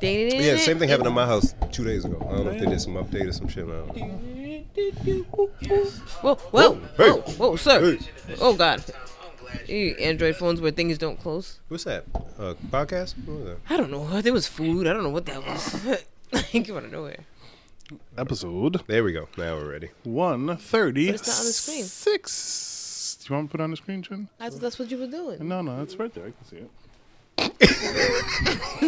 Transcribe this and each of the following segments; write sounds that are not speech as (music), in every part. Yeah, same thing happened in my house two days ago. I don't know if they did some update or some shit. I don't know. Whoa, whoa, Oh, Hey. whoa, whoa, sir. Hey. Oh, God. Eh, Android phones where things don't close. What's that? Uh, podcast? What was that? I don't know. There was food. I don't know what that was. (laughs) Came out of nowhere. Episode There we go. Now we're ready. one thirty. it's not on the screen. Six. Do you want to put it on the screen, Jen? I thought that's what you were doing. No, no, it's right there. I can see it. (laughs)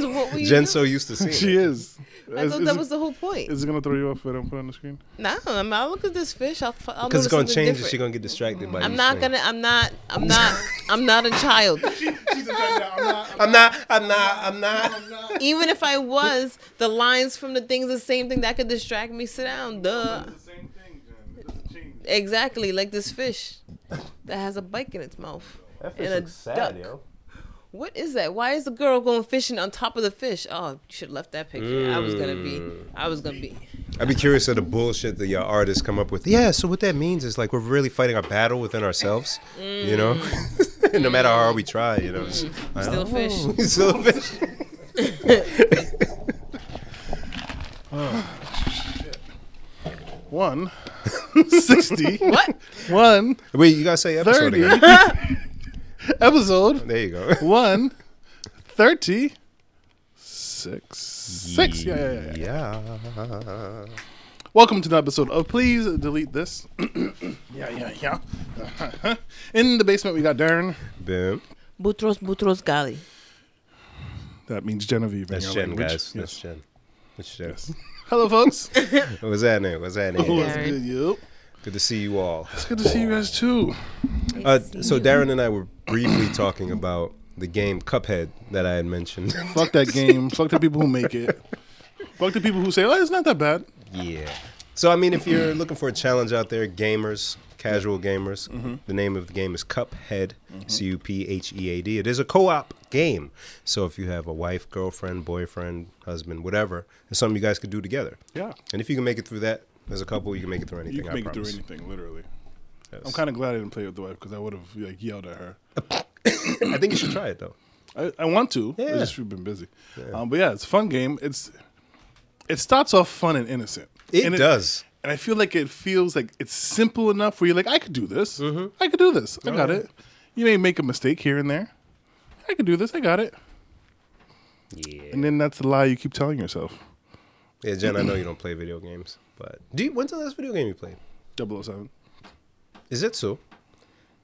what were you Jen's so used to seeing. She it. is. doing? I Is- thought is that it- was the whole point. Is it gonna throw you off if I don't put it on the screen? No, I'm not look at this fish. I'll, f- I'll Because it's gonna notice something change and different. she's gonna get distracted by I'm you not saying- gonna. I'm not. I'm not. I'm not a (laughs) child. (laughs) I'm not. I'm not. I'm not. Even if I was, the lines from the thing's the same thing that could distract me. Sit down, duh. same thing, Jen. It doesn't change. Exactly like this fish that has a bike in its mouth. That fish And a looks sad, duck. yo. What is that? Why is the girl going fishing on top of the fish? Oh, you should have left that picture. I was gonna be. I was gonna be. I'd be curious of the bullshit that your artists come up with. Yeah, so what that means is like we're really fighting a battle within ourselves, you know? (laughs) no matter how hard we try, you know. it's like, Still a fish. oh, (laughs) still a fish. One (laughs) sixty. What? One Wait, you gotta say episode thirty. again. episode There you go. one thirty. Six. Six. Yeah, yeah, yeah. yeah. Yeah. Welcome to the episode of Please Delete This. (clears throat) yeah, yeah, yeah. (laughs) In the basement, we got Darren. Bam. Butros Butros Gali. That means Genevieve. in That's your Jen, language. guys. Yes. That's Jen. That's Jen. Hello, folks. (laughs) What's that name? What's that Oh, name? it's Darren. good, you. Good to see you all. It's good to see you guys too. Uh, so Darren and I were briefly talking about the game Cuphead that I had mentioned. (laughs) Fuck that game. Fuck the people who make it. Fuck the people who say, "Oh, it's not that bad." Yeah. So I mean, if you're looking for a challenge out there, gamers, casual gamers, Mm-hmm. the name of the game is Cuphead, C U P H E A D. It is a co-op game. So if you have a wife, girlfriend, boyfriend, husband, whatever, it's something you guys could do together. Yeah, And if you can make it through that, as a couple, you can make it through anything. you can make I it through promise. anything, literally. Yes. I'm kind of glad I didn't play with the wife because I would have like yelled at her. I think you should try it though. I, I want to. Yeah. Yeah. I just we've been busy. Um, but yeah, it's a fun game. It's it starts off fun and innocent. It and does. and I feel like it feels like it's simple enough where you're like, I could do this. I could do this. I got it. You may make a mistake here and there. I could do this. I got it. Yeah. And then that's the lie you keep telling yourself. Yeah, Jen, I know you don't play video games, but do you, when's the last video game you played? 007. Is it so?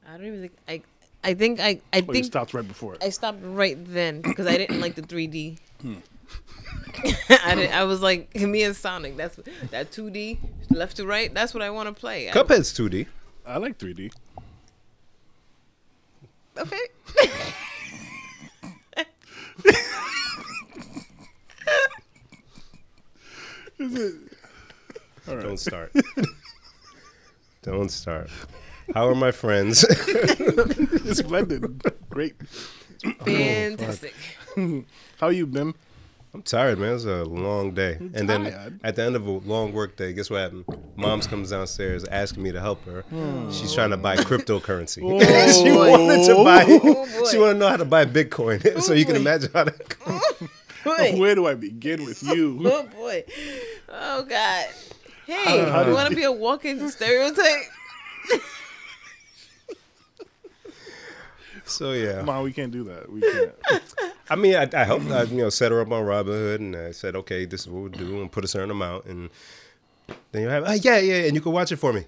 I don't even think. I. I think I. I Oh, you think stopped right before it. I stopped right then because I didn't like the 3D. (laughs) I, did, I was like (laughs) me and Sonic. That's that 2D left to right. That's what I want to play. I- Cuphead's 2D. I like 3D. okay. Don't start. (laughs) Don't start. How are my friends? (laughs) (laughs) It's splendid. (laughs) Great. Fantastic. How you been? I'm tired, man. It was a long day. and then tired. at the end of a long work day, guess what happened? Mom's comes downstairs asking me to help her. She's trying to buy cryptocurrency. (laughs) she wanted to buy Oh, (laughs) She boy. wanted to know how to buy Bitcoin. (laughs) so you can boy. imagine how (laughs) to Boy. Where do I begin with you? (laughs) Oh boy. Oh god. Hey, how you did want to be a walking stereotype? So yeah. Mom, we can't do that. We can't. I mean, I, I helped. I, you know, set her up on Robinhood, and I said, "Okay, this is what we'll do," and put a certain amount, and then you have, oh, yeah, yeah, and you can watch it for me.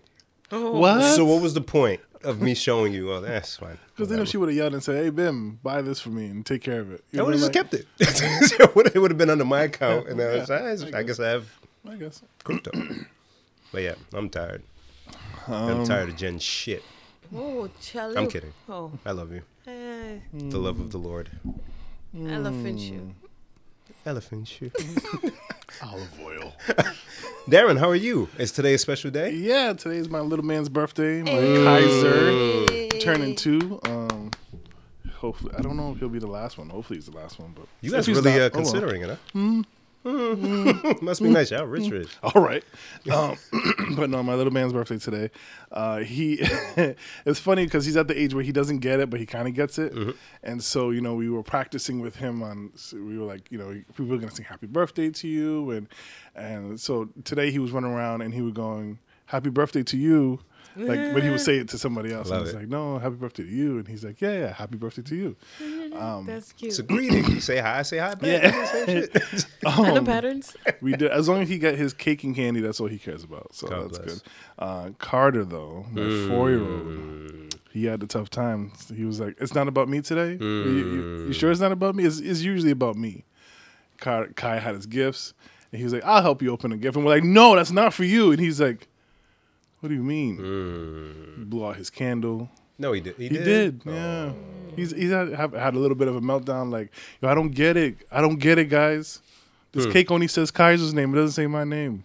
what? So, what was the point of me showing you? Oh, that's (laughs) fine. Because then if she would have yelled and said, hey, Bim, buy this for me and take care of it. You I would have would've just been kept it. it (laughs) would- it would have been under my account, and I, was, Yeah, I, I guess I have like, I guess. crypto. (clears throat) but yeah, I'm tired. Um, I'm tired of Jen shit. Oh, Charlie. I'm kidding. Oh, I love you. eh, The love of the Lord. hmm. elephant shoe. Elephant shit. Olive oil. Darren, how are you? Is today a special day? (laughs) Yeah, today's my little man's birthday. My Kaiser turning two. Um, hopefully, I don't know if he'll be the last one. Hopefully, he's the last one. But (laughs) You if guys he's really not- uh, oh well. considering it, huh? Hmm. (laughs) Must Hmm. be nice. Y'all rich, rich. All right. Um, (clears throat) but no, my little man's birthday today. Uh, he, (laughs) it's funny because he's at the age where he doesn't get it, but he kind of gets it. Mm-hmm. And so, you know, we were practicing with him on, so we were like, you know, people are going to sing happy birthday to you. And, and so today he was running around and he was going, happy birthday to you. Like when he would say it to somebody else, and Love he's it. like, "No, happy birthday to you," and he's like, "Yeah, yeah, happy birthday to you." That's cute. It's a greeting. You say hi, I say hi back. Yeah. Same (laughs) shit. I Um, know patterns. We did as long as he got his cake and candy. That's all he cares about. So God that's bless. Mm. good. Uh, Carter though, my four year old, he had a tough time. He was like, "It's not about me today. You, you- you Mm. sure it's not about me? It's, it's usually about me." Car- Kai had his gifts, and he was like, "I'll help you open a gift." And we're like, "No, that's not for you." And he's like, "What do you mean?" Mm. Blew out his candle. No, he did. He, He did. Yeah. He's he's had, have, had a little bit of a meltdown. Like, yo, I don't get it. I don't get it, guys. This cake only says Kaiser's name. It doesn't say my name.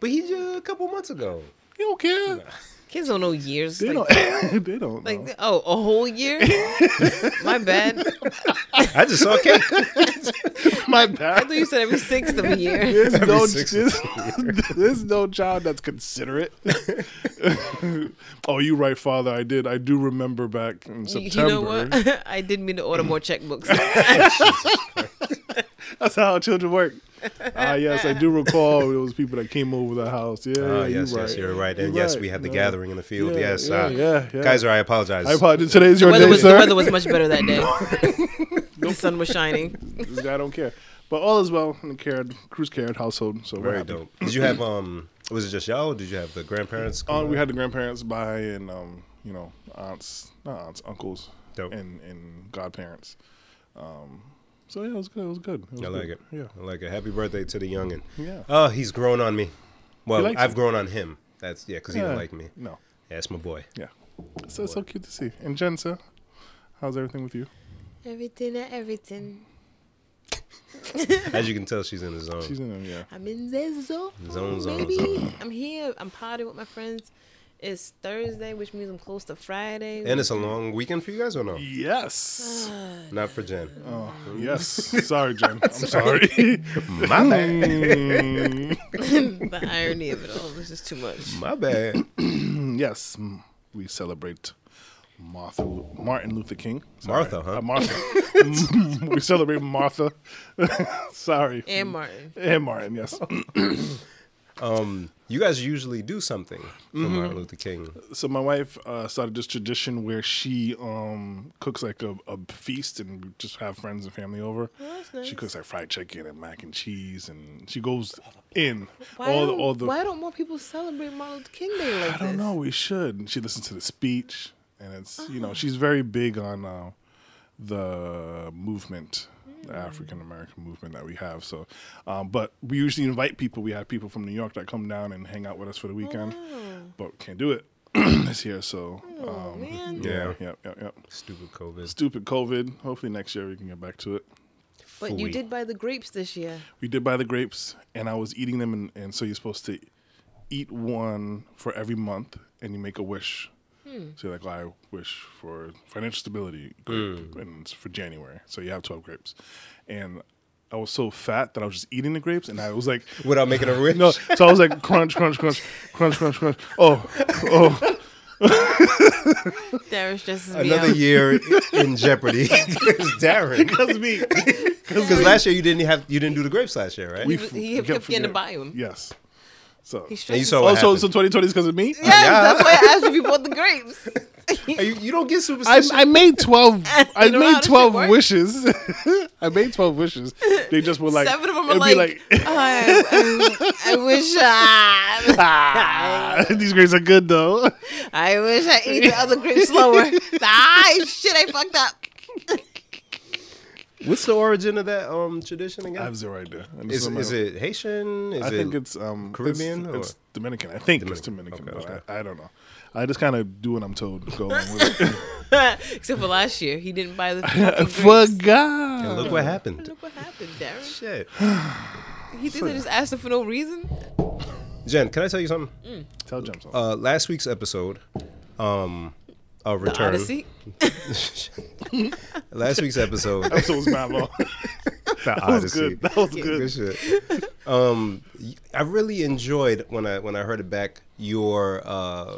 But he just a couple months ago. You don't care. Kids don't know years. They Like, don't. (laughs) they don't. like, know. oh, a whole (laughs) year? My bad. I just saw (laughs) cake. My I bad. thought you said every sixth of a (laughs) year. There's no, six there's, (laughs) there's no child (laughs) that's considerate. (laughs) oh, you right, father. I did. I do remember back in You- September. You know what? (laughs) I did mean to order more checkbooks. (laughs) That's how children work. (laughs) Ah, yes, I do recall those people that came over the house. Yeah, Ah, yeah, you yes, right. yes, you're right. And yes, right. we had the No. gathering in the field. Yeah, yes. yeah, uh, yeah, yeah. Kaiser, I apologize. I apologize. Today's your weather day, was, the sir. weather was much better that day. the sun was shining. (laughs) this guy don't care. But all is well in the Carrot, Cruz Carrot household. So we're Very happy. dope. Did you have, um, was it just y'all or did you have the grandparents? Uh, come we out? had the grandparents by and um, you know aunts, not aunts, uncles, Dope. and and godparents. Um, so yeah, it was good. It was good. It was I like good. it. Yeah. I like it. Happy birthday to the youngin'. Yeah. Oh, he's grown on me. Well, likes I've you. grown on him. That's, yeah, because he Yeah. didn't like me. No. Yeah, that's my boy. Yeah. So it's so cute to see. And Jen, sir, how's everything with you? Everything, everything. As you can tell, she's in the zone. She's in a yeah. I'm in this zone, Zone, zone, baby. zone. I'm here. I'm partying with my friends. It's Thursday, which means I'm close to Friday. (laughs) and it's a long weekend for you guys or no? (sighs) Yes. Not for Jen. Oh, yes. Sorry, Jen. (laughs) I'm sorry. My bad. (laughs) (laughs) the irony of it all was just too much. My (coughs) bad. yes, mm, we celebrate Martha Lu- Martin Luther King. Martha, huh? Uh, Martha. (laughs) Mm, (laughs) we celebrate Martha. (laughs) Sorry. And Martin. And Martin, yes. (clears throat) Um, you guys usually do something for Mm-hmm. Martin Luther King. So my wife uh, started this tradition where she um, cooks like a, a feast and we just have friends and family over. Oh, that's nice. She cooks like fried chicken and mac and cheese, and she goes in Why, all the, don't, all the. why don't more people celebrate Martin Luther King Day like I don't this? know. We should. And she listens to the speech, and it's you know she's very big on uh, the movement, the Mm. African American movement that we have. So, um, but we usually invite people. We have people from New York that come down and hang out with us for the weekend, but can't do it (clears throat) this year. So, Oh, um, man. yeah, Yeah. yeah, yeah, yeah. Stupid COVID. Stupid COVID. Hopefully next year we can get back to it. But you Fooey. did buy the grapes this year. We did buy the grapes, and I was eating them, and, and so you're supposed to eat one for every month, and you make a wish. Hmm. So you're like, well, I wish for financial stability, grape, Hmm. and it's for January. So you have 12 grapes, and I was so fat that I was just eating the grapes, and I was like, Without making a wish. no. So I was like, crunch, crunch, crunch, crunch, crunch, crunch. Oh, (laughs) oh, Darius just is me Another out. year (laughs) in jeopardy (laughs) is Darren. that's me. Because last year you didn't have you didn't do the grapes last year, right? He, f- was- we he kept kept getting to forgetting. buy them. Yes. So. He and you stretches- saw Oh, what so, so happened. 2020 is because of me? Yes, Yeah. that's why I asked if you bought the grapes. Hey, you, you don't get (laughs) I, superstitious. I made twelve. I You know how made this twelve shit works? wishes. (laughs) I made twelve wishes. They just were like Seven of them are it'd like, be like I, I- I wish uh, (laughs) I, (laughs) ah, these grades are good though. I wish I ate the other grapes (laughs) slower. ah, shit, I fucked up. What's the origin of that um tradition again? I have zero idea. I just is, remember- is it Haitian? Is I it, think it's um Caribbean It's, or- it's Dominican. I think it's Dominican. Dominican. but Okay, I, I don't know. I just kind of do what I'm told. to Go along with (laughs) it. (laughs) (laughs) Except for last year, he didn't buy the fucking grapes. And Forgot. look what happened. Look what happened, Darren. Shit. He thinks I just asked him for no reason. Jen, can I tell you something? Tell James. something. Uh, last week's episode, um, a return. Odyssey. last week's episode, Episode was mad long. the (laughs) (laughs) That was good. That was Yeah. good. Good shit. Um, I really enjoyed when I when I heard it back your uh,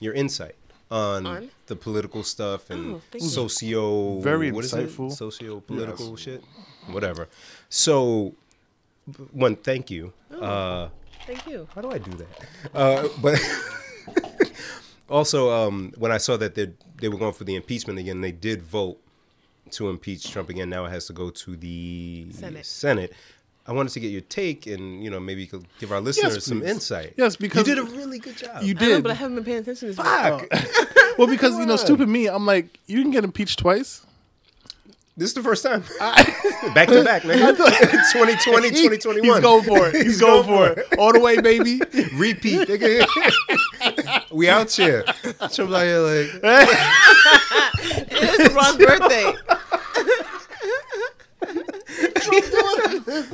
your insight on, On? the political stuff and Oh, thank you. socio Very what is insightful. it? socio political shit, whatever. So, b- one thank you. Oh. Uh, Thank you. how do I do that? (laughs) Uh, but (laughs) also, um, when I saw that they they were going for the impeachment again, they did vote to impeach Trump again. Now it has to go to the Senate. I wanted to get your take, and you know maybe you could give our listeners some please. insight. Yes, because- you did a really good job. You I know, did. but I haven't been paying attention this week. Fuck. well, because you know, stupid me. I'm like, you can get impeached twice. This is the first (laughs) time. (laughs) back to back, man. (laughs) 2020, He- 2021. He's going for it. (laughs) He's, going, for it. all the way, (laughs) baby. Repeat. nigga. (laughs) we out (laughs) here. Trump's out here like, It is Ron's birthday.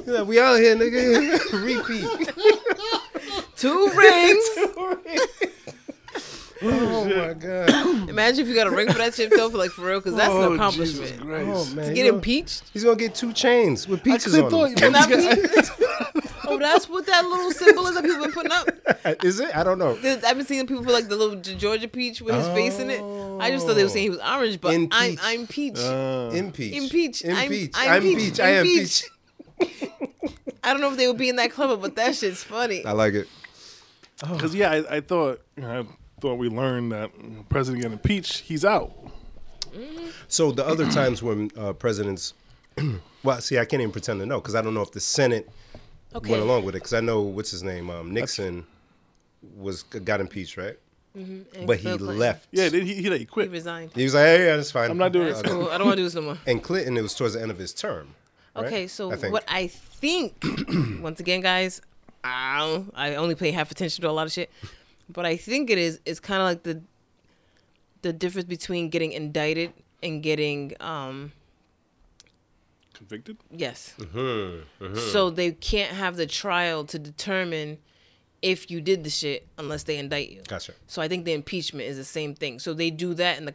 Yeah, (laughs) we out here, nigga. (laughs) (laughs) Repeat. Two rings. Oh my god. Imagine if you got a ring for that shit though, for like for real, because that's an accomplishment. Oh man. Get he's, gonna, impeached? he's gonna get two chains with Because peaches I on thought them. (laughs) Not peaches? oh, that's what that little symbol is that people been putting up. (laughs) Is it? I don't know. The- I've been seeing people put, like the little G- Georgia peach with his face in it. I just thought they were saying he was orange, but In I'm peach. I'm peach. Oh, Uh, Impeach. Impeach. I'm- Impeach. I'm I'm peach. peach. I am Impeach. peach. (laughs) I don't know if they would be in that clever, but that shit's funny. I like it. Because yeah, I, I thought you know, I thought we learned that you know, president getting impeached, he's out. So (clears throat) the other times when uh, presidents, (clears throat) well, see, I can't even pretend to know because I don't know if the Senate Okay. went along with it because I know what's his name, um, Nixon, was got impeached, right? But he Bill Clinton. left. Yeah, then he he, like, He quit. resigned. He was like, "Hey, yeah, that's fine. Uh, I'm not doing That's it. cool. I don't want to do this no more. And Clinton, it was towards the end of his term. (laughs) right? Okay, so I think. what I (clears throat) think, once again, guys, I don't, I only pay half attention to a lot of shit, but I think it is it's kind of like the the difference between getting indicted and getting um Convicted. yes. Mm-hmm, So they can't have the trial to determine if you did the shit unless they indict you. Gotcha. So I think the impeachment is the same thing. So they do that in the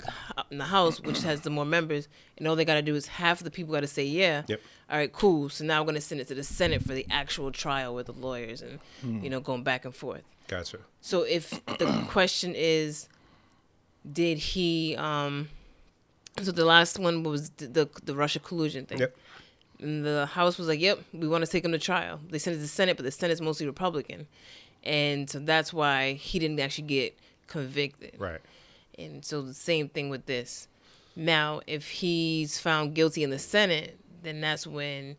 in the House, which has the more members, and all they got to do is half the people got to say yeah. Yep. All right, cool. So now we're gonna send it to the Senate for the actual trial with the lawyers and you know going back and forth. Gotcha. So if (clears throat) the question is, did he? um So the last one was the the, the Russia collusion thing. Yep. And the House was like, "Yep, we want to take him to trial." They sent it to the Senate, but the Senate's mostly Republican, and so that's why he didn't actually get convicted. Right. And so the same thing with this. Now, if he's found guilty in the Senate, then that's when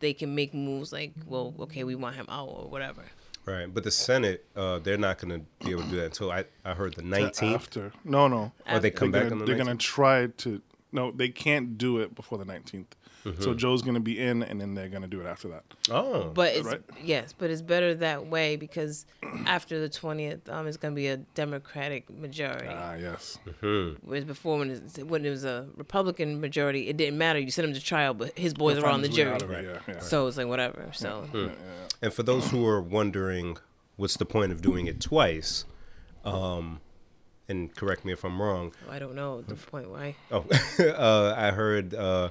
they can make moves like, "Well, okay, we want him out or whatever." Right, but the Senate, uh, they're not going to be able to do that until I, I heard the 19th, After. No, no. Uh, or they come they're back gonna, on the they're 19th. gonna try to. No, they can't do it before the 19th. Mm-hmm. So Joe's gonna be in, and then they're gonna do it after that. oh, But it's Right. yes, but it's better that way because after the twentieth, um, it's gonna be a Democratic majority. Ah, yes. Whereas before, when it, when it was a Republican majority, it didn't matter. You sent him to trial, but his boys are on the Finds way jury, out of it, yeah, yeah. so it's like whatever. So and for those who are wondering, what's the point of doing it twice? Um, and correct me if I'm wrong. I don't know at the point why. Oh, (laughs) uh, I heard uh,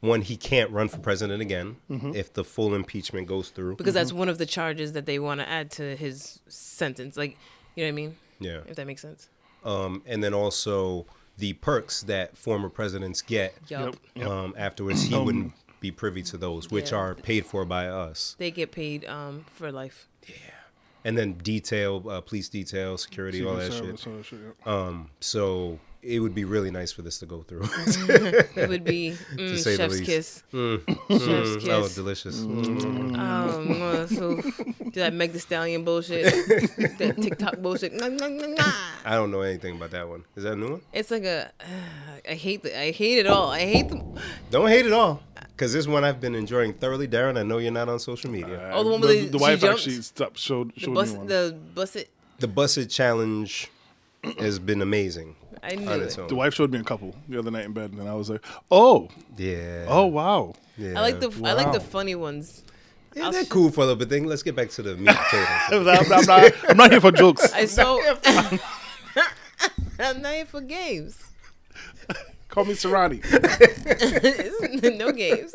one he can't run for president again Mm-hmm. if the full impeachment goes through. because that's one of the charges that they want to add to his sentence. Like, you know what I mean? yeah, If that makes sense. um, and then also the perks that former presidents get Yup. um, afterwards, he wouldn't be privy to those, which Yeah. are paid for by us. They get paid um, for life. and then detail, uh, police detail, security, all that Service, shit. all that shit, yeah. So it would be really nice for this to go through. It would be mm, say the chef's least. kiss. Chef's (laughs) oh, kiss. delicious! Mm. Um, uh, so do that Meg the Stallion bullshit, that TikTok bullshit. Nah, nah, nah, nah. I don't know anything about that one. Is that a new one? It's like a, (sighs) I hate the, I hate it all. I hate them. Don't hate it all, because this one I've been enjoying thoroughly, Darren. I know you're not on social media. Oh, the one No, where they- she wife jumped? actually stopped, showed, The showed bus, me one. The, the bus it. the Busted Challenge has been amazing I knew on its it. own. wife showed me a couple the other night in bed, and I was like, "Oh, yeah. oh wow, yeah. I like the, I like the Wow. funny (laughs) ones. Yeah, they're cool for a little bit. Then let's get back to the meat and potatoes. I'm, I'm not, I'm not here for jokes." (laughs) I saw. I'm not here for games. Call me Serrati. (laughs) no games.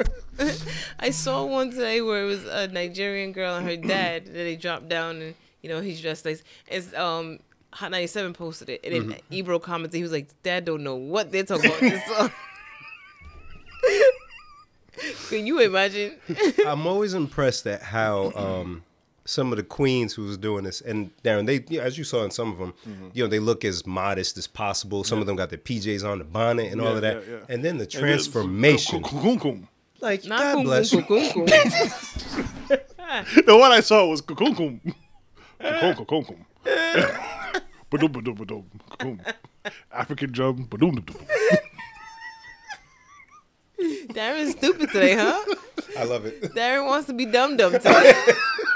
(laughs) I saw one today where it was a Nigerian girl (clears throat) and her dad that they dropped down and you know he's dressed like it's um Hot 97 posted it and then Mm-hmm. Ebro commented he was like dad don't know what they're talking about (laughs) this song. Can you imagine? I'm always impressed at how (clears throat) um, some of the queens who was doing this, and Darren, they yeah, as you saw in some of them, Mm-hmm. you know, they look as modest as possible. Some of them got their PJs on, the bonnet, and all Yeah, of that, yeah, yeah. and then the And it's- (laughs) transformation. Kum- kum- Like Not God kum, bless kum, you. kum, kum, kum. (laughs) kum. The one I saw was kum kum. Kum kum kum kum. Ba-dum, ba-dum, ba-dum, kum. African drum. ba-dum, ba-dum, ba-dum. Darren's stupid today, huh? I love it. (laughs) Darren wants to be dumb (laughs) dumb today.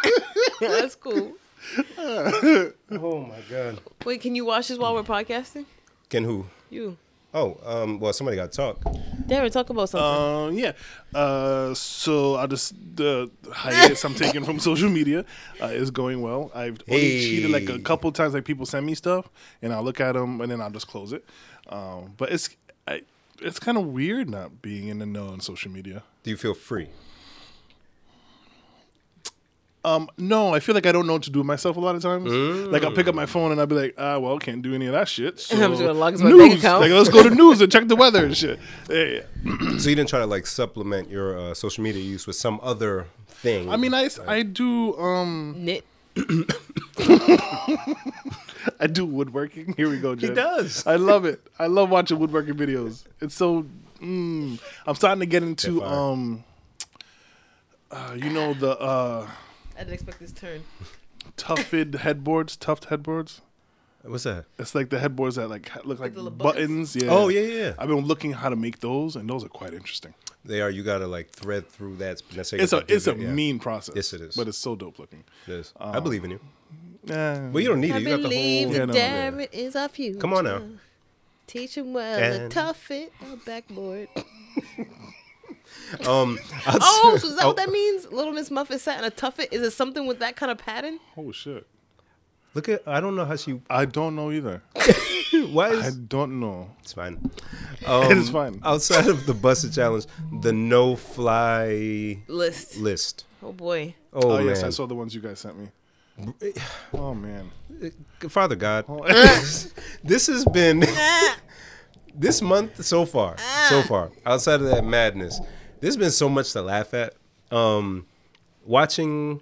(laughs) That's cool. Oh my God. Wait, can you watch this while we're podcasting? Can who? You. Oh, um, well, somebody got to talk. Darren, talk about something. Um, yeah. Uh, so I just the hiatus I'm taking from (laughs) social media uh, is going well. I've only Hey. cheated like a couple times. Like people send me stuff, and I'll look at them, and then I'll just close it. Um, but it's I, it's kind of weird not being in the know on social media. Do you feel (clears throat) free? Um, no, I feel like I don't know what to do with myself a lot of times. Like I'll pick up my phone and I'll be like, ah, well, can't do any of that shit. So Mm. (laughs) I'm just gonna log into my news. bank account. Like let's (laughs) go to news and check the weather and shit. Yeah. So you didn't try to like supplement your uh, social media use with some other thing? I mean, I I do um. Knit. I do woodworking. (laughs) Here we go, Jen. does. I love it. I love watching woodworking videos. It's so. Mm, I'm starting to get into fire. um. Uh, you know the uh, I didn't expect this turn. tufted headboards, tuft headboards. what's that? It's like the headboards that like ha- look like little buttons. Yeah. Oh, yeah, yeah, yeah. I've been looking how to make those, and those are quite interesting. They are. You got to like thread through that. That's It's a it's a um, mean process. Yes, it is. But it's so dope looking. I believe in you. Eh. Well, you don't need I it. You got the believe whole. Yeah, that no, yeah. Darren is our future. Come on now. Teach him well to And- tough it a (laughs) backboard. (laughs) Um, I'll- Oh, so is that what I'll- that means? Little Miss Muffet sat in a tough it? Is it something with that kind of pattern? oh shit! Look at. I don't know how she. I don't know either. Why I is don't know. it's fine. (laughs) Um, it is fine. Outside of the busted challenge, the no fly List. list. Oh (laughs) boy. Oh, oh man. eh. yes, I saw the ones you guys sent me. Oh man. Father God, Oh. (laughs) this has been this month so far. So far, outside of that madness, there's been so much to laugh at. Um, watching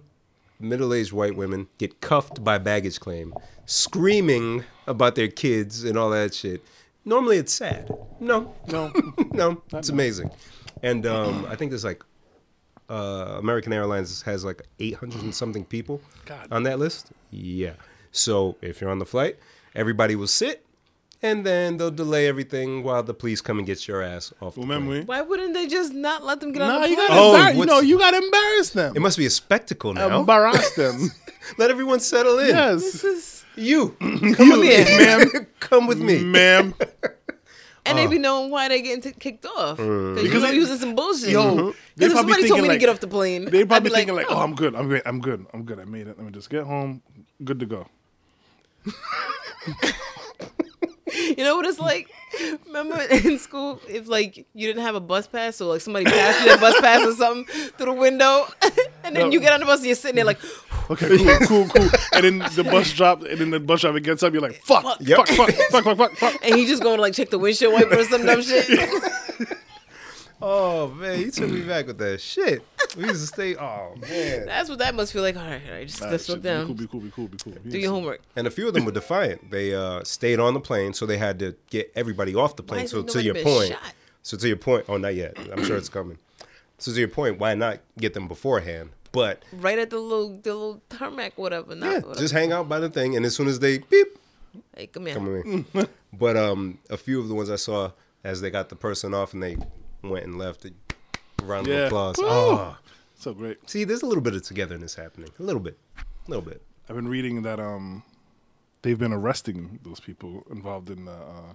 middle-aged white women get cuffed by baggage claim, screaming about their kids and all that shit. Normally, it's sad. No, No. (laughs) no, it's amazing. And um, I think there's like uh, American Airlines has like 800 and something people God. on that list. Yeah. So if you're on the flight, everybody will sit, and then they'll delay everything while the police come and get your ass off. the (laughs) Remember plane. me? Why wouldn't they just not let them get on No, the you plane? gotta Oh, embarrass, what's- no, you gotta embarrass them. It must be a spectacle now. Embarrass (laughs) them. Let everyone settle in. This yes. is- (clears throat) You, come with (laughs) me, ma'am. (laughs) come with me. Ma'am. and they be knowing why they getting t- kicked off because Uh. Because you're I- using some bullshit. Yo, Because they if probably somebody told thinking me to like- get off the plane, They I'd probably be like, thinking like, oh, I'm good. I'm good. I'm good. I'm good. I made it. Let me just get home. Good to go. You know what it's like? (laughs) Remember in school, if like you didn't have a bus pass, or like somebody passed you a bus pass or something through the window, (laughs) and then No. you get on the bus and you're sitting there like, Okay, (laughs) cool, cool, cool. And then the bus drops, and then the bus driver gets up. You're like, fuck, fuck, Yep. fuck, fuck, fuck, fuck, (laughs) fuck, fuck. and he just going to like check the windshield wiper or some (laughs) dumb shit. (laughs) Oh man, you took me back with that shit. We used to stay. Oh man. That's what that must feel like. All right, all right, just, Ah, just look shit, Be cool, down. be cool, be cool, be cool. Do your homework. And a few of them were defiant. They uh, stayed on the plane, so they had to get everybody off the plane. hasn't So nobody to your been point, shot? so to your point, oh, not yet. I'm sure it's coming. So to your point, why not get them beforehand? But Right at the little, the little tarmac, whatever. Not yeah, whatever. just hang out by the thing, and as soon as they beep, (laughs) hey, come here. come with me. but um, a few of the ones I saw as they got the person off and they went and left. Round of Yeah. applause. Woo! Oh, So great. see, there's a little bit of togetherness happening. A little bit, a little bit. I've been reading that um, they've been arresting those people involved in the uh,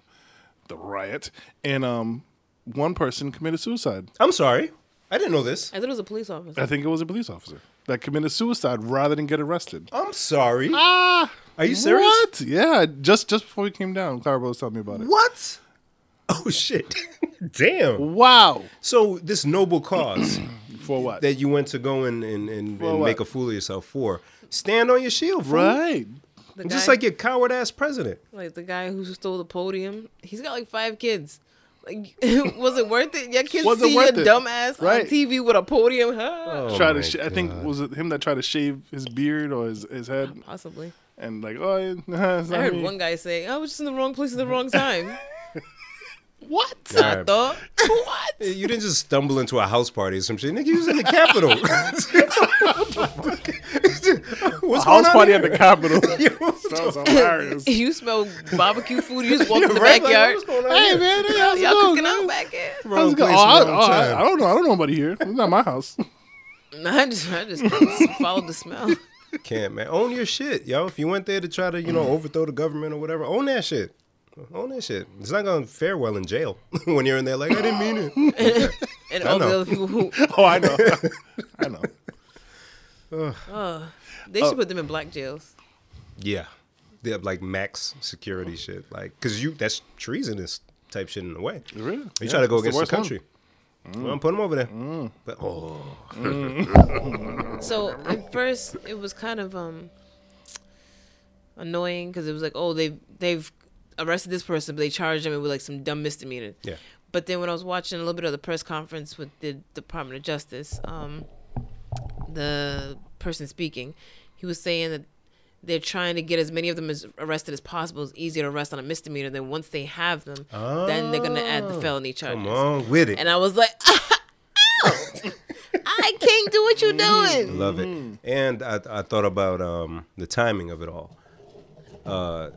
the riot, and um, one person committed suicide. I'm sorry, I didn't know this. I thought it was a police officer. I think it was a police officer that committed suicide rather than get arrested. I'm sorry. Ah, Are you serious? (laughs) What? Yeah, just just before we came down, Clara was telling me about it. What? Oh (laughs) shit! Damn. Wow. So this noble cause (clears throat) For what? that you went to go and and, and, For and what? make a fool of yourself for, stand on your shield, fool. right. The Just guy- like your coward ass president. like the guy who stole the podium. He's got like five kids. Like, (laughs) was it worth it? Your kids Was it see your worth it? dumb ass Right. on TV with a podium, huh? Oh Try to. my Sh- I think God. was it him that tried to shave his beard or his, his head Possibly. and like oh yeah, (laughs) nah, it's I not heard me. one guy say, "I was just in the wrong place at the wrong (laughs) time." What? I Alright. thought, (laughs) what? You didn't just stumble into a house party or some shit. Nigga, you was in the Capitol. (laughs) (laughs) What's going House on party here? at the (laughs) Capitol. Yo, Sounds hilarious. You smell barbecue food. You just walk in the (laughs) right, like, backyard. what's going on (laughs) Hey here? man, hey, how's it Y'all going? cooking man? out back here? Wrong How's it going? place, Oh, I, wrong oh, I- time. I don't know. I don't know nobody here. It's not my house. No, I just, (laughs) I just followed the smell. Can't man. Own your shit, yo. If you went there to try to, you Mm. know, overthrow the government or whatever, own that shit. Own that shit. It's not gonna fare well in jail (laughs) when you're in there. Like I didn't mean (laughs) it. And all the know. other people who (laughs) Oh, I know. I know. (laughs) Oh. they should put them in black jails. yeah, they have like max Mm. security shit. Like, cause you that's treasonous type shit in a way. You Really? try to go it's the against the, worst one. Mm. country. Well, put them over there. But oh, So at first it was kind of um annoying because it was like, oh, they they've arrested this person, but they charged him with like some dumb misdemeanor. yeah. But then when I was watching a little bit of the press conference with the Department of Justice, um, the person speaking, he was saying that they're trying to get as many of them as arrested as possible. It's easier to arrest on a misdemeanor. Then once they have them, then they're gonna add the felony charges. Oh. Come on with it. And I was like, (laughs) (laughs) I can't do what you're doing. Love it. And I, I thought about um, the timing of it all. Uh,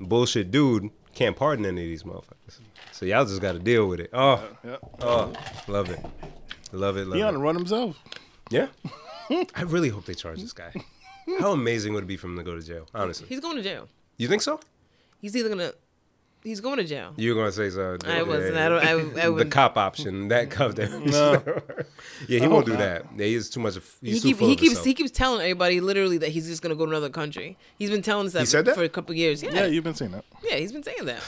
bullshit dude can't pardon any of these motherfuckers. So y'all just got to deal with it. Oh, (laughs) Yeah. oh, love it. Love it, love He on it. the run himself. Yeah. I really hope they charge this guy. How amazing would it be for him to go to jail, honestly? He's going to jail. You think so? He's either gonna, he's going to jail. You were going to say so. I wasn't. I don't. I, I the would. cop option, that cop there. (laughs) yeah, he won't do that. Yeah, he's too much. Of, He, he's too keep, full he of keeps himself. he keeps telling everybody literally that he's just gonna go to another country. He's been telling us that, said that? for a couple years. Yeah, Yeah, yeah, you've been saying that. he's been saying that.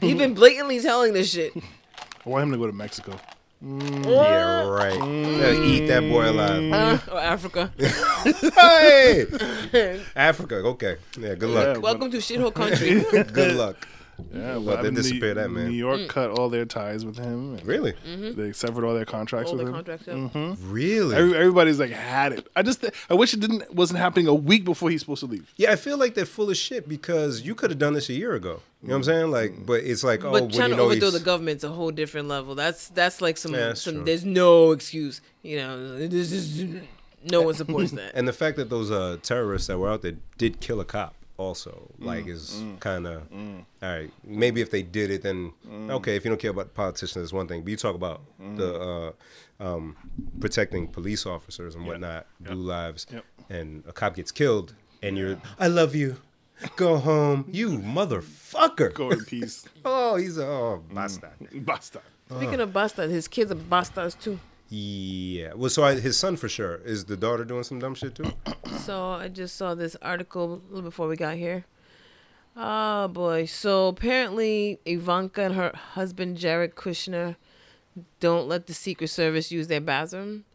He's been blatantly telling this shit. I want him to go to Mexico. (laughs) Yeah, right. Yeah, eat that boy alive. Uh, or (laughs) Africa. hey, (laughs) Africa. Okay. Yeah. Good Yeah, luck. but- Welcome to shithole (laughs) country. Good luck. Yeah, Well, they I mean, the- disappeared that, man. New York Mm. cut all their ties with him. and Really? Mm-hmm. They severed all their contracts All with the him. contracts. up. Mm-hmm. Really? Every- Everybody's like had it. I just th- I wish it didn't wasn't happening a week before he's supposed to leave. yeah, I feel like they're full of shit because you could have done this a year ago. You know what I'm saying? Like, but it's like, oh, But well, trying you to know, overthrow he's- the government's a whole different level. That's that's like some Yeah, that's some. true. There's no excuse. You know, this is no one supports (laughs) that. and the fact that those uh, terrorists that were out there did kill a cop also, Mm, like, is kind of all right. Maybe if they did it, then Mm. okay. If you don't care about politicians, that's one thing. But you talk about the uh, um, protecting police officers and whatnot, blue lives, Yep. and a cop gets killed, and you're, I love you. Go home, you motherfucker. Go Mm. in (laughs) peace. Oh, he's a oh, bastard. Basta. Speaking uh, of bastards, his kids are bastards too. Yeah. Well, so I, his son for sure is the daughter doing some dumb shit too. So I just saw this article a little before we got here. Oh boy. So apparently Ivanka and her husband Jared Kushner don't let the Secret Service use their bathroom.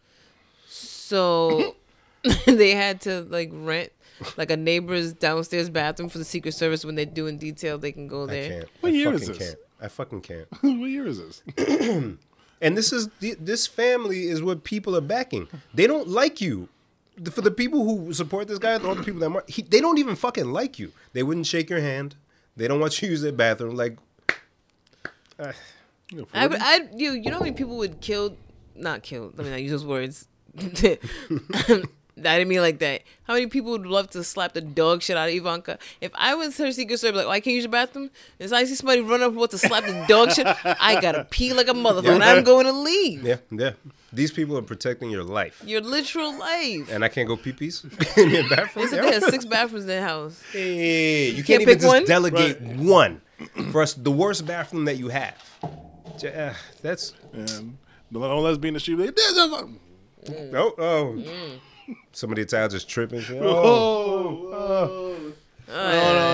So (laughs) they had to like rent like a neighbor's downstairs bathroom for the Secret Service when they're doing detail they can go I there. can't. What I year is fucking this? Can't. I fucking can't. (laughs) what year is (laughs) this? And this is the- this family is what people are backing. They don't like you. The- For the people who support this guy, all the people that mar- he, they don't even fucking like you. They wouldn't shake your hand. They don't want you to use their bathroom. Like I would I you you know how many people would kill not kill, I mean I use those words. (laughs) I didn't mean like that. How many people would love to slap the dog shit out of Ivanka? If I was her secret service, like, oh, I can't use your bathroom. If I see somebody run up and want to slap the dog shit, I gotta pee like a motherfucker. And I'm going to leave. yeah, yeah. These people are protecting your life, Your literal life. and I can't go pee pees (laughs) in your bathroom. They said they had six bathrooms in their house. (laughs) Hey, you can't can't, even pick just one? delegate one for us. The worst bathroom that you have. J- uh, that's And the no lesbian in the street. Like, "There's a fuck-" Mm. (laughs) oh oh. Some of the Italians just tripping. Oh, oh, oh. no,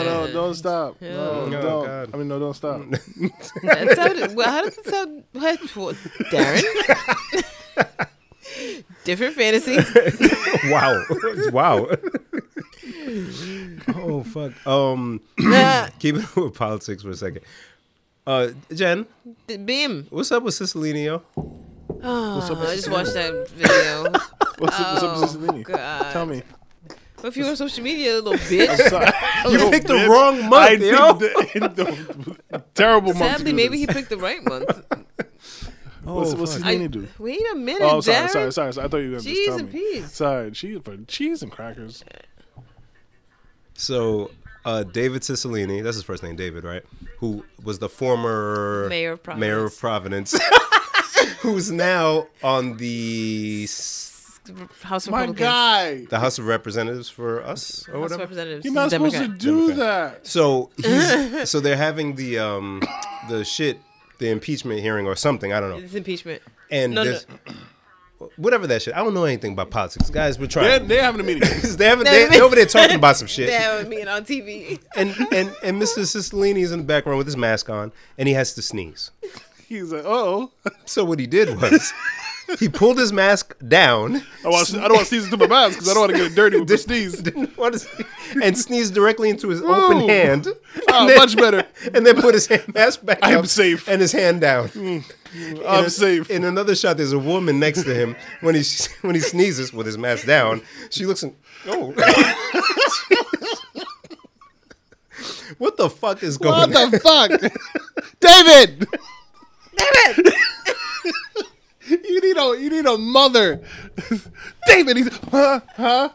no, no, don't stop. No, Oh, don't. God. I mean, no, (laughs) don't stop. That sounded, well, how does it sound? What, what, Darren? (laughs) Different fantasies. wow, (laughs) wow. oh fuck. Um, Nah, keep it (laughs) with politics for a second. Uh, Jen, d- Bim. what's up with Cicilline? Oh, I just watched that video. (laughs) What's up, what's up, Oh, with Cicilline? God. (laughs) Tell me. But if you're on social media, (laughs) little bitch. Sorry. (laughs) You picked the wrong month, I yo. picked the, (laughs) the terrible month. to Sadly, do maybe this. he picked the right (laughs) month. What's, Oh, what's fuck. I, Cicilline do? wait a minute, Oh, sorry, Darren. sorry, sorry, sorry. I thought you were gonna Cheese just tell and me. peas. Uh, Sorry, cheese, but cheese and crackers. So, uh, David Cicilline, that's his first name, David, right? Who was the former Mayor of Providence. Mayor (laughs) of Providence, who's now on the s- House My Republicans. guy, the House of Representatives for us House or of whatever. Representatives. you're He's not a supposed Democrat. to do Democrat. (laughs) that. So he's, so they're having the um the shit the impeachment hearing or something I don't know It's (laughs) impeachment. and No, no. this whatever that shit I don't know anything about politics guys we're They're, trying they're having a meeting. (laughs) they haven't they, they're over (laughs) there talking about some shit That would mean on TV. and and and Mr. Cicilline is in the background with his mask on and he has to sneeze He's like, oh, so what he did was he pulled his mask down I, want, (laughs) I don't want season to my mask because I don't want to get dirty with prestige. didn't want to sneeze, and sneezed directly into his open Ooh. hand Oh, and then- much better. and then put his hand mask back I'm up safe. and his hand down. I'm in a- safe. In another shot, there's a woman next to him when he (laughs) when he sneezes with his mask down. She looks and oh. (laughs) What the fuck is What going on? the fuck, David? (laughs) You need a you need a mother, (laughs) David. He's huh huh.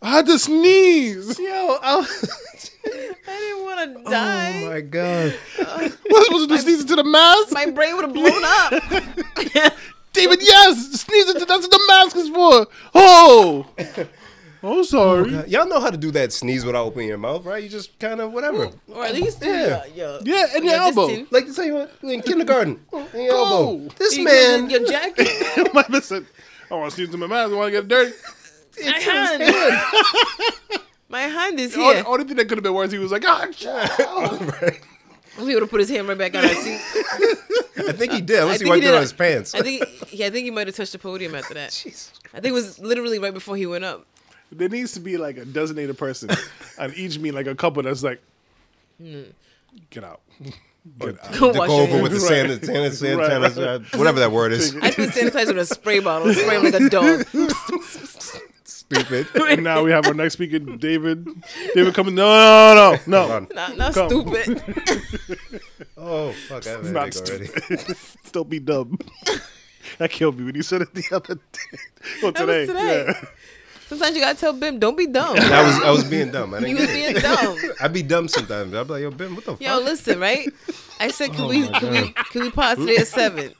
I had to sneeze. Yo, I was- I didn't want to oh die. my god. What supposed to do? Sneeze into the mask? my brain would have blown (laughs) up. David, yes, sneeze into that's what the mask is for. Oh, oh, sorry. (laughs) Y'all know how to do that sneeze without opening your mouth, right? You just kind of whatever. or at least Yeah. yeah, yeah, yeah, and your elbow. distant. Like to tell you what, in kindergarten, in your elbow. Go. This You man, did (laughs) your (laughs) jacket. My listen, I want to sneeze into my mask. I want to get dirty. my hand. (laughs) My hand is The only, here. only thing that could have been worse, he was like, ah, oh, He would have put his hand right back on our (laughs) seat. I think he did. Unless he think he wiped it did. on his pants. I think yeah, I think he might have touched the podium after that. (laughs) Jesus I think it was literally right before he went up. There needs to be like a designated person (laughs) on each meet, like a couple that's like, get out. (laughs) Get out. Go to wash your go over hands. (laughs) with the Right. sanit sanit Right. sanit sanit- whatever that word is. I put sanitizer in a spray bottle, spray him like a dog. (laughs) Stupid. (laughs) And now we have our next speaker, David. David coming. No, no, no, no. no. Not, not Come. stupid. Oh fuck! I have a Not headache already. (laughs) Don't be dumb. That killed me when you said it the other day. (laughs) Well, That today. was today. Yeah. Sometimes you gotta tell Bim, don't be dumb. I was I was being dumb. I You didn't was get it. being dumb. I'd be dumb sometimes. I'd be like, yo, Ben, what the fuck? Yo, listen, right? I said, Oh can we can we can we pause today at seven?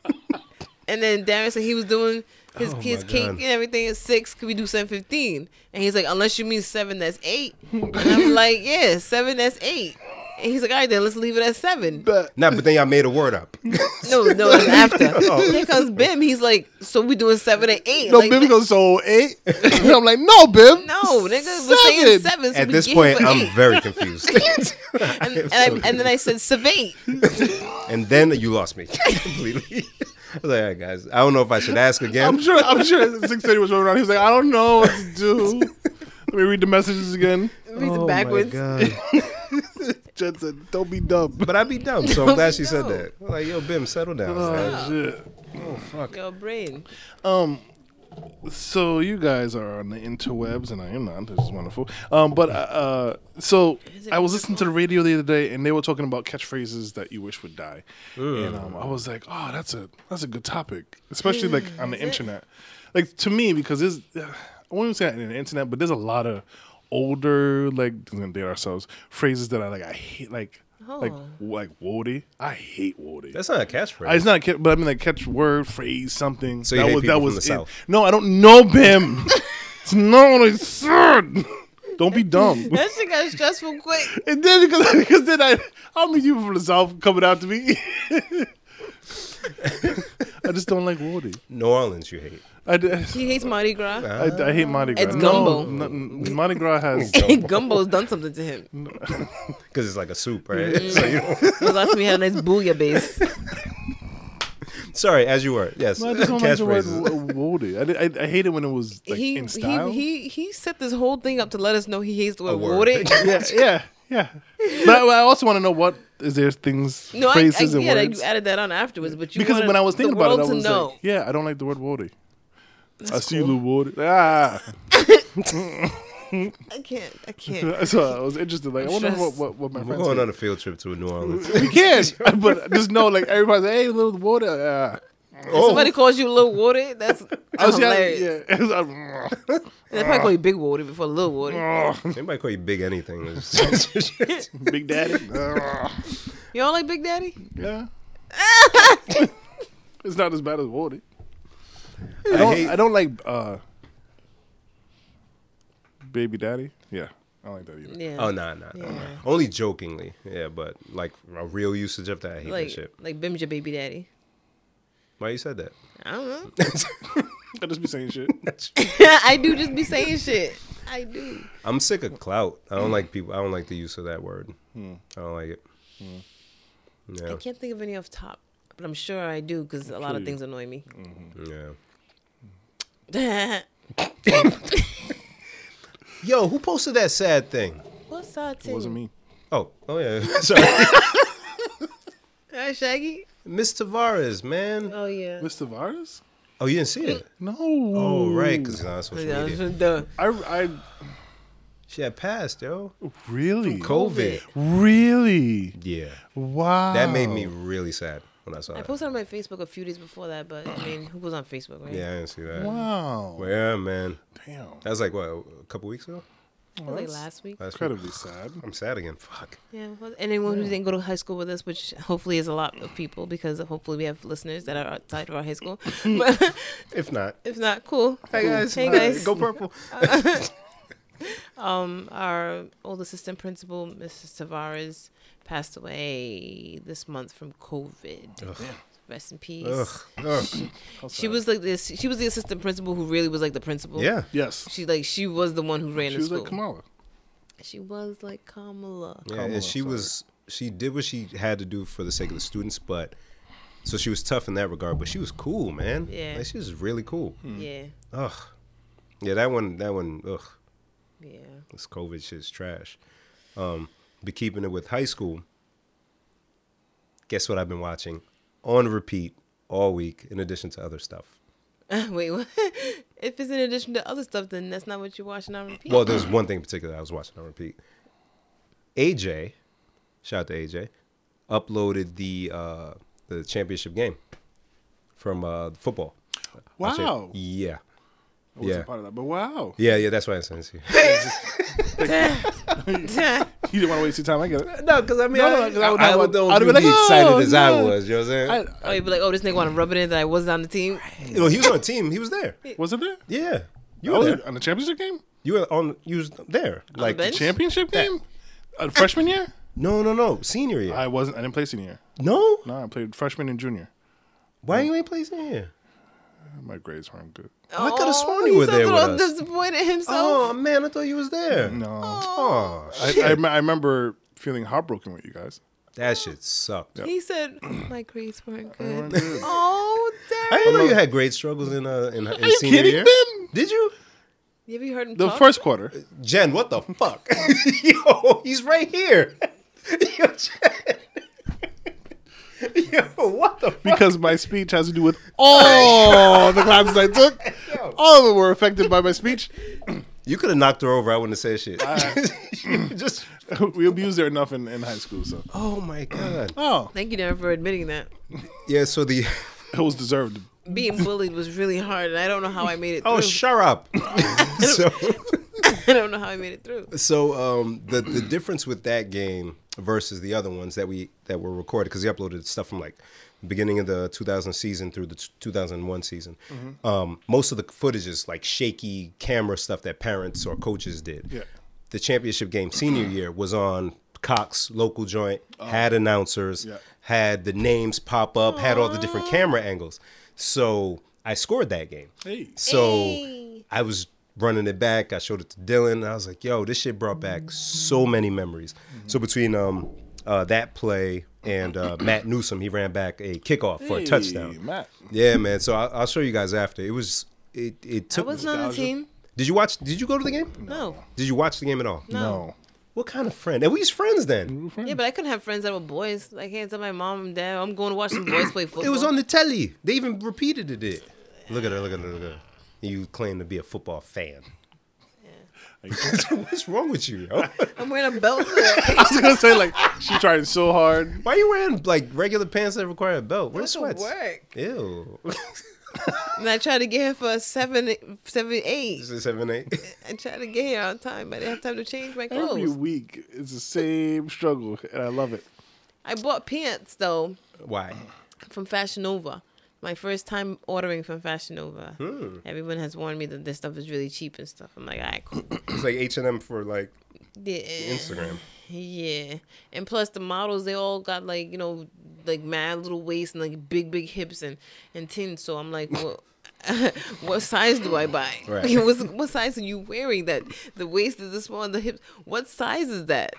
And then Darren said he was doing his Oh, my his cake God. and everything at six. Could we do seven fifteen? And he's like, unless you mean seven, that's eight. And I'm like, yeah, seven, that's eight. And he's like, all right, then let's leave it at seven. But Nah, but then y'all made a word up. (laughs) No, no, it's (laughs) after. Here comes Bim. He's like, so we doing seven and eight? no, like, Bim goes, so eight. (laughs) And I'm like, no, Bim. No, nigga, we're saying Seven. seven. So At we this get here point, for I'm eight. very confused. (laughs) and, and, I, and then I said (laughs) sevate. and then you lost me (laughs) completely. I was like, all right, guys, I don't know if I should ask I'm again. sure. I'm sure. Six thirty was rolling around. He was like, I don't know what to do. Let me read the messages again. Reads it backwards. god! Jen said, don't be dumb. But I'd be dumb, so I'm glad she said No. that. I'm like, yo, Bim, settle down. man. Oh, (laughs) shit. Your brain. Um, so you guys are on the interwebs, and I am not. This is wonderful. Um, but uh, uh, so I was listening to the radio the other day, and they were talking about catchphrases that you wish would die, and um, I was like, oh, that's a that's a good topic, especially like on the internet. Like to me, because there's I won't even say on the internet, but there's a lot of older like we're gonna date ourselves phrases that I like. I hate like. Like Oh. like Wody, I hate Wody. That's not a Uh, It's catchphrase. not a catch, but I mean like catch word, phrase, something. So you hate people from the it. South? No, I don't know Bim. (laughs) it's not what I said. Don't (laughs) be dumb. That shit got stressful quick. and then because, because then (laughs) I how many you from the South coming out to me? I just don't like Wardy. New Orleans, you hate. I, d- He hates Mardi Gras. (laughs) I, I hate Mardi Gras. It's no, gumbo. n- n- Mardi Gras (laughs) has. And Gumbo's done something to him. Because it's like a soup, right? so (laughs) you don't, He last me had a nice bouillabaisse. sorry, as you were. Yes. No, I just don't like the word Catchphrases. wo- wardy. I, di- I, I hate it when it was like, he, (laughs) in style. he he he set this whole thing up to let us know he hates the word word. (laughs) watered. yeah, yeah, yeah. But I, I also want to know what is there things, No, I, I phrases, and get it. words. You added that on afterwards, but you because wanted when I was thinking the world about it, I to was know. like, yeah, I don't like the word wardy. I see cool. the wardy. Ah, I can't, (laughs) I can't. so I was interested. Like, I wonder what, what, what my We're friends. going think. on a field trip to New Orleans. We can, but just know, like everybody's like, "Hey, little water." (laughs) Ah. Somebody calls you little water. (laughs) That's I was yelling- hilarious. yeah, (laughs) it was like, They probably call you big water before little water. Anybody Oh, call you big anything? (laughs) It's just- Big Daddy. Ah. You don't like Big Daddy? (laughs) Yeah. it's not as bad as Wardy. I I don't, hate- I don't like uh, Baby Daddy. Yeah. I don't like (laughs) that either. Yeah. oh, nah, nah, nah, nah. Yeah. Only jokingly. Yeah, but like a real usage of that, I hate that like shit. like Bim's your baby daddy. Why you said that? I don't know. I just be saying shit. (laughs) I do just be saying shit. I do. I'm sick of clout. I don't like people. I don't like the use of that word. I don't like it. Oh. I can't think of any off top, but I'm sure I do because a lot sure of you- things annoy me. Yeah, yeah. Hmm. Yo, who posted that sad thing? (laughs) What's that? It wasn't me. Oh, oh yeah. (laughs) Sorry, Right, Shaggy. Miss Tavares, man. Oh yeah. Miss Tavares? Oh, you didn't see it? No. Oh, right, because on social media. Duh. I, She had passed, yo. I really, COVID. really, Yeah, wow. that made me really sad when I saw I that. posted on my Facebook a few days before that, but I mean, who was on Facebook, right? Yeah, I didn't see that. Wow. Well, yeah, man. Damn. That was like what a couple weeks ago. I think like last week. Last week. Incredibly sad. I'm sad again. Fuck. Yeah. well, Anyone who didn't go to high school with us, which hopefully is a lot of people, because hopefully we have listeners that are outside of our high (laughs) school. But (laughs) If not, if not, cool. hey guys, Hey guys. Oh. go purple. Um, our old assistant principal, Mrs. Tavares, passed away this month from COVID. Rest in peace. Ugh. Ugh. She was like this. She was the assistant principal who really was like the principal. Yeah. Yes. She like she was the one who ran She the was school. like Kamala. She was like Kamala. Yeah, Kamala, and she sorry. was she did what she had to do for the sake of the students, but so she was tough in that regard, but she was cool, man. Yeah. Like, she was really cool. Yeah. Ugh. Yeah, that one that one ugh, Yeah. this COVID shit's trash. Um, but keeping it with high school, guess what I've been watching on repeat all week in addition to other stuff. (laughs) Wait, what? if it's in addition to other stuff, then that's not what you're watching on repeat. (laughs) Well, there's one thing in particular I was watching on repeat. AJ, shout out to AJ, uploaded the uh, the championship game from uh, football. I said, Wow. yeah. I wasn't Yeah. part of that, but wow. Yeah, yeah, that's why I sent you. You didn't want to waste your time. I get it. no, because I mean, (laughs) No, no, I, 'cause I would I, not I want- don't I'd be be like, excited "Oh, as I no." was. You know what I'm I, saying? oh, you'd be like, oh, this nigga want to rub it in that I wasn't on the team. You know, he was on a team. He was there. was it there? Yeah, you You were was there. on the championship game? You were on. You was there. Like bench? Championship game? Uh, freshman year? no, no, no. Senior year. I wasn't. I didn't play senior year. no. No, I played freshman and junior. Why you ain't play senior? My grades weren't good. Oh, I could have sworn he you were sounds there with all us. disappointed himself. Oh man, I thought you was there. No, Oh, I, I, rem- I remember feeling heartbroken with you guys. That shit sucked. He said my grades weren't weren't good. good. oh, I damn. didn't know you had great struggles in uh in, in you senior kidding, year. Ben? Did you, Have you heard him The talk? first quarter. Jen? What the fuck? (laughs) Yo, he's right here. (laughs) Yo, Jen. (laughs) Yo, what the fuck? Because my speech has to do with (laughs) all (laughs) the classes I took. Yo. All of them were affected by my (laughs) speech. You could have knocked her over. I wouldn't have said shit. You just (laughs) we abused her enough in, in high school, so. (laughs) oh my god. Oh, Thank you, Darren, for admitting that. Yeah. So the it was deserved. Being bullied was really hard, and I don't know how I made it through. (laughs) oh shut up. (laughs) so (laughs) I don't know how I made it through. so um the the difference with that game versus the other ones that we that were recorded because he uploaded stuff from like the beginning of the 2000 season through the t- 2001 season Mm-hmm. um, most of the footage is like shaky camera stuff that parents or coaches did Yeah. the championship game (clears throat) senior year was on cox local joint had announcers Oh. Yeah. Oh. had the names pop up had all the different camera angles So I scored that game. Hey. So Hey. I was running it back. I showed it to Dylan. And I was like, yo, this shit brought back so many memories. So between um uh, that play (clears throat) and uh, Matt Newsom, he ran back a kickoff for a Hey, touchdown. Matt. Yeah, man. So I'll, I'll show you guys after. It was it it I took. was not on the team. did you watch? Did you go to the game? No. Did you watch the game at all? No. What kind of friend? And we was friends then. Yeah, but I couldn't have friends that were boys. I can't tell my mom and dad, "Oh, I'm going to watch some boys play football. It was on the telly. They even repeated it. it. Look at her. Look at her. Look at her. You claim to be a football fan. (laughs) What's wrong with you, yo? I'm wearing a belt. That's (laughs) I was gonna say like she tried so hard. Why are you wearing like regular pants that require a belt? Wear the sweats. work. Ew. (laughs) And I tried to get here for a seven, seven, eight. (laughs) Is it (laughs) seven eight? I tried to get here on time, but I didn't have time to change my Every clothes. week it's the same struggle, and I love it. I bought pants though Why? from Fashion Nova. My first time ordering from Fashion Nova. Everyone has warned me that this stuff is really cheap and stuff. I'm like, all right, cool. It's like H and M for like Yeah. Instagram. Yeah, and plus the models they all got like you know like mad little waist and like big big hips and and tin. So I'm like, well, (laughs) what size do I buy? (laughs) Right. What's, what size are you wearing? That the waist is this small and the hips. What size is that?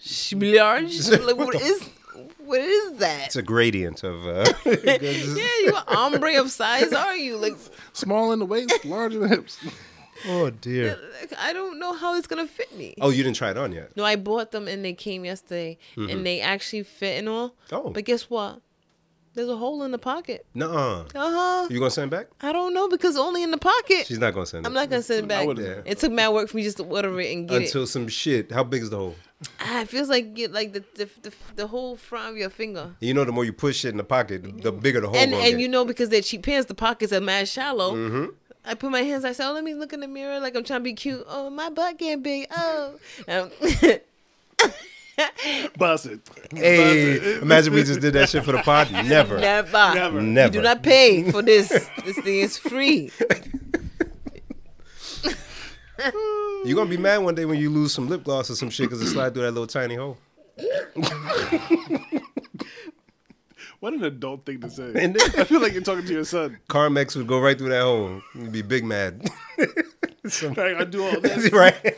Sh- Large? Like what is what is that? (laughs) It's a gradient of. (laughs) Uh, Yeah, you an ombre of size, are you? Like Small in the waist, (laughs) large in the hips. oh dear. like, I don't know how it's gonna fit me. Oh, you didn't try it on yet. No, I bought them and they came yesterday Mm-hmm. and they actually fit and all. Oh. But guess what? There's a hole in the pocket. Nuh-uh. Uh huh. You gonna send it back? I don't know because only in the pocket. She's not gonna send it. I'm not gonna send it I back. would've- It took mad work for me just to order it and get until it. some shit. How big is the hole? Ah, it feels like get like the the, the the whole front of your finger. You know, the more you push it in the pocket, the- the bigger the hole. and gonna and get. you know because they're cheap pants, the pockets are mad shallow. Mm-hmm. I put my hands. I said, "Oh, let me look in the mirror, like I'm trying to be cute. Oh, my butt getting big. Oh, And I'm- Bust it. (laughs) Hey, imagine we just did that shit for the (laughs) pod. Never. (laughs) Never. never, Never. You do not pay for this. this thing is free. You're gonna be mad one day when you lose some lip gloss or some shit because it slide through that little tiny hole. What an adult thing to say. And then- (laughs) I feel like you're talking to (laughs) your son. Carmex would go right through that hole. You'd be big mad. (laughs) Like, I do all this. right?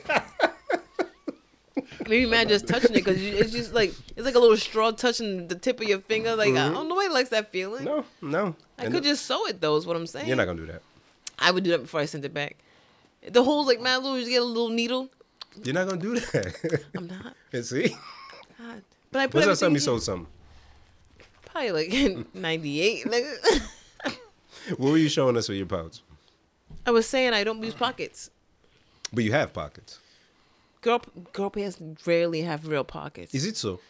Maybe man just touching it because it's just like it's like a little straw touching the tip of your finger. Like I don't nobody likes that feeling. Mm-hmm. No, no. I And could just sew it though. Is what I'm saying. You're not gonna do that. I would do that before I sent it back. The hole's like man, little. You get a little needle. You're not gonna do that. (laughs) I'm not. and see, God. But I put when's that everything time you in, sold something? probably (laughs) like 98. nigga. (laughs) What were you showing us with your pouch? I was saying I don't use pockets. But you have pockets. Girl, girl pants rarely have real pockets. Is it so?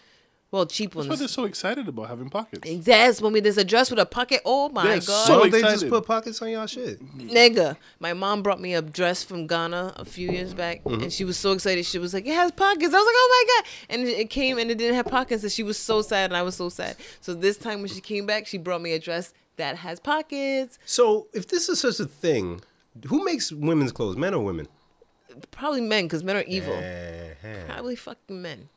Well, cheap That's why they're ones. so excited about having pockets. Yes, when we there's a dress with a pocket. Oh my They're god. so Don't they just excited. put pockets on y'all shit? Nigga, my mom brought me a dress from Ghana a few years back, Mm-hmm. and she was so excited. She was like, "It has pockets." I was like, "Oh my god!" And it- it came, and it didn't have pockets, and she was so sad, and I was so sad. So this time when she came back, she brought me a dress that has pockets. So if this is such a thing, who makes women's clothes, men or women? Probably men, because men are evil. Uh-huh. Probably fucking men.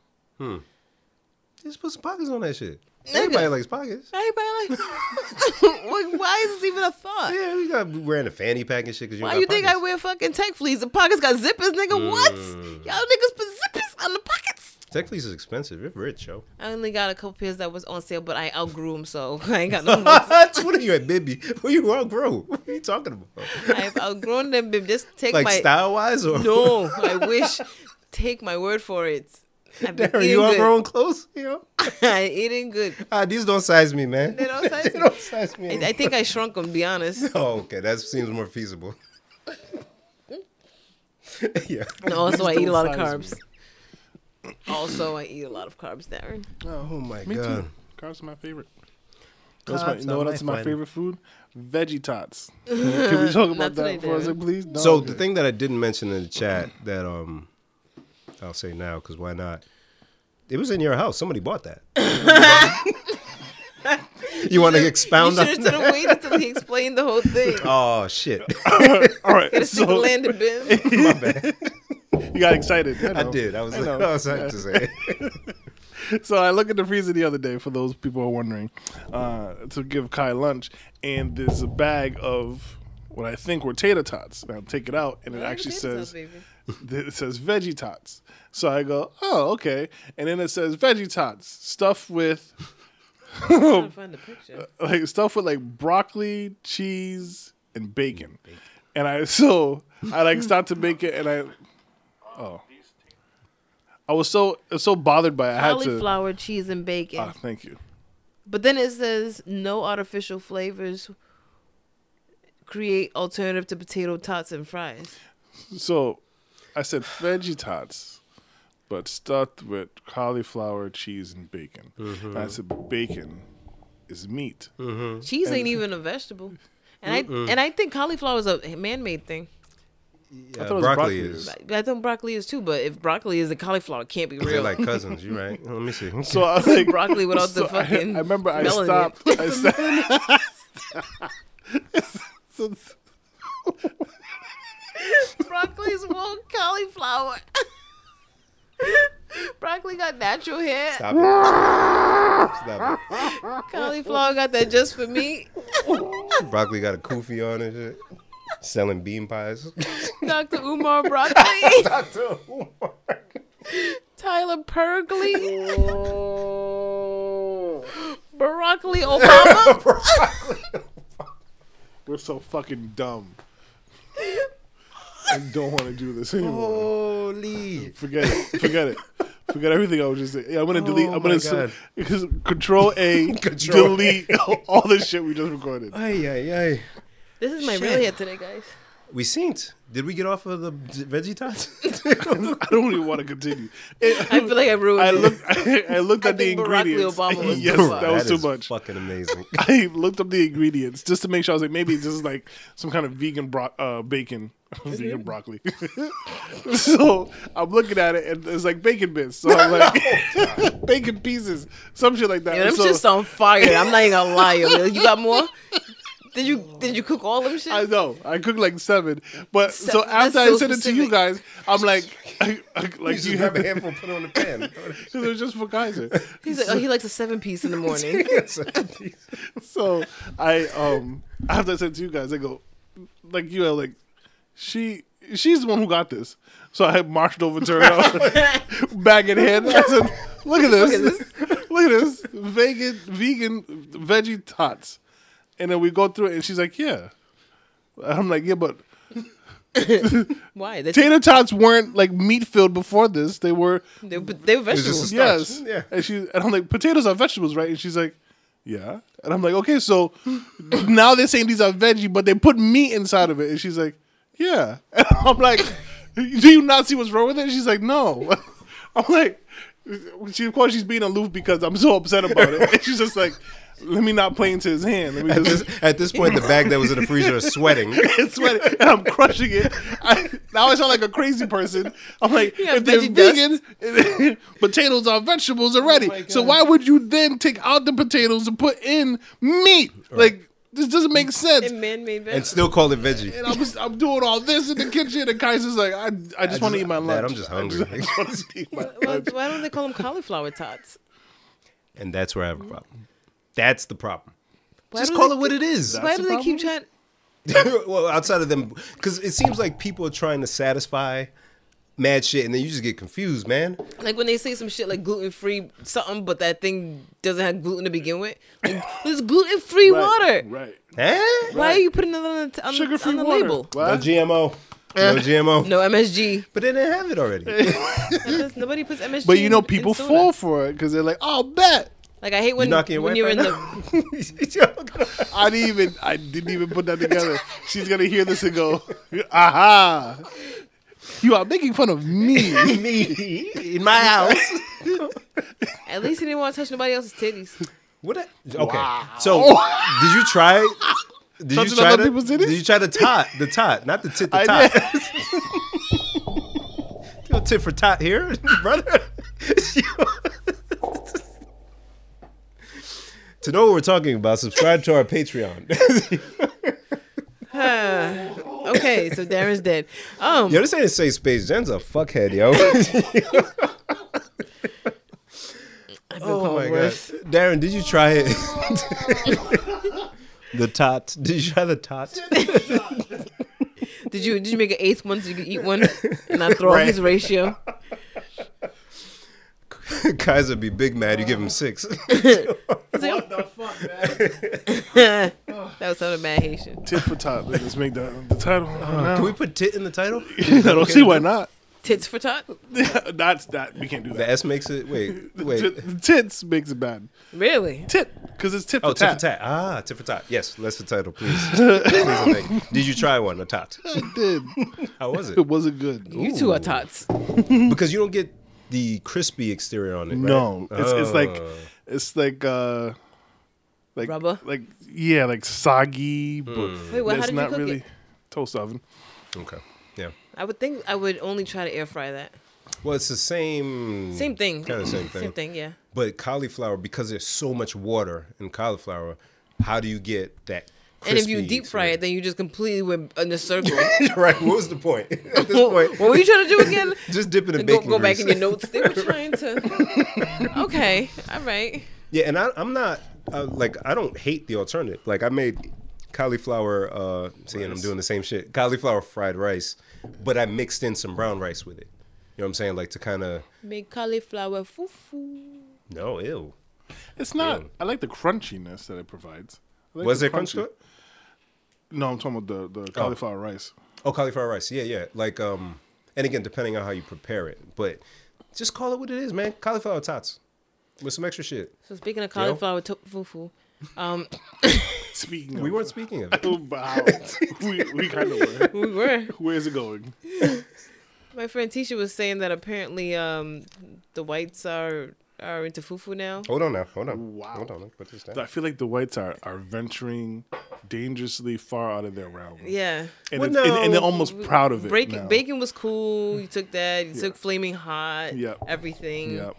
Just put some pockets on that shit. Nigga. Everybody likes pockets. Everybody like, (laughs) Like, why is this even a thought? Yeah, we got we wearing a fanny pack and shit because you. Why got you think I pockets. wear fucking tech fleece? The pockets got zippers, nigga. What? Mm. Y'all niggas put zippers on the pockets. Tech fleece is expensive. You're rich, yo. I only got a couple pairs that was on sale, but I outgrew them, so (laughs) I ain't got no more. what are you at, Bibby? What you outgrow? What are you talking about? I've outgrown them, babe. Just take Like my style wise (laughs) or (laughs) no. I wish. Take my word for it. I've been Are eating you good. (laughs) outgrowing clothes? You know, I'm eating good. ah, these don't size me, man. They (laughs) don't size me. they don't size me. I, I think I shrunk them. Be honest. oh, okay, that seems more feasible. (laughs) yeah. And also, I Please eat a lot of don't size carbs. Also, I eat a lot of carbs, Darren. Oh my Me god. too. Carbs are my favorite. That's my, Carbs you know are what my else is my friend. favorite food? (laughs) Veggie tots. Can we talk about That's what I that for a do. second, please? No, So okay. the thing that I didn't mention in the chat that um, I'll say now because why not? It was in your house. Somebody bought (laughs) that. you want to You expound should on have that? have waited until he explained the whole thing. (laughs) Oh shit! (laughs) All right. Could have So single-handed (laughs) been. you got excited. I did. I was. I, (laughs) know. (laughs) was like, to say. so I look at the freezer the other day for those people who are wondering uh, to give Kai lunch, and there's a bag of what I think were tater tots. And I take it out, and it Whatever actually tater tots, says baby. (laughs) it says veggie tots. So I go, oh okay, and then it says veggie tots stuffed with I'm trying to find the picture. like stuff with like broccoli, cheese, and bacon. And I (laughs) so I like start to make it, and I oh, I was so I was so bothered by it. I had to. Cauliflower, cheese, and bacon. Ah, thank you. But then it says no artificial flavors create alternative to potato tots and fries. So I said veggie tots, but stuffed with cauliflower, cheese, and bacon. And I said bacon is meat. Cheese ain't even a vegetable. And I and I think cauliflower is a man-made thing. Yeah, thought it was broccoli broccoli. is. But I think broccoli is too, but if broccoli is, the cauliflower can't (laughs) be They're real. like cousins. You right? Let me see. So I was like broccoli without (laughs) so the fucking. I, I remember I melanin. stopped. I stopped. (laughs) So- (laughs) Broccoli's one cauliflower. (laughs) Broccoli got natural hair. Stop it. Stop it. Cauliflower got that just for me. Broccoli got a kufi on and shit. Selling bean (laughs) pies. Dr. Umar Broccoli. That's Tyler (laughs) Pergley. Broccoli (laughs) Obama. We're so fucking dumb. I don't want to do this Oh. anymore. Holy. Forget it. Forget it. Forget everything I was just saying. Yeah, I'm gonna delete. I'm my gonna God. because Control A, Control A. delete all the shit we just recorded. Ay, ay, ay. This is my Shit. real hair today, guys. We synced. Did we get off of the veggie (laughs) tots? I don't even want to continue. I feel like I ruined I it. looked. (laughs) I, I looked I at the think Barack ingredients. Obama was (laughs) yes, too that, high. was is too much. Fucking amazing. (laughs) I looked up the ingredients just to make sure. I was like, maybe this is like some kind of vegan bro- uh, bacon, (laughs) vegan broccoli. (laughs) so I'm looking at it and it's like bacon bits. So I'm like, (laughs) bacon pieces, some shit like that. Yo, And them so shit's on fire. I'm not even gonna lie. Yo. You got more? Did you did you cook all them shit? I know I cooked like seven, but so Seven, after that's I so sent it to you specific. guys, (laughs) I'm like, (laughs) I, I, like Like you you have grab a handful, put it on the (laughs) pan. (laughs) it was just for Kaiser. He's like, oh, he likes a seven piece in the morning. so I um after I said to you guys, I go like you are like she she's the one who got this. So I marched over (laughs) to her and I was like, back in hand. I said, look at this. Look at this. Vegan vegan veggie tots. And then we go through it and she's like, Yeah. I'm like, Yeah, but Why? They, tater tots weren't like meat filled before this. They were they, they were vegetables. just- yes. Starch, yeah. And she and I'm like, potatoes are vegetables, right? And she's like, Yeah. And I'm like, okay, so (clears throat) now they're saying these are veggie, but they put meat inside of it. And she's like, Yeah. (laughs) And I'm like, Do you not see what's wrong with it? And she's like, No. (laughs) I'm like, she of course she's being aloof because I'm so upset about it. (laughs) And she's just like, Let me not play into his hand. Let me At just this, at this point, the bag that was in the freezer is sweating. and sweating, and I'm crushing it. I, now I sound like a crazy person. I'm like, Yeah, if they're veggie dust. Oh vegan, (laughs) potatoes are vegetables already. so why would you then take out the potatoes and put in meat? Like this doesn't make sense. and man made And vegetables. still call it veggie. And I'm, just- I'm doing all this in the kitchen, and Kaiser's like, I, I just want to eat my lunch. Dad, I'm just hungry. (laughs) Why, why don't they call them cauliflower tots? and that's where I have a problem. That's the problem. Why Just do call they- it what it is. Why do the they keep problem? trying? (laughs) well, outside of them, because it seems like people are trying to satisfy mad shit, and then you just get confused, man. Like when they say some shit like gluten free something, but that thing doesn't have gluten to begin with. Like, it's gluten free water. Right, right. Huh? Why are you putting it on the, on the- Sugar-free on the water. label? No What? Eh. GMO. No GMO. No (gasps) MSG. But they didn't have it (laughs) already. Because Nobody puts MSG. But you know, in- in people soda. fall for it because they're like, "I'll bet." Like I hate when, You're knocking your when wife you're right in the now? the... I didn't even. I didn't even put that together. She's gonna hear this and go, "Aha! You are making fun of (laughs) me." (laughs) Me in my house. At least he didn't want to touch nobody else's titties. (laughs) What? A, okay. So, did you try? Did Touching you try other the, people's titties? Did you try the tot? The tot, not the tit. The I tot. (laughs) did. You a tit for tot here, (laughs) brother. to know what we're talking about, subscribe to our Patreon. (laughs) Okay, so Darren's dead. Um, yo, this ain't a (laughs) safe space. Jen's a fuckhead, yo. the worst. Darren, did you try it? the tot. Did you try the (laughs) tot? Did you did you make an eighth one so you could eat (laughs) one and not throw off his ratio? (laughs) Kaiser be big mad. You give him six. (laughs) What the fuck, man? that was sort of mad Haitian. Tit for tat. Let's make that the title. Can we put tit in the title? (laughs) I don't see why not. Tits for tot. That's that. We can't do The that. S makes it. Wait, wait. Tit- Tits makes it bad. Really? Tit, because it's tit for Oh, tit for tat. tat. Ah, tit for tat. Yes, that's the title, please. please and thank you. Did you try one, a tot? I (laughs) did. How was it? It wasn't good. You two are tots. Because you don't get the crispy exterior on it, right? No, it's, it's like Oh. it's like uh, like Rubber? like yeah, like soggy. But Wait, well, how it's did you not cook really it? toast oven. Okay. Yeah. I would think I would only try to air fry that. Well, it's the same. Same thing. Kind of same thing. Same thing. Yeah. But cauliflower, because there's so much water in cauliflower, how do you get that? And if you crispy deep fry it, then you just completely went in a (laughs) circle. experience? right? What was the point? (laughs) At this what (laughs) point, were you trying to do again? (laughs) just dip it in go bacon go back grease. in your notes. They were trying to. Okay. All right. (laughs) Yeah, and I, I'm not uh, like I don't hate the alternative. Like I made cauliflower. Uh, see, and I'm doing the same shit. Cauliflower fried rice, but I mixed in some brown rice with it. You know what I'm saying? Like to kind of Make cauliflower fufu. no, ew. It's not. I like the crunchiness that it provides. I like Was the there crunch to it? No, I'm talking about the the cauliflower rice. Oh, cauliflower rice. Yeah, yeah. Like um, and again, depending on how you prepare it, but just call it what it is, man. Cauliflower tots with some extra shit. So speaking of cauliflower to- fufu, um, Speaking, We of- (laughs) Oh, weren't speaking of it. (laughs) Wow, we, we kind of were. we were. (laughs) Where's it going? My friend Tisha was saying that apparently um, the whites are are into fufu now. Oh. Hold on now. Hold on. Wow. Hold on. Let me put this down. I feel like the whites are are venturing dangerously far out of their realm. Yeah. and, Well, it's- and- and no. they're almost proud of it. Breaking, now. bacon was cool. You took that. You took flaming hot. Yep. Everything. (laughs) Yep.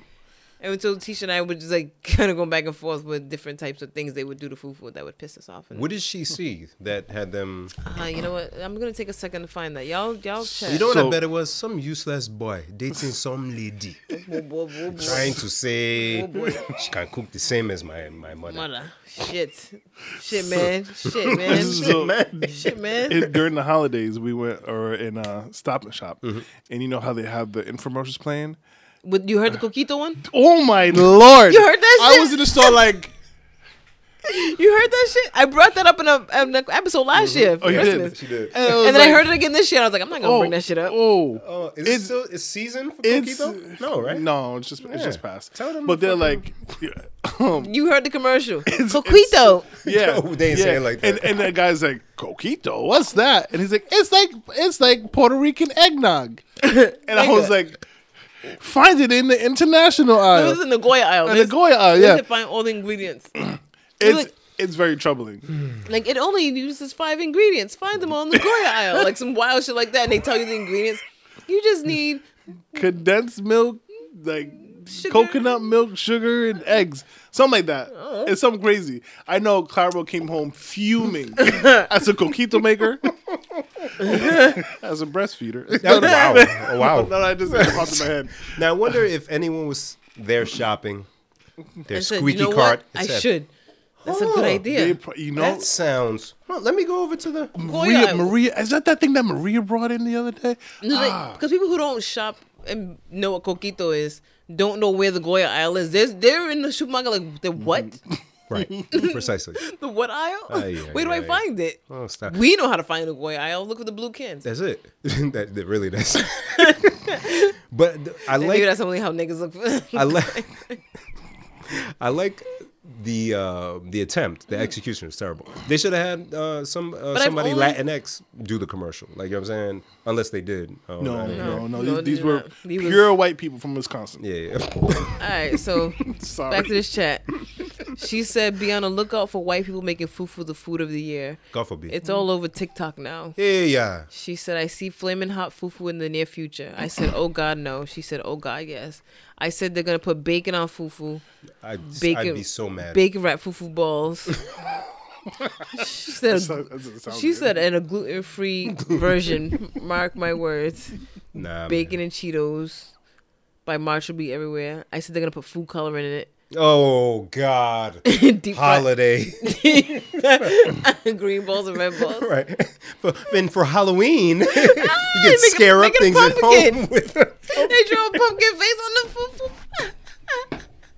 And so Tisha and I would just like (laughs) kind of go back and forth with different types of things they would do to fufu that would piss us off. And, What did she see that had them? uh, you know what? I'm gonna take a second to find that. Y'all, y'all check. You know what I So- bet it was? Some useless boy dating some lady, Whoa, whoa, whoa, whoa. trying to say Oh, boy. she can cook the same as my my mother. Mother. (laughs) Shit. Shit, man. Shit, man. So- Shit, man. (laughs) it- during the holidays, we went or in uh, Stop and Shop, Mm-hmm. and you know how they have the infomercials playing. What- you heard the coquito one? Oh (laughs) my lord! You heard that I shit? was in the store like, You heard that shit? I brought that up in a, in a episode last year. For oh, you Christmas. did. She did. And, was And then I like, heard it again this year. I was like, I'm not gonna oh, bring that shit up. Oh, Oh, is it It's- still is season for it's Coquito? No, right? No, it's just it's just Yeah. past. Tell them but to they're like, (laughs) (laughs) um, You heard the commercial. (laughs) it's- Coquito. yeah, No, they ain't yeah. saying like that. And, and that guy's like, Coquito, what's that? And he's like, it's like it's like Puerto Rican (laughs) eggnog. And I was like, find it in the international It aisle. was in the Goya aisle. And the Goya aisle, You yeah. should find all the ingredients. (clears throat) It's it's very troubling. Like it only uses five ingredients. Find them all in the (laughs) Goya aisle. Like some wild shit like that. And they tell you the ingredients. You just need Condensed milk, like Sugar. coconut milk, sugar, and eggs. Something like that. Uh-huh. It's something crazy. I know Claro came (laughs) home fuming as a coquito maker. as (laughs) a breastfeeder. That was- wow. Oh, wow. (laughs) No, I just it popped in my head. Now I wonder if anyone was there shopping. Their I said, squeaky you know cart. what? I etc. should. That's a Huh. good Oh, They idea. pro- you know, That sounds. Well, let me go over to the. Goya Maria, aisle. Maria, is that that thing that Maria brought in the other day? Ah, Because people who don't shop and know what coquito is don't know where the Goya aisle is. There's, they're in the supermarket like the what? (laughs) Right. Precisely. the what aisle? Ay, ay, (laughs) where do ay. I find it? Oh, stop. We know how to find the Goya aisle. Look at the blue cans. That's it. (laughs) that, that (laughs) really that's. but th- I like Maybe that's only how niggas look. I like I like the uh, the attempt. The execution was terrible. They should have had uh, some uh, Mm. I've somebody only- Latinx do the commercial. Like you know what I'm saying? Unless they did. Oh, no, I- no, no, No, These, no, these no. were He was- pure white people from Wisconsin. Yeah. (laughs) (laughs) All right, (laughs) so Sorry. back to this chat. She said, "Be on the lookout for white people making fufu the food of the year. God forbid. It's all over TikTok now." yeah, yeah. She said, "I see flaming hot fufu in the near future." I said, "Oh God, no." She said, "Oh God, yes." I said, "They're gonna put bacon on fufu, I just, I'd Bacon- be so mad. bacon wrap fufu (laughs) balls." she said, So- that doesn't sound "She good. said, and a (laughs) gluten-free version." Mark my words. nah, man. Bacon and Cheetos by March will be everywhere. I said they're gonna put food coloring in it. (laughs) Oh God. Deep fried Holiday. (laughs) (laughs) green balls and red balls. right. (laughs) But then for Halloween, (laughs) you can make a- scare up make a things at pumpkin. home (laughs) with. (laughs) they drew a pumpkin face on the food. (laughs)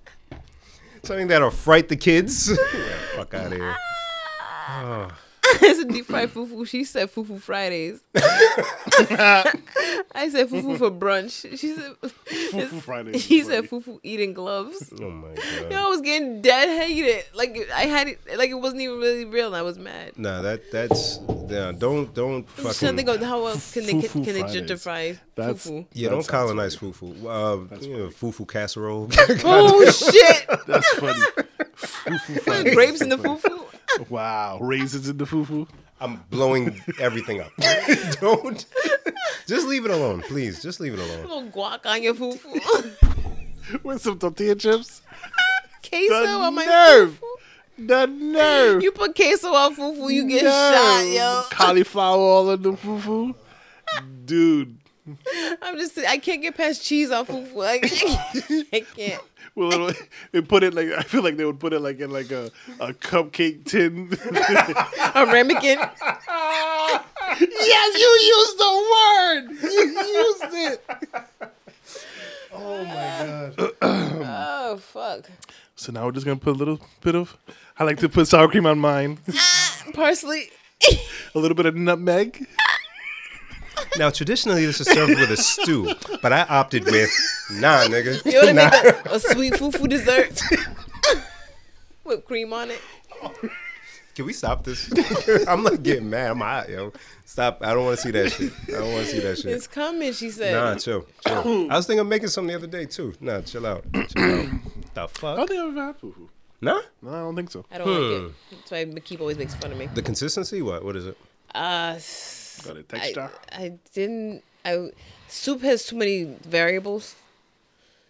Something that'll fright the kids. (laughs) Yeah, fuck out of here. Ah. it's a deep fried fufu. She said fufu (laughs) Fridays. (laughs) I said fufu for brunch. She said fufu Fridays is She said funny. fufu eating (laughs) gloves. Oh my god. Yo, I was getting dead hated. Like I had it. Like it wasn't even really real. And I was mad. Nah, that that's nah, don't don't I'm trying to fucking think of how else can they can, Fufu can they Fridays. gentrify That's- (laughs) fufu. yeah, That don't sounds colonize fufu. Uh, you know, fufu (laughs) casserole. Oh shit! (laughs) That's funny. Fufu Fridays. Grapes in the fufu. Wow. Raisins in the fufu. I'm blowing everything up. (laughs) (laughs) don't just leave it alone, please. Just leave it alone. little guac on your fufu. With some tortilla chips. (laughs) queso The on my nerve. fufu. The nerve. You put queso on fufu, you get Nerve. shot, Cauliflower all in the fufu. Dude. yo. I'm just, I can't get past cheese on fufu. I, can't- (laughs) I can't. (laughs) Well, it, it put it like I feel like they would put it like in like a, a cupcake tin. (laughs) A ramekin. yes, you used the word. You used it. Oh fuck. So now we're just gonna put a little bit of. I like to put sour cream on mine. (laughs) Parsley. A little bit of nutmeg. Now, traditionally, this is served with a stew, but I opted with nah, (laughs) nigga. You wanna nah. make a, a sweet fufu (laughs) dessert with cream on it. Can we stop this? (laughs) I'm like getting mad. I'm hot, yo. Stop. I don't want to see that shit. I don't want to see that shit. It's coming, she said. Nah, chill. chill. I was thinking of making something the other day too. Nah, chill out. (clears throat) Chill out. the I don't fuck? think I've ever had fufu. Nah. No, I don't think so. I don't like it. Hmm. That's why Makeep always makes fun of me. The consistency? What? What is it? Uh, Got a I, texture. I didn't. I soup has too many variables.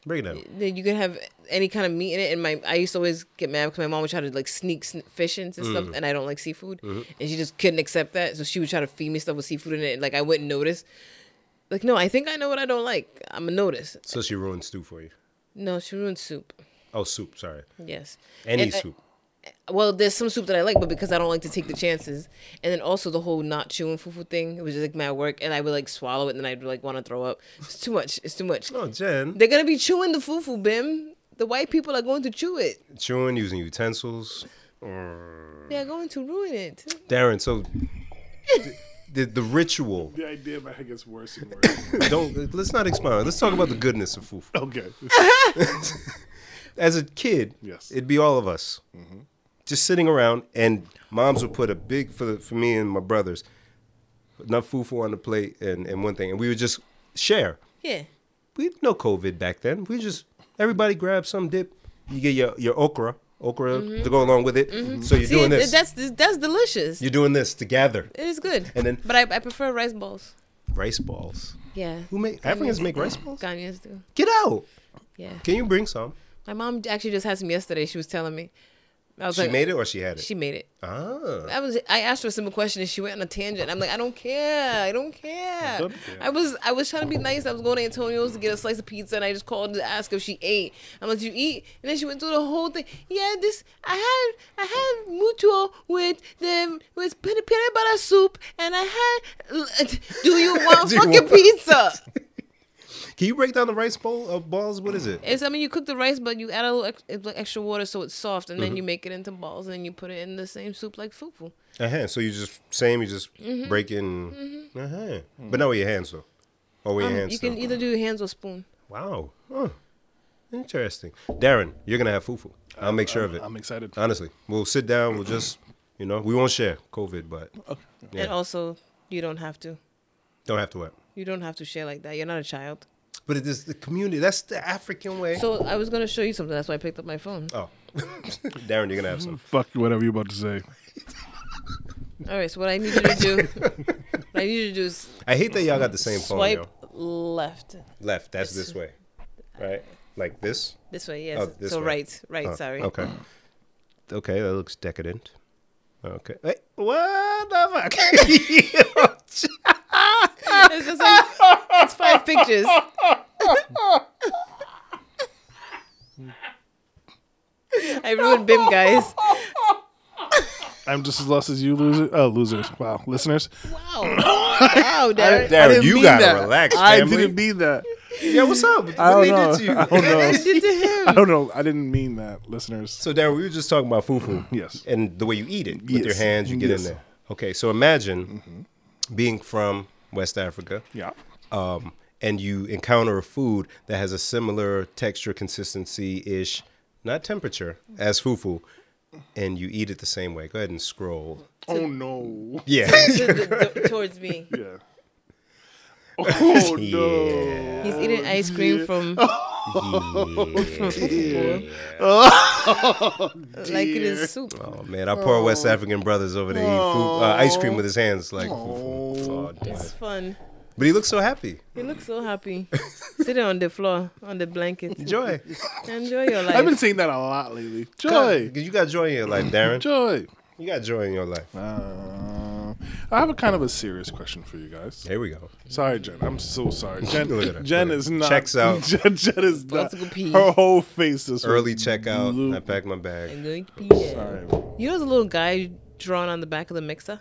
Break it down. that you can have any kind of meat in it. And my I used to always get mad because my mom would try to like sneak sn- fish in and stuff, Mm. and I don't like seafood, Mm-hmm. and she just couldn't accept that. So she would try to feed me stuff with seafood in it, and like I wouldn't notice. Like no, I think I know what I don't like. I'm gonna notice. So she ruined stew for you. No, she ruined soup. Oh, soup. Sorry. Yes, Any And I- soup. well, there's some soup that I like, but because I don't like to take the chances, and then also the whole not chewing fufu thing, it was just like mad work, and I would like swallow it, and then I'd like want to throw up. It's too much. It's too much. No, Oh, Jen. They're gonna be chewing the fufu, Bim. The white people are going to chew it. Chewing, using utensils. Mm. They're going to ruin it. Darren, so the, the ritual. The idea of it gets worse and worse. Don't let's not expound. Let's talk about the goodness of fufu. (laughs) okay. as a kid, Yes. it'd be all of us just sitting around, and moms would put a big for the, for me and my brothers enough fufu on the plate and, and one thing, and we would just share. Yeah. We had no COVID back then. We just everybody grab some dip. You get your your okra, okra to go along with it. So you're Mm-hmm. See, doing it- this. That's that's delicious. you're doing this together. it is good. And then- but I, I prefer rice balls. Rice balls. Yeah. Who make Africans make rice balls? Ghanaians do. Get out. Yeah. Can you bring some? My mom actually just had some yesterday. She was telling me. I was She like, made it or she had it. She made it. ah. I was. I asked her a simple question, and she went on a tangent. I'm like, I don't care. I don't care. don't care. I was. I was trying to be nice. I was going to Antonio's to get a slice of pizza, and I just called to ask if she ate. I'm like, did you eat? And then she went through the whole thing. Yeah, this. I had. I had mutuo with the with peanut peanut butter soup, and I had. (laughs) Do you want (laughs) Do you fucking want- pizza? Can you break down the rice bowl of balls? What is it? It's. I mean, you cook the rice, but you add a little ex- like, extra water so it's soft, and Mm-hmm. then you make it into balls, and then you put it in the same soup like fufu. Uh-huh. So you just same, you just Mm-hmm. break in. Uh-huh. But not with your hands though. Or with Um, your hands. you can though. either do hands or spoon. Wow. Huh. Interesting. Darren, you're gonna have fufu. I'll make sure of it. I'm excited. Honestly, we'll sit down. We'll just, you know, we won't share COVID, but Yeah. And also, you don't have to. don't have to worry. You don't have to share like that. You're not a child. But it is the community. That's the African way. So I was gonna show you something. That's why I picked up my phone. oh, (laughs) Darren, you're gonna have some. Fuck whatever you're about to say. All right. So what I need you to (laughs) do, what I need you to do is I hate that y'all got the same swipe phone. Yo. left Left. That's this way. Right. Like this. this way. Yes. Oh, this so way. right, right. Oh, sorry. Okay. Okay, that looks decadent. Okay. Wait, what the fuck? (laughs) (laughs) It's, just like, it's five (laughs) pictures. and Bim guys. I'm just as lost as you, loser. Oh, losers. Wow, listeners. Wow. (laughs) Wow, Derek. I didn't Darren, you mean gotta that. relax, I family. didn't mean that. Yeah, what's up? What I don't they know. did to you? (laughs) I don't know. What you did to him? I don't know. I didn't mean that, listeners. So Darren, we were just talking about fufu. Yes. And the way you eat it with Yes. your hands, you get Yes. Mm-hmm. in there. Okay, so imagine being from West Africa. Yeah. um, and you encounter a food that has a similar texture, consistency ish, not temperature, as fufu, and you eat it the same way. Go ahead and scroll. Oh no. (laughs) Yeah. To the- to- (laughs) towards me. Yeah. (laughs) Oh no. (laughs) yeah. He's eating ice cream from, from fufu. (laughs) like it is soup. Oh man, our poor West African brothers over there eat food, uh, ice cream with his hands like fufu. Oh, damn. It's fun. But he looks so happy. You look so happy. Sitting on the floor, on the blanket. Joy. Enjoy your life. I've been saying that a lot lately. Joy. You got joy in your life, Darren. Joy. You got joy in your life. Um, I have a kind of a serious question for you guys. Here we go. Sorry, Jen. I'm so sorry. Look at her. Jen, Jen is not. Checks out. (laughs) Jen, Jen is not. Let's go pee. Her whole face is Early checkout. I Luke. packed my bag. I'm going to pee. Sorry. You know, there's a little guy drawn on the back of the mixer.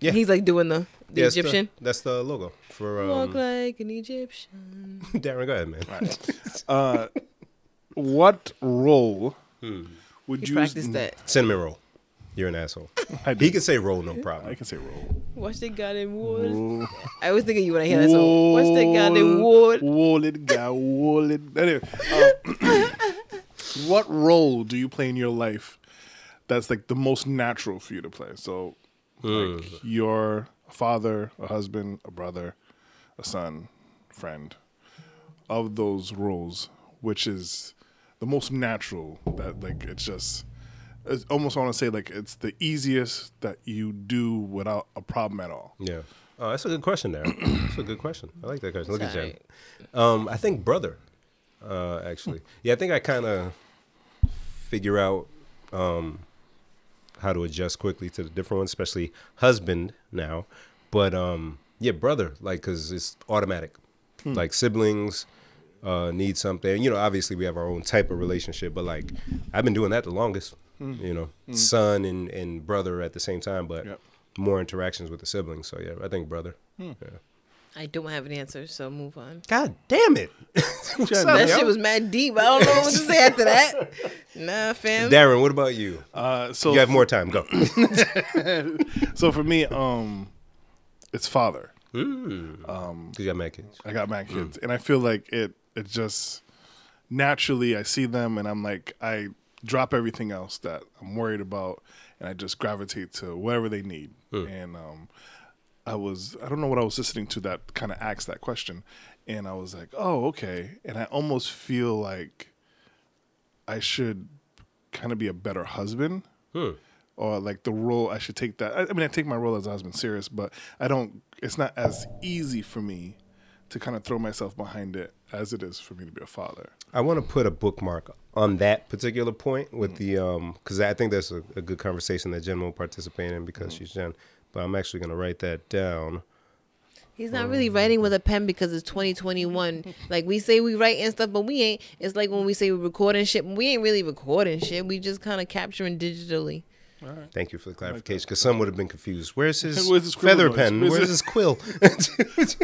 Yeah. He's like doing the, the Yeah, it's Egyptian. that's the logo for Walk um, (laughs) like an Egyptian. Darren. Go ahead, man. Uh, what role Hmm. would He you practiced that. Cinnamon roll. You're an asshole. He I do. can say roll, no I problem. can say role. Watch the garden wall. Role. I was thinking you when I hear that song. Watch the garden wall. Wallet guy, wallet. Anyway, uh, (coughs) what role do you play in your life that's like the most natural for you to play? So, like, you're a father, a husband, a brother, a son, friend. Of those roles, which is the most natural that like it's just. I almost want to say like it's the easiest that you do without a problem at all. Yeah. Oh, that's a good question, Darren. That's a good question. I like that question. Look at Sorry. you. Um, I think brother, uh, actually. Yeah, I think I kind of figure out um, how to adjust quickly to the different ones, especially husband now. But um, yeah, brother, like, because it's automatic. Hmm. Like siblings uh, need something. You know, obviously we have our own type of relationship, but like I've been doing that the longest. Hmm. You know, son and, and brother at the same time, but Yep. Hmm. more interactions with the siblings. So yeah, I think brother. Yeah. I don't have an answer, so move on. God damn it! (laughs) What's Jen, up, That yo? shit was mad deep. I don't know what to say after that. Nah, fam. Darren, what about you? Uh, so Mm. You have more time. Go. (clears throat) so for me, um, it's father. Um, you got mad kids. I got my kids, and I feel like it. It just naturally, I see them, and I'm like, I drop everything else that I'm worried about, and I just gravitate to whatever they need. And um, I was, I don't know what I was listening to that kind of asked that question, and I was like, oh, okay. And I almost feel like I should kind of be a better husband Hmm. or like the role I should take that. I, I mean, I take my role as a husband serious, but I don't. It's not as easy for me to kind of throw myself behind it as it is for me to be a father. I want to put a bookmark on that particular point with the um because I think that's a, a good conversation that Jen won't participate in Mm-hmm. because she's Jen. But I'm actually gonna write that down. He's not really Oh. writing with a pen because it's 2021. (laughs) Like we say we write and stuff, but we ain't. It's like when we say we're recording shit, we ain't really recording shit. We just kind of capturing digitally. Thank you for the clarification because some would have been confused. Where's his (laughs) Where's his scribble feather notes? pen? Where's Where's his his- (laughs) quill?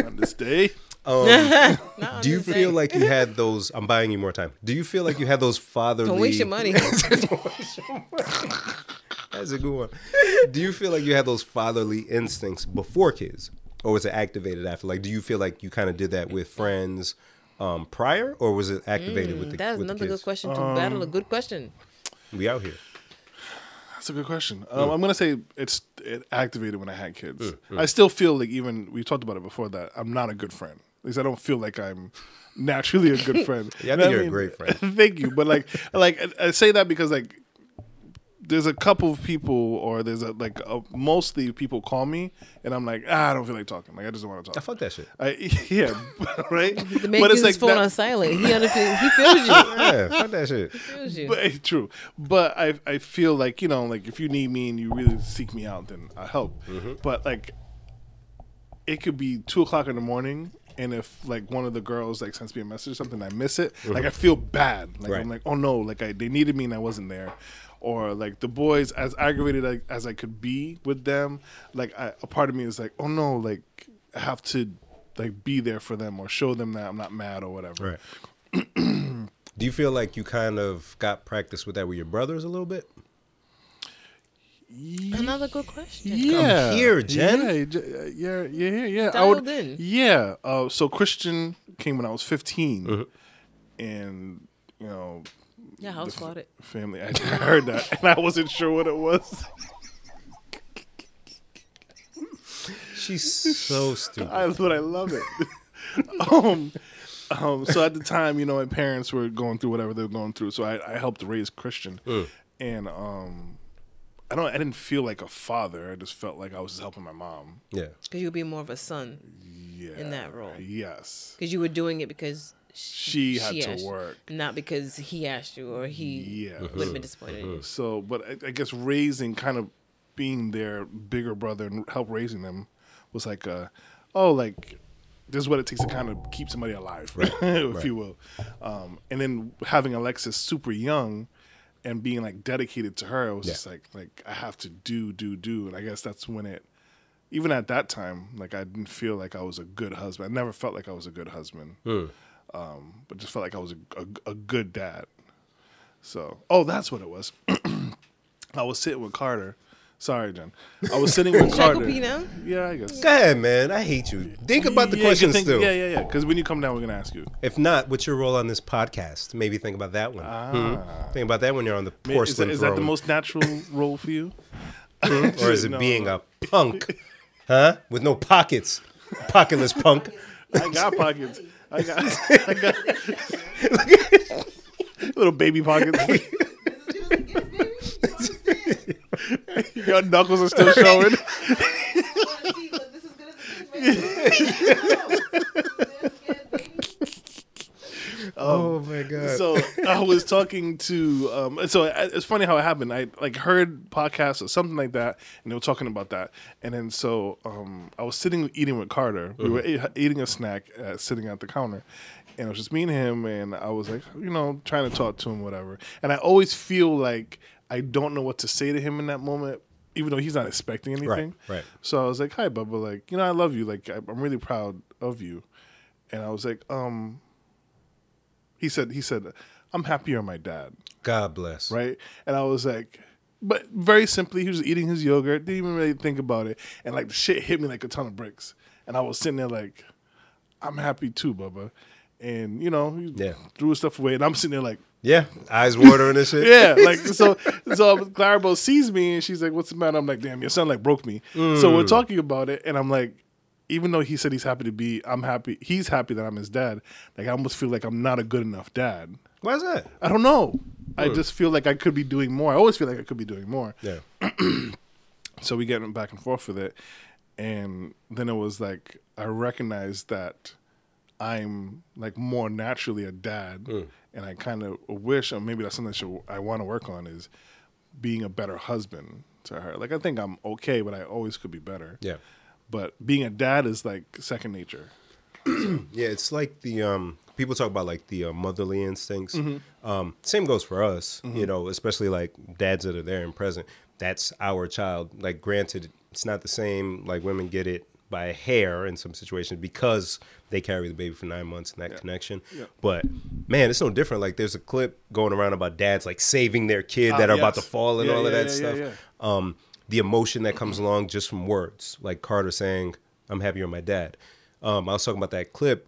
On this day, Not (laughs) Do you on the feel same- like you had those? I'm buying you more time. Do you feel like you had (laughs) those fatherly? Don't waste your money. That's a good one. Do you feel like you had those fatherly instincts before kids, or was it activated after? Like, do you feel like you kind of did that with friends um, prior, or was it activated with the That is with the Mm, another kids? good question to battle. A Um, good question. We out here. that's a good question. Um, I'm gonna say it's it activated when I had kids. I still feel like even we talked about it before that I'm not a good friend. At least I don't feel like I'm naturally a (laughs) good friend. Yeah, I You know think what you're a great friend. (laughs) Thank you, but like like I- I say that because like there's a couple of people or there's a like a, mostly people call me and I'm like ah, I don't feel like talking. Like I just don't want to I talk. fuck that shit. I, (laughs) yeah, right. The man uses his phone that- on (laughs) silent. He under, he feels you. Yeah, fuck that shit. He feels you. but, (laughs) true. But I I feel like you know like if you need me and you really seek me out, then I help. But like it could be two o'clock in the morning. And if like one of the girls like sends me a message or something, I miss it. Like I feel bad. Like Right. I'm like, oh no, like I, they needed me and I wasn't there, or like the boys as aggravated as, as I could be with them. Like I, a part of me is like, oh no, like I have to like be there for them or show them that I'm not mad or whatever. Right. (clears throat) Do you feel like you kind of got practice with that with your brothers a little bit? Another good question. Yeah, here, Jen. Yeah, j- yeah, yeah, yeah. yeah. Dialed in. Yeah. Uh, so Christian came when I was 15 and you know, Yeah, house bought it. family. I (laughs) heard that, and I wasn't sure what it was. (laughs) She's so stupid. I, but I love it. (laughs) um, um, so at the time, you know, my parents were going through whatever they were going through, so I, I helped raise Christian, and um, I don't, I didn't feel like a father. I just felt like I was just helping my mom. Yeah. Because you would be more of a son Yeah. in that role. Yes. Because you were doing it because sh- She had to asked you, work. not because he asked you or he Yeah. Uh-huh. would have been disappointed. in you. So, but I, I guess raising, kind of being their bigger brother and help raising them was like, a, oh, like this is what it takes to kind of keep somebody alive, (laughs) if right. you will. Um, and then having Alexis super young and being like dedicated to her, it was Yeah. just like, like I have to do, do, do. And I guess that's when it. Even at that time, like I didn't feel like I was a good husband. I never felt like I was a good husband, um, but just felt like I was a, a, a good dad. So, oh, that's what it was. (clears throat) I was sitting with Carter. Sorry, Jen. I was sitting (laughs) with Michael Carter. Pino? Yeah, I guess. Go ahead, man. I hate you. Think about the Yeah, you question think- still. Yeah, yeah, yeah. Because when you come down, we're gonna ask you. If not, what's your role on this podcast? Maybe think about that one. Mhm. Think about that when you're on the Ah. Is, that- porcelain is throne, that the most natural role for you? or is it No. being a punk, huh? With no pockets, pocketless punk. I got pockets. I got. I got (laughs) little baby (laughs) pockets. (laughs) Your knuckles are still (laughs) showing. (laughs) Oh my god. so I was talking to um so I- it's funny how it happened. I like heard podcasts or something like that and they were talking about that. And then so um I was sitting eating with Carter. We were e- eating a snack uh, sitting at the counter. And it was just me and him and I was like, you know, trying to talk to him whatever. And I always feel like I don't know what to say to him in that moment. Even though he's not expecting anything, right. So I was like, "Hi, Bubba. Like, you know, I love you. Like, I- I'm really proud of you." And I was like, "Um, he said he said i'm happier my dad God bless. right and i was like but very simply he was eating his yogurt didn't even really think about it and like the shit hit me like a ton of bricks and i was sitting there like i'm happy too bubba and you know he Yeah. threw his stuff away and i'm sitting there like Yeah. Eyes watering and shit. yeah, like so. So um, Clarabelle sees me and she's like, "What's the matter?" I'm like, "Damn, your son like broke me." So we're talking about it, and I'm like, even though he said he's happy to be, I'm happy. He's happy that I'm his dad. Like I almost feel like I'm not a good enough dad. Why's that? I don't know. I just feel like I could be doing more. I always feel like I could be doing more. Yeah. So we get back and forth with it, and then it was like I recognized that I'm like more naturally a dad, Mm. and I kind of wish, or maybe that's something that should, I want to work on is being a better husband to her. Like I think I'm okay, but I always could be better. Yeah. But being a dad is like second nature. Yeah, it's like the um people talk about like the uh, motherly instincts. Mm-hmm. Um, same goes for us, you know, especially like dads that are there and present. That's our child. Like, granted, it's not the same. Like women get it by a hair in some situations because they carry the baby for nine months and that connection. But man, it's no different. Like, there's a clip going around about dads like saving their kid that are about to Ah, yes. fall and Yeah, all of yeah, that yeah, yeah, stuff yeah. um, the emotion that comes along just from words, like Carter saying, "I'm happier with my dad." Um, I was talking about that clip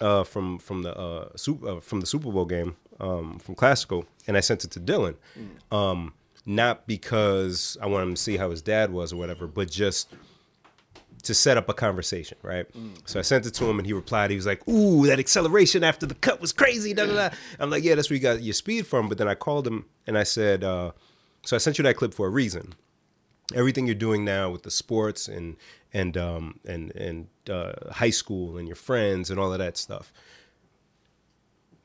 uh, from from the uh, Sup- uh, from the Super Bowl game um, from Classical, and I sent it to Dylan, um, not because I wanted him to see how his dad was or whatever, but just to set up a conversation, right? So I sent it to him and he replied. He was like, Ooh, that acceleration after the cut was crazy. Da, da, da. I'm like, Yeah, that's where you got your speed from. But then I called him and I said, uh, So I sent you that clip for a reason. Everything you're doing now with the sports and and um, and and uh, high school and your friends and all of that stuff,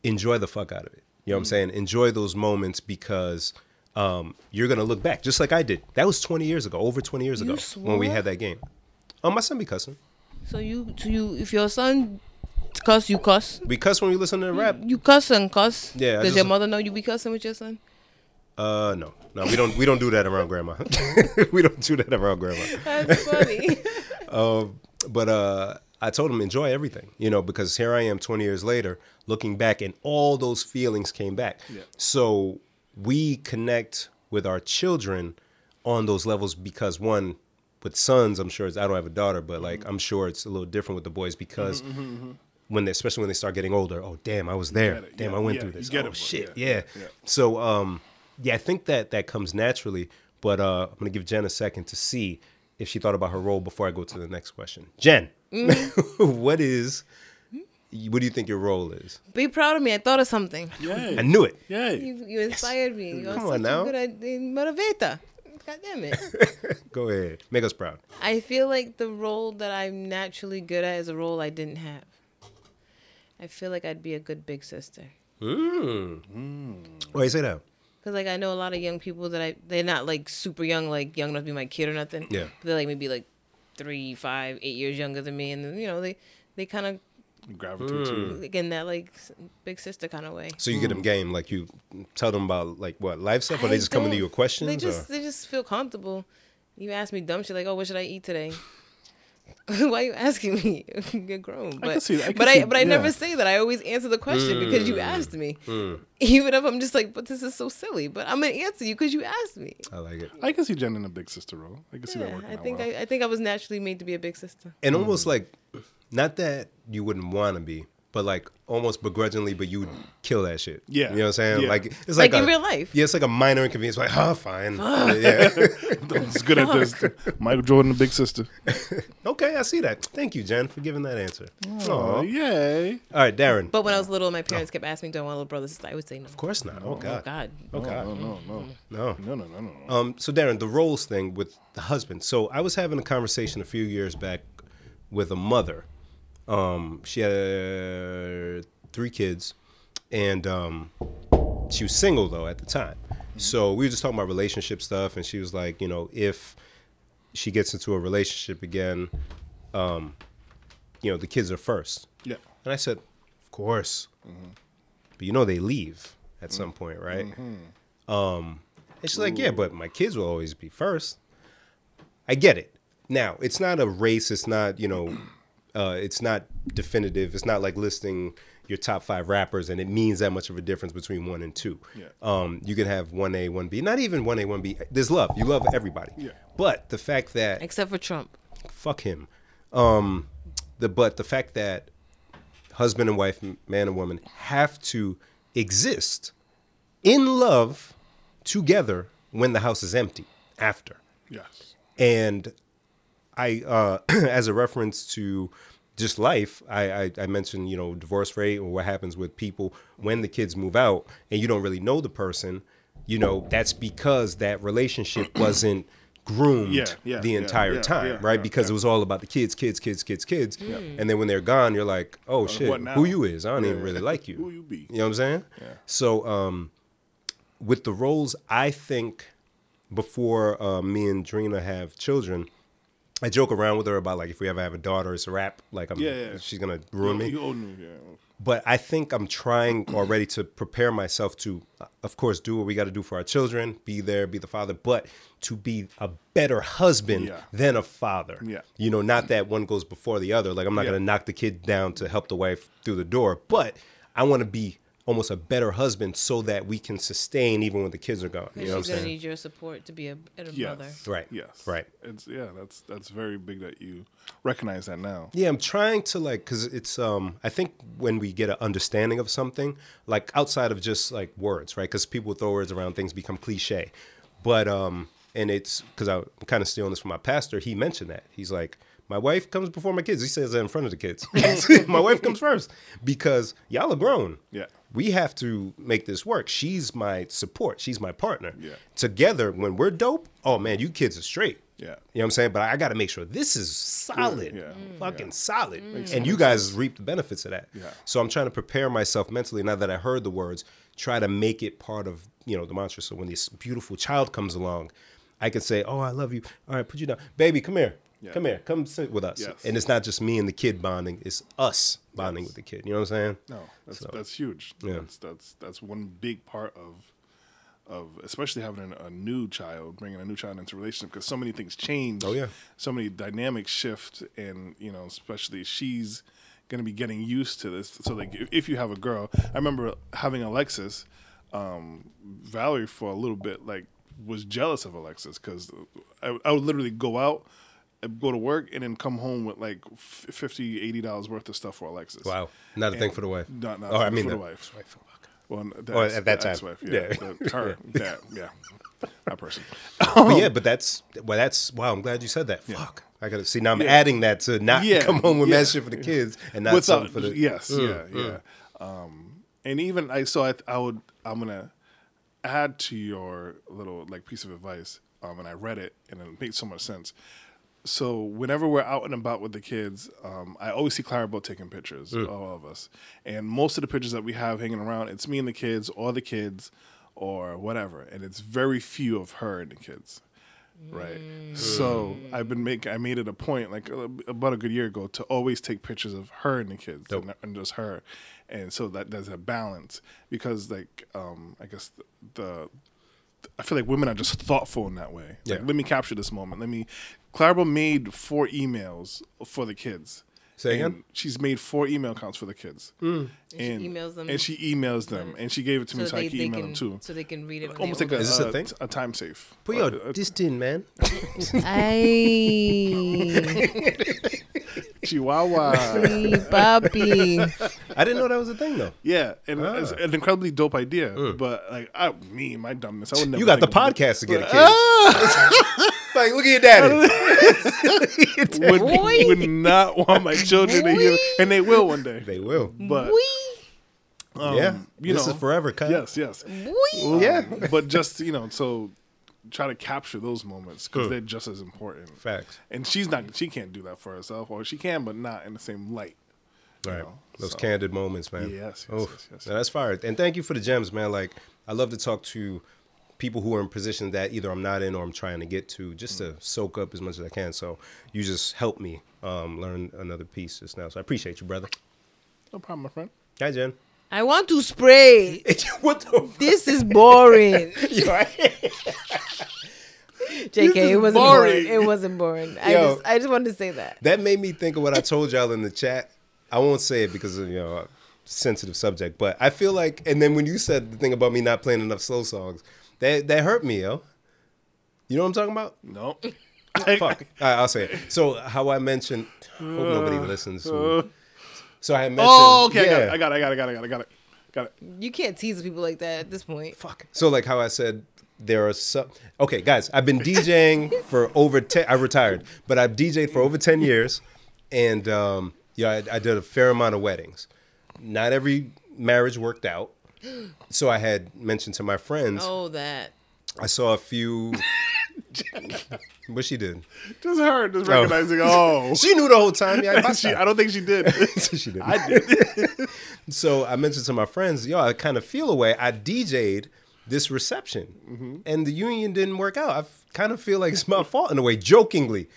enjoy the fuck out of it. You know what I'm saying? Enjoy those moments because um, you're gonna look back just like I did. That was 20 years ago, over 20 years You ago when we swore? had that game. Oh, my son be cussing. So you, so you, if your son cuss, you cuss. Mm. We cuss when we listen to rap. You cuss and cuss. Yeah, Does I your just- (laughs) mother know you be cussing with your son? Uh, no, no, we don't. We don't do that around grandma. (laughs) we don't do that around grandma. That's funny. But uh, I told him enjoy everything, you know, because here I am, 20 years later, looking back, and all those feelings came back. So we connect with our children on those levels because one. With sons, I'm sure it's. I don't have a daughter, but like I'm sure it's a little different with the boys because when they, especially when they start getting older, oh damn, I was there. it. Damn, Yeah, I went yeah, through you this. get Oh it, boy. shit, Yeah, yeah. yeah. So um, yeah, I think that that comes naturally. But uh, I'm gonna give Jen a second to see if she thought about her role before I go to the next question. Jen, Mm-hmm. (laughs) what is what do you think your role is? Be proud of me. I thought of something. (laughs) I Yay. knew it. Yay. You, you inspired me. You're Come such on now. a good idea. motivator. God damn it. (laughs) Go ahead, make us proud. I feel like the role that I'm naturally good at is a role I didn't have. I feel like I'd be a good big sister. Wait, say that. Cause like I know a lot of young people that I they're not like super young, like young enough to be my kid or nothing. Yeah. But they're like maybe like three, five, eight years younger than me, and then, you know they they kind of Gravitate Mm. Hmm. to it. like in that like s- big sister kind of way. So Mm. you get them game, like you tell them about like what life stuff, or I they just coming to don't- you with questions? They just or? they just feel comfortable. You ask me dumb shit like, oh, what should I eat today? (laughs) Why are you asking me? (laughs) You're grown. But, can see that. I can but see- I but I yeah. never say that. I always answer the question because Hmm. you asked me. (laughs) Even if I'm just like, but this is so silly. But I'm gonna answer you because you asked me. I like it. I can see Jen in a big sister role. I can see that Yeah, working I out think well. I, I think I was naturally made to be a big sister. and Mm. almost like not that you wouldn't want to be but like almost begrudgingly but you would kill that shit Yeah. you know what i'm saying Yeah. like it's like, Like in a- real life. yeah it's like a minor inconvenience like huh fine yeah (laughs) (laughs) (laughs) It's good at this. Michael Jordan, the big sister. okay i see that thank you jen for giving that answer Aw. Oh, all (laughs) yay. right darren But when I was little, my parents kept asking me, "Do I want a little brother?" sister?" I would say no. of course not oh Oh god God. oh Mm. No, god no, no. no No, no, no, no. no. Um, so Darren, the roles thing with the husband. So I was having a conversation a few years back with a mother. Um, she had uh, three kids, and um, she was single though at the time. So we were just talking about relationship stuff, and she was like, you know, if she gets into a relationship again, um, you know, the kids are first. Yeah. And I said, Of course. But you know, they leave at some point, right? Um, Mm-hmm. and she's like, Yeah, but my kids will always be first. I get it. Now, it's not a race. It's not, you know, (clears throat) uh, it's not definitive. It's not like listing your top five rappers and it means that much of a difference between one and two. Yeah. Um, you can have 1A, 1B, not even 1A, 1B. There's love. You love everybody. Yeah. But the fact that Except for Trump. fuck him. Um, the but the fact that husband and wife, m- man and woman, have to exist in love together when the house is empty after. Yes. And I, uh, (clears throat) as a reference to just life, I, I, I mentioned, you know, divorce rate or what happens with people when the kids move out and you don't really know the person, you know, that's because that (clears throat) relationship wasn't groomed Yeah, yeah, the yeah, entire yeah, time, yeah, right? yeah, because it was all about the kids, kids, kids, kids, kids. And then when they're gone, you're like, oh shit, what now? who you is? I don't even Yeah. really like you. Who you be? You know what I'm saying? Yeah. So, um, with the roles, I think before uh, me and Drina have children, I joke around with her about like if we ever have a daughter, it's a wrap. Like I'm, Yeah, yeah. she's gonna ruin me You old new, yeah. but I think I'm trying already to prepare myself to, uh, of course, do what we got to do for our children, be there, be the father, but to be a better husband Yeah. than a father. Yeah. You know, not that one goes before the other. Like, I'm not Yeah. going to knock the kid down to help the wife through the door, but I want to be almost a better husband so that we can sustain even when the kids are gone. You know what I'm she's gonna saying? need your support to be a, a mother. Yes. Right. Yes. Right. It's yeah. That's that's very big that you recognize that now. Yeah, I'm trying to like because it's um I think when we get an understanding of something like outside of just like words, right? Because people throw words around, things become cliche. But um and it's because I'm kind of stealing this from my pastor. He mentioned that he's like my wife comes before my kids. He says that in front of the (laughs) kids. (laughs) my wife comes first because y'all are grown. Yeah. We have to make this work. She's my support. She's my partner. Yeah. Together, when we're dope, oh man, you kids are straight. Yeah. You know what I'm saying? But I got to make sure this is solid, Yeah. Mm. fucking solid. And you guys reap the benefits of that. Yeah. So I'm trying to prepare myself mentally now that I heard the words, try to make it part of, you know, the mantra. So when this beautiful child comes along, I can say, oh, I love you. All right, put you down. Baby, come here. Yeah. Come here. Come sit with us. Yes. And it's not just me and the kid bonding, it's us bonding with the kid. You know what I'm saying? No, that's that's huge. That's that's that's one big part of of especially having a new child, bringing a new child into a relationship because so many things change. Oh, yeah. so many dynamics shift, and you know, especially she's going to be getting used to this. So like, if, if you have a girl, I remember having Alexis, um, Valerie for a little bit like was jealous of Alexis because I, I would literally go out. and Go to work and then come home with like f- 50 80 dollars worth of stuff for Alexis. Wow. Not a thing for the wife. Not, not Or, I mean, for the, the- wife. Well, n- the Or ex- at that the time. ex-wife, yeah, Yeah. (laughs) the- her, that, yeah, that person. But yeah, but that's well, that's wow. I'm glad you said that. Fuck. I gotta see now. I'm adding that to not Yeah, come home with yeah. mad shit for the kids and not Without, something for the yes, Mm, yeah, yeah. Um, and even I, so I, I would, I'm gonna add to your little like piece of advice. Um, and I read it, and it made so much sense. So whenever we're out and about with the kids, um, I always see Clarabelle taking pictures, Hmm. all of us, and most of the pictures that we have hanging around, it's me and the kids, or the kids, or whatever, and it's very few of her and the kids. right? Mm. So Mm. I've been make I made it a point like uh, about a good year ago to always take pictures of her and the kids and, and just her, and so that there's a balance because like um I guess the. the I feel like women are just thoughtful in that way. Like, Yeah. let me capture this moment. Let me. Clarabelle made four emails for the kids. Say again? And She's made four email accounts for the kids. Mm. And, emails them? And she emails them. And she gave it to me so I can email can them too. so they can read it. when they Almost like a, open Is this a thing? t- a time safe. Uh, Put Like your a- this in, man. Ay, (laughs) Chihuahua. mi papi. (laughs) I didn't know that was a thing though. yeah, and it's Ah. an incredibly dope idea. But like, I, me, my dumbness, I would never. You got the think of it. podcast to get a kid. Uh, (laughs) like, look at your daddy. Would, Boy. would not want my children to hear, and they will one day. (laughs) They will. But um, yeah. you this know, is forever, cut. Yes, yes. Wee! Um, Yeah. but just you know, so try to capture those moments because they're just as important. Facts. And she's not. She can't do that for herself, or she can, but not in the same light. All right. know, Those Oh, so- candid moments, man. Yes, yes, Oof. yes, yes, Now, that's fire. And thank you for the gems, man. Like, I love to talk to people who are in positions that either I'm not in or I'm trying to get to just Mm. to soak up as much as I can. So you just helped me um, learn another piece just now. So I appreciate you, brother. No problem, my friend. Hi, Jen. (laughs) I want to spray. what the? This is boring. Yo, (laughs) I- JK, is it wasn't boring. boring. It wasn't boring. I Yo. just, I just wanted to say that. that made me think of what I told y'all in the chat. I won't say it because of, you know sensitive subject, but I feel like. And then when you said the thing about me not playing enough slow songs, that that hurt me, yo. You know what I'm talking about? No. (laughs) Fuck. I, I'll say it. So how I mentioned, hope nobody listens. (laughs) who- so I had mentioned. Oh, okay. yeah. I got it. I got it. I got it. I got it. Got it. Got it. You can't tease people like that at this point. Fuck. So like how I said, there are some. Okay, guys, I've been DJing for over ten. I retired, but I've DJed for over ten years, and um, yeah, I, I did a fair amount of weddings. Not every marriage worked out, so I had mentioned to my friends. Oh, that. I saw a few. (laughs) what she did? Just her. Just recognizing. Oh. She knew the whole time. Yeah, I- She, I don't think (laughs) she did. she did. I did. so I mentioned to my friends, yo, I kind of feel a way. I DJ'd this reception and the union didn't work out. I f- kind of feel like it's my fault in a way, jokingly.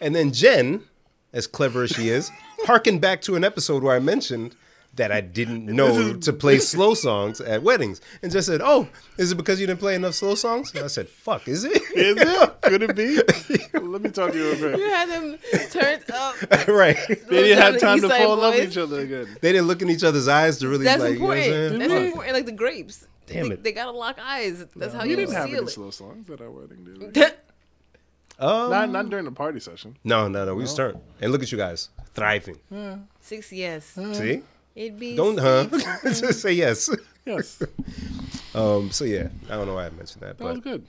And then Jen, as clever as she is, harkened back to an episode where I mentioned that I didn't know to play slow songs at weddings and just said, oh, is it because you didn't play enough slow songs? And I said, fuck, is it? Is it? Could it be? Let me talk to you real You quick. had them turned up. (laughs) right. They didn't have time to Eastside fall in love with Boys. each other again. They didn't look in each other's eyes to really That's like, you know what I'm important. saying? That's Fuck. important. Like the grapes. Damn they, it. they gotta lock eyes. That's how We Oh, you didn't have seal any it. slow songs at our wedding, did we? Um, not, not during the party session. No, no, no. We was turned. And look at you guys, thriving. (laughs) Six yes. See? It'd Mm. be Don't, huh? (laughs) Just say yes. (laughs) Yes. That Um, so, yeah, I don't know why I mentioned that, was but good.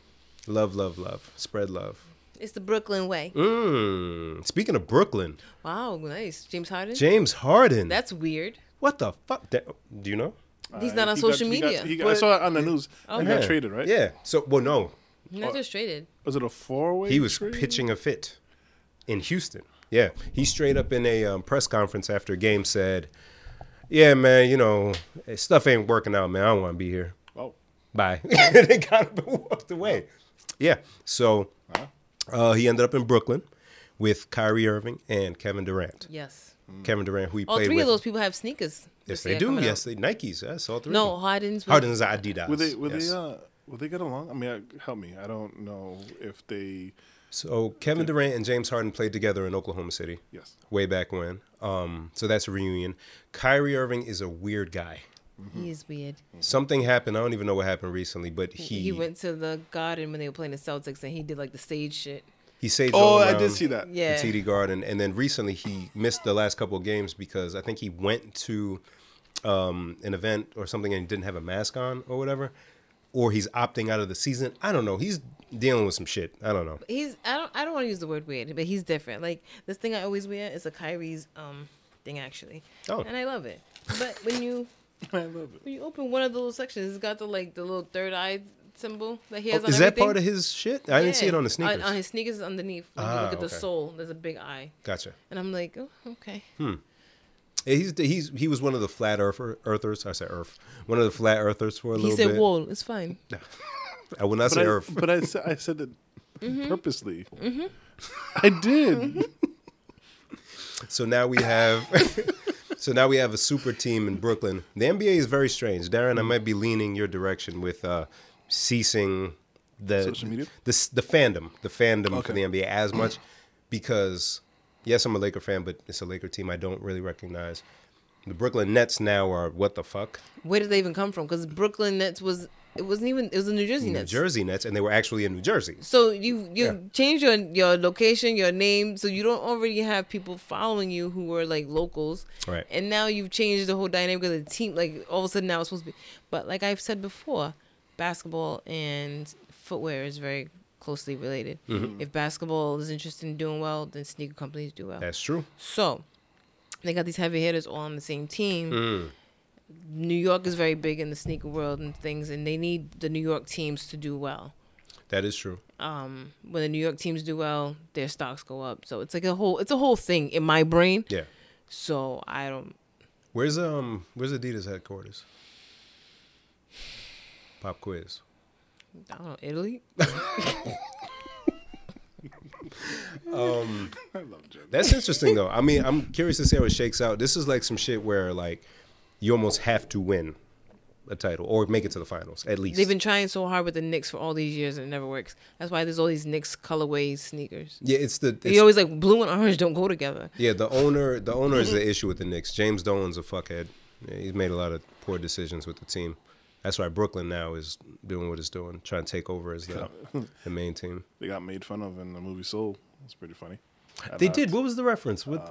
love, love, love. Spread love. It's the Brooklyn way. Mm. Speaking of Brooklyn, Wow, nice. James Harden. James Harden. That's weird. what the fuck? That- do you know? He's Uh, not on he got- social he got- media. Oh. he got- I saw it on the news. He got Yeah. traded, right? Yeah. So, well, no. not just traded. Was it a four-way? He was trade? pitching a fit in Houston. Yeah. He straight up in a um, press conference after a game said, Yeah, man, you know, stuff ain't working out, man. I don't want to be here. Oh, Bye. and (laughs) they got up and walked away. Yeah. So uh, he ended up in Brooklyn with Kyrie Irving and Kevin Durant. Yes. Mm. Kevin Durant, who he All played three with. of those people have sneakers. yes, This they year do. coming out. Yes, they Nikes. That's all three. No, Harden's. was- Harden's are Adidas. were they? Were yes. they? Uh, Will they get along? I mean, I, help me. I don't know if they. So Kevin Durant and James Harden played together in Oklahoma City. Yes. Way back when. Um, so that's a reunion. Kyrie Irving is a weird guy. He is weird. Mm-hmm. Something happened. I don't even know what happened recently, but he He, went to the garden when they were playing the Celtics and he did like the stage shit. he staged Oh, all I around did see that. Yeah. the TD Garden, and then recently he missed the last couple of games because I think he went to um, an event or something and he didn't have a mask on or whatever, or he's opting out of the season. I don't know. He's dealing with some shit. I don't know. He's I don't I don't want to use the word weird, but he's different. Like this thing I always wear is a Kyrie's um thing actually. Oh. And I love it. But when you (laughs) I love it. when you open one of the little sections, it's got the like the little third eye symbol that he has on Oh, is that everything. part of his shit? I didn't see it Yeah. on the sneakers. On, his sneakers is underneath. When you Ah, look at the okay. sole, there's a big eye. gotcha. And I'm like, oh, okay. Yeah, He's he's he was one of the flat earther, earthers. I said earth. One of the flat earthers for a He little said bit. wool. It's fine. I will not But say I, earth. but I, sa- I said it Mm-hmm. purposely. (laughs) I did. (laughs) So now we have. (laughs) So now we have a super team in Brooklyn. The NBA is very strange, Darren. Mm. I might be leaning your direction with uh, ceasing the Social media? the s- the fandom, the fandom for Okay. the NBA as much, because yes, I'm a Laker fan, but it's a Laker team I don't really recognize. The Brooklyn Nets now are what the fuck? Where did they even come from? Because Brooklyn Nets was it wasn't even it was the New Jersey New Nets. Jersey Nets, and they were actually in New Jersey. So you you Yeah. change your your location, your name, so you don't already have people following you who are like locals. Right. And now you've changed the whole dynamic of the team. Like all of a sudden now it's supposed to be. But like I've said before, basketball and footwear is very closely related. Mm-hmm. If basketball is interested in doing well, then sneaker companies do well. That's true. So they got these heavy hitters all on the same team. Mm. New York is very big in the sneaker world and things, and they need the New York teams to do well. That is true. Um, when the New York teams do well, their stocks go up. So it's like a whole it's a whole thing in my brain. Yeah. So I don't Where's um Where's Adidas headquarters? Pop quiz. I don't know, Italy? I love Jen. That's interesting though. I mean, I'm curious to see how it shakes out. This is like some shit where like you almost have to win a title or make it to the finals at least. They've been trying so hard with the Knicks for all these years and it never works. That's why there's all these Knicks colorway sneakers. yeah, it's the it's- You're always like blue and orange don't go together. yeah the owner the owner is the issue with the Knicks. James Dolan's a fuckhead. Yeah, he's made a lot of poor decisions with the team. That's why Brooklyn now is doing what it's doing, trying to take over as the, the main team. They got made fun of in the movie Soul. It's pretty funny. And, They uh, did. What was the reference? With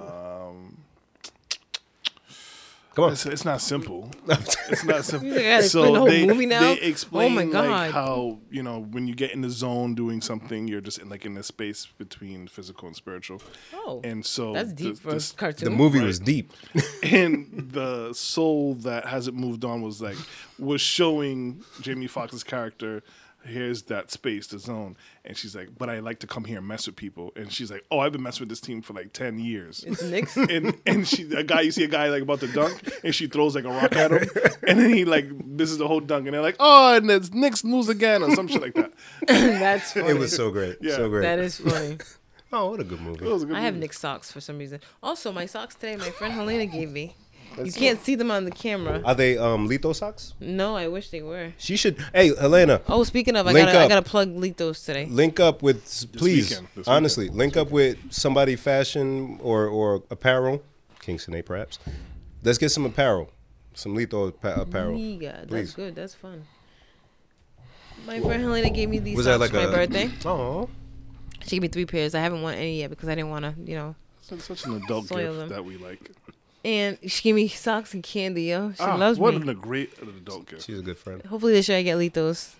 come on, It's, it's not simple. (laughs) it's not simple. You gotta explain the whole movie now? They Oh my explain God. like how you know when you get in the zone doing something, you're just in like in the space between physical and spiritual. Oh. and so That's deep this- for this- a cartoon. the movie was deep. (laughs) (laughs) and the soul that hasn't moved on was like was showing Jamie Foxx's character here's that space the zone and she's like but I like to come here and mess with people and she's like oh I've been messing with this team for like 10 years It's (laughs) Knicks. and and she a guy you see a guy like about to dunk and she throws like a rock at him and then he like misses the whole dunk and they're like oh and it's Knicks lose again or some shit like that (laughs) That's funny. It was so great. Yeah. So great. That is funny. oh, what a good movie. That was a good I have Mm-hmm. movie. Nick socks for some reason. Also, my socks today, my friend Helena gave me. You can't see them on the camera. Are they um Lito socks? No, I wish they were. She should. Hey, Helena, Oh, speaking of, I Link gotta, I up. gotta plug Lethos today. link up with please. weekend, this honestly, link up with somebody fashion or or apparel, Kingston A perhaps. Let's get some apparel, some Lito appa- apparel. Yeah, Please. that's good. That's fun. My friend Helena gave me these Was that socks like for my a birthday. Oh, She gave me three pairs. I haven't worn any yet because I didn't want to, you know. Such- such an adult Soil gift them. that we like And she gave me socks and candy, yo. She Ah, loves what me. an great adult gift (laughs) she's a good friend. Hopefully this year I get Lethos.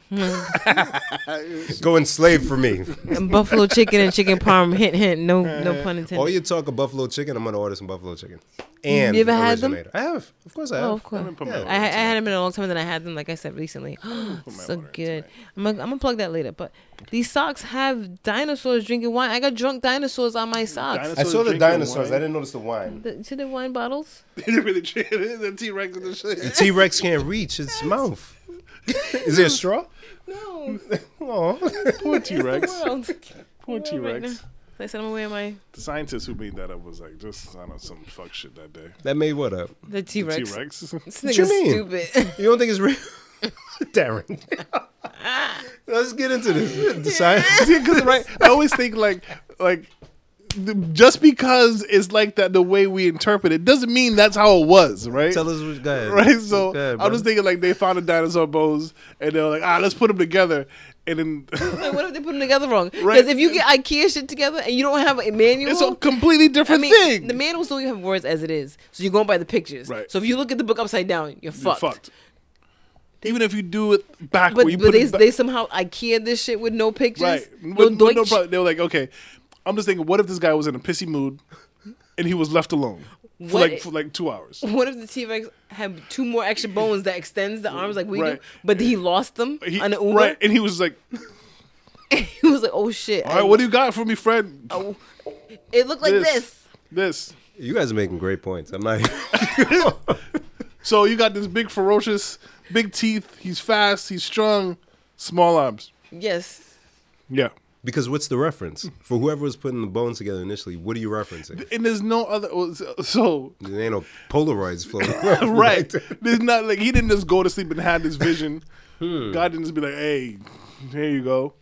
Go and slave for me. (laughs) and buffalo chicken and chicken parm. Hint, hint. No, (laughs) no pun intended. All you talk of buffalo chicken, I'm gonna order some buffalo chicken. And You ever had them? originator. I have, of course I have. Oh, of course. put my I, I had them in a long time, and then I had them, like I said, recently. so order in good. I'm gonna, I'm gonna plug that later. But these socks have dinosaurs drinking wine. I got drunk dinosaurs on my socks. I Dinosaur- saw the Drinking dinosaurs. wine. I didn't notice the wine. The- see the wine bottles? They really treated (laughs) the T Rex and the shit. The T Rex can't reach (laughs) its mouth. Is there a straw? (laughs) No, Oh, Poor T it's Rex. the world. Poor T Right Rex. now. I said I'm gonna wear my The scientist who made that up was like, just I don't know some fuck shit that day. that made what up? the T T Rex. Rex. This What you nigga's mean? stupid. (laughs) You don't think it's real, Darren? Let's get into this. The science. (laughs) Because right, I always think like like th- just because it's like that the way we interpret it doesn't mean that's how it was, right? Tell us what. Go ahead. (laughs) right? So Go ahead, I'm brother. just thinking like they found the dinosaur bones and they're like, ah, let's put them together. And then (laughs) Like, what if they put them together wrong? Because Right. if you get IKEA shit together and you don't have a manual, it's a completely I different mean, thing. the manuals don't even have words as it is. So you're going by the pictures. Right. So if you look at the book upside down, you're You're fucked. fucked. Even if you do it backward, But, you but put they, it back- they somehow IKEA this shit with no pictures. right. No With- with no Deutsch. pro- they were like, okay, I'm just thinking, what if this guy was in a pissy mood and he was left alone for What like i- for like two hours? (laughs) What if the T Rex had two more extra bones that extends the arms like we Right. do, but he lost them He, on an Uber? right, and he was like, (laughs) he was like, "Oh shit!" all right, what do you got for me, friend? it looked like This. this. This. You guys are making great points. I'm not. (laughs) So you got this big, ferocious, big teeth. He's fast. He's strong. Small arms. Yes, Yeah. because what's the reference for whoever was putting the bones together initially? What are you referencing? And there's no other. oh, (laughs) So There ain't no Polaroids floating. around. right. There's not like he didn't just go to sleep and have this vision. Hmm. God didn't just be like, "Hey, here you go,"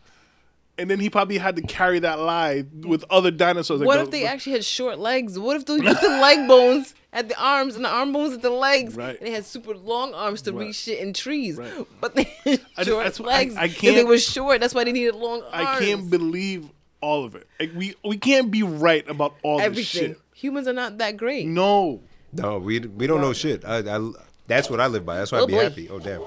and then he probably had to carry that lie with other dinosaurs. like, What the- if they actually had short legs? What if those just the (laughs) leg bones at the arms and the arm bones at the legs? Right. And they had super long arms to Right. reach shit in trees. Right. But they had I ju- short that's what I- legs. I 'cause They can't- were short. That's why they needed long arms. I can't believe all of it. Like we we can't be right about all everything. this shit. Humans are not that great. No. (laughs) No, we we don't know shit. I, I that's what I live by. That's why Oh, I'd be boy. happy. Oh damn,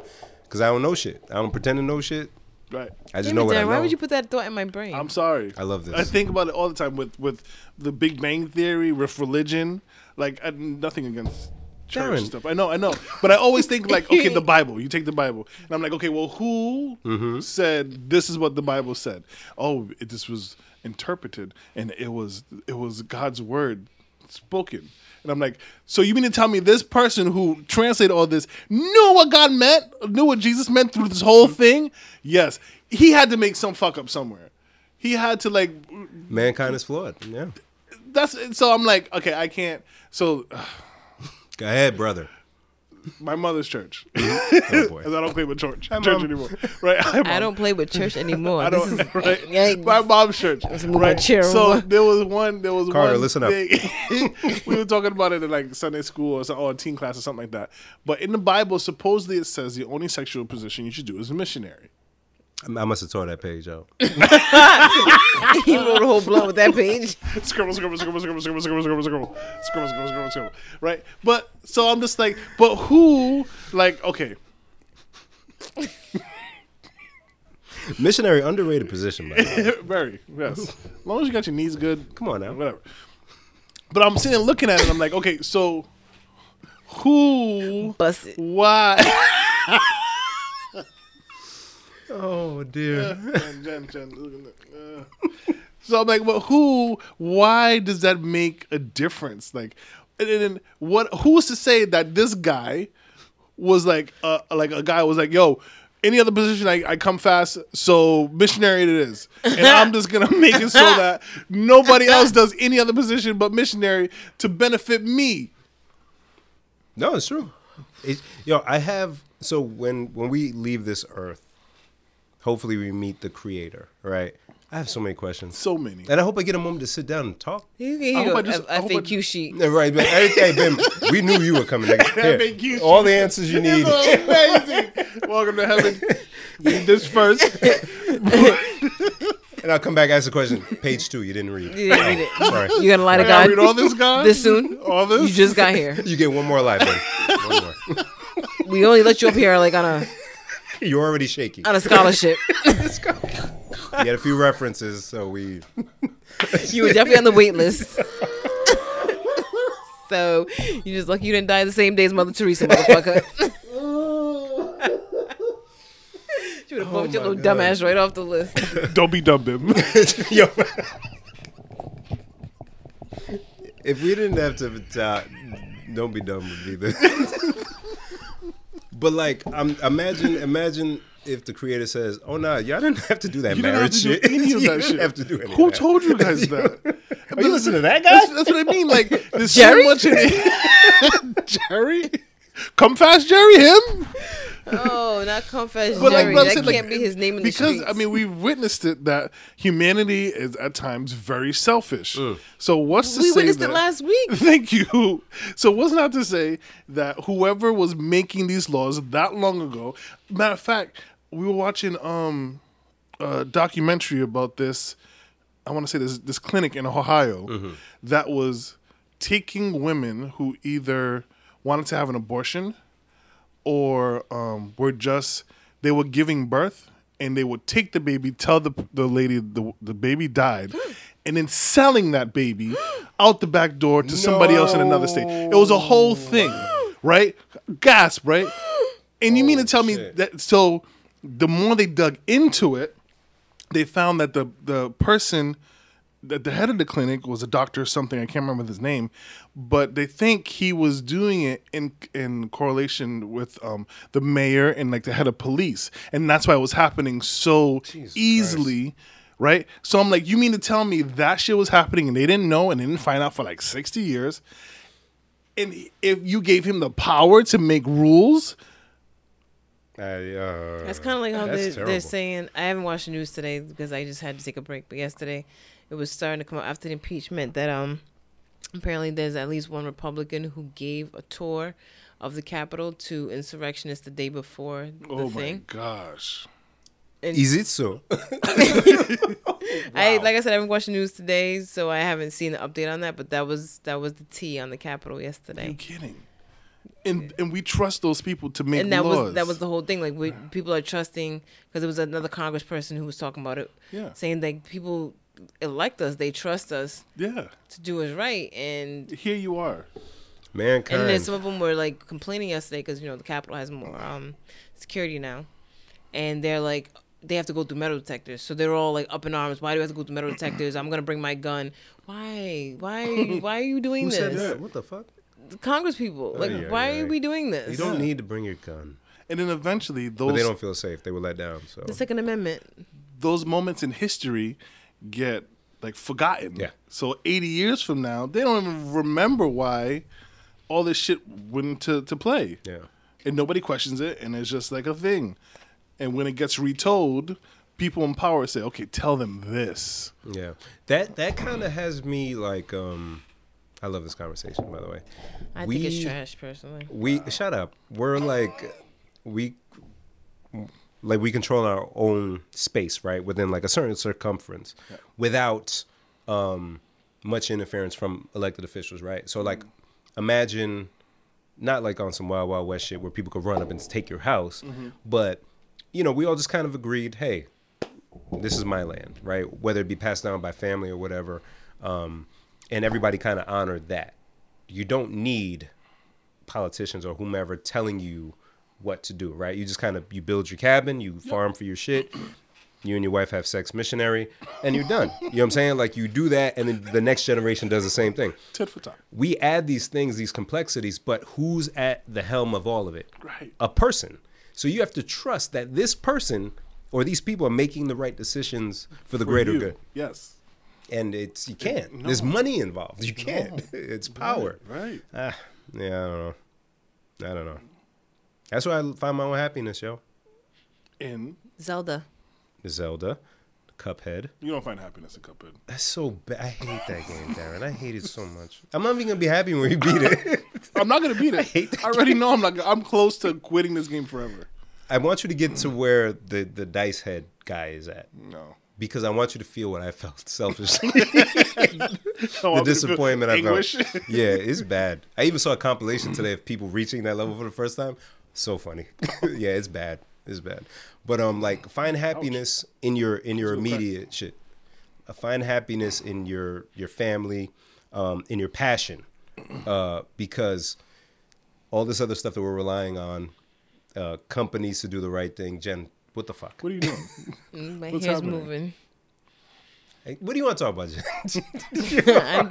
because I don't know shit. I don't pretend to know shit. Right. I just Damn know it, what Darren, I know. why would you put that thought in my brain? I'm sorry. I love this. I think about it all the time with with the Big Bang Theory, with religion. Like I, nothing against church Darren. and stuff. I know, I know, but I always think like, (laughs) okay, the Bible. You take the Bible, and I'm like, okay, well, who Mm-hmm. said this is what the Bible said? Oh, it, this was interpreted, and it was it was God's word spoken. And I'm like, so you mean to tell me this person who translated all this knew what God meant, knew what Jesus meant through this whole Mm-hmm. thing? Yes, he had to make some fuck up somewhere. He had to like Mankind is flawed. Yeah. that's so I'm like, okay, I can't. So (sighs) Go ahead, brother. my mother's church. (laughs) Oh boy. 'Cause I don't play with (laughs) church, church Mom. anymore, right? (laughs) Hi, Mom. I don't play with (laughs) church anymore. I this don't. is (laughs) right? (laughs) Yikes. My mom's church. move my Right? chair So over. there was one. There was Carter, one listen up. up. (laughs) we were talking about it in like Sunday school or, some, or teen class or something like that. But in the Bible, supposedly it says the only sexual position you should do is a missionary. (laughs) I I must have tore that page out. he wrote a whole blunt with (laughs) that page. scribble, scribble, scribble, scribble, scribble, scribble, scribble, scribble, scribble, scribble, scribble, scribble. Right? But so I'm just like, but who? Like, okay, (laughs) Missionary underrated position. By the way. very yes. As long as you got your knees good, Come on now. whatever. But I'm sitting looking at it. I'm like, okay, so who? Bust it. Why? Oh dear. Jen, Jen, Jen, uh. so I'm like, well, who? Why does that make a difference? Like, and then what? Who's to say that this guy was like, uh, like a guy was like, yo. Any other position, I, I come fast, so missionary it is. And I'm just gonna (laughs) make it so that nobody else does any other position but missionary to benefit me. No, it's true. It's, yo, I have so when when we leave this earth, hopefully we meet the creator, right? I have so many questions. So many. and I hope I get a moment to sit down and talk. You can I hear uh, hope I a- just- I a hope I FAQ sheet. Yeah, Right, but hey, hey, Bim, we knew you were (laughs) coming. Nigga. Here, Thank you. All the answers (laughs) you need. Amazing. Welcome to heaven. Read this first. And I'll come back, ask the question. Page two, you didn't read. You didn't read it. Sorry. You got a lie to I gotta read all God this, guys. this soon. All this. You just got here. You get one more life, buddy. One more. (laughs) We only let you up here like on a You're already shaky. on a scholarship. You had a few references, so we. you were definitely on the wait list. (laughs) so you just lucky you didn't die the same day as Mother Teresa, motherfucker. (laughs) she would have bumped your my little God. dumbass right off the list. Don't be dumb, (laughs) Bim. Yo. If we didn't have to, uh, don't be dumb with me. Then. (laughs) but like, um, imagine, imagine if the creator says, "Oh no, nah, y'all didn't have to do that (laughs) You didn't have marriage to do shit. (laughs) any you of that didn't shit. have to do any Who of that. told you (laughs) guys that? Are you listening to that guy? That's, that's what I mean. Like, (laughs) there's Jerry? so much (laughs) in it. Jerry? Come fast, Jerry, him? (laughs) Oh no, not confess But like, Jerry. but I'm that saying, can't like, be his name in the because streets. I mean we've witnessed it that humanity is at times very selfish. So what's to we say witnessed that, it last week. (laughs) Thank you. So what's not to say that whoever was making these laws that long ago? Matter of fact, we were watching um a documentary about this. I want to say this this clinic in Ohio that was taking women who either wanted to have an abortion or um, were just they were giving birth and they would take the baby, tell the the lady the the baby died, and then selling that baby out the back door to somebody else in another state. It was a whole thing, right? Gasp, right? And you mean to tell me shit. that? So the more they dug into it, they found that the the person that the head of the clinic was a doctor or something I can't remember his name, but they think he was doing it in in correlation with um, the mayor and like the head of police, and that's why it was happening so easily. Right, so I'm like, you mean to tell me that shit was happening and they didn't know and they didn't find out for like 60 years, and if you gave him the power to make rules, I, uh, That's kind of like how That's they, terrible. they're saying. I haven't watched the news today because I just had to take a break. But yesterday, it was starting to come out after the impeachment that um apparently there's at least one Republican who gave a tour of the Capitol to insurrectionists the day before the oh my thing. gosh, is it so? (laughs) I like I said, I haven't watched the news today, so I haven't seen the update on that. But that was that was the tea on the Capitol you yesterday. kidding? And and we trust those people to make and that laws. was that was the whole thing. Like we, people are trusting because there was another congressperson who was talking about it, Yeah. saying like people elect us, they trust us yeah. to do is right, and Here you are. Mankind. and then some of them were like complaining yesterday because you know the Capitol has more um security now, and they're like they have to go through metal detectors, so they're all like up in arms. Why do we have to go through metal detectors? I'm gonna bring my gun. Why? Why? Are (laughs) you, why are you doing Who said this? that? Oh, What the fuck? The Congress people, like, Ay, ay, why ay. are we doing this? You don't need to bring your gun. And then eventually But those they don't feel safe. They were let down. So the Second Amendment. those moments in history get like forgotten. Yeah. So 80 years from now, they don't even remember why all this shit went to, to play. yeah, And nobody questions it and it's just like a thing. And when it gets retold, people in power say, "Okay, tell them this." yeah. That that kind of has me like. um I love this conversation, by the way. I We- think it's trash, personally. We shut up. We're like we like we control our own space, right? Within like a certain circumference without um much interference from elected officials, right? So like imagine not like on some wild wild west shit where people could run up and take your house, but you know, we all just kind of agreed, hey, this is my land, right? Whether it be passed down by family or whatever, um, and everybody kind of honored that. You don't need politicians or whomever telling you what to do, right? You just kind of you build your cabin, you farm for your shit. You and your wife have sex missionary, and you're done. You know what I'm saying? Like you do that, and then the next generation does the same thing Tit for tat. we add these things, these complexities, but who's at the helm of all of it? Right. A person. So you have to trust that this person or these people are making the right decisions for the greater You. good. Yes. And it's you can't. There's money involved. You can't. (laughs) It's power. Right. Ah, yeah, I don't know. I don't know. That's where I find my own happiness, yo. And Zelda. Zelda, Cuphead. you don't find happiness in Cuphead. That's so bad. I hate that game, Darren. I hate it so much. I'm not even gonna be happy when we beat it. (laughs) I'm not going to beat it. I, already know I'm not I'm close to quitting this game forever. I want you to get to where the the dice head guy is at. No. because I want you to feel what I felt (laughs) selfishly. Oh, the I'm gonna feel disappointment I (laughs) anguish. felt. Yeah, it's bad. I even saw a compilation today of people reaching that level for the first time. So funny. (laughs) yeah, it's bad. It's bad. But um like find happiness in your in your immediate shit. Uh, Find happiness in your your family, um, in your passion. Uh, because all this other stuff that we're relying on, uh, companies to do the right thing, Jen, what the fuck? What are you doing? Mm, My What's hair's happening? (laughs) moving. (laughs) Hey, what do you want to talk about, Jen? (laughs) I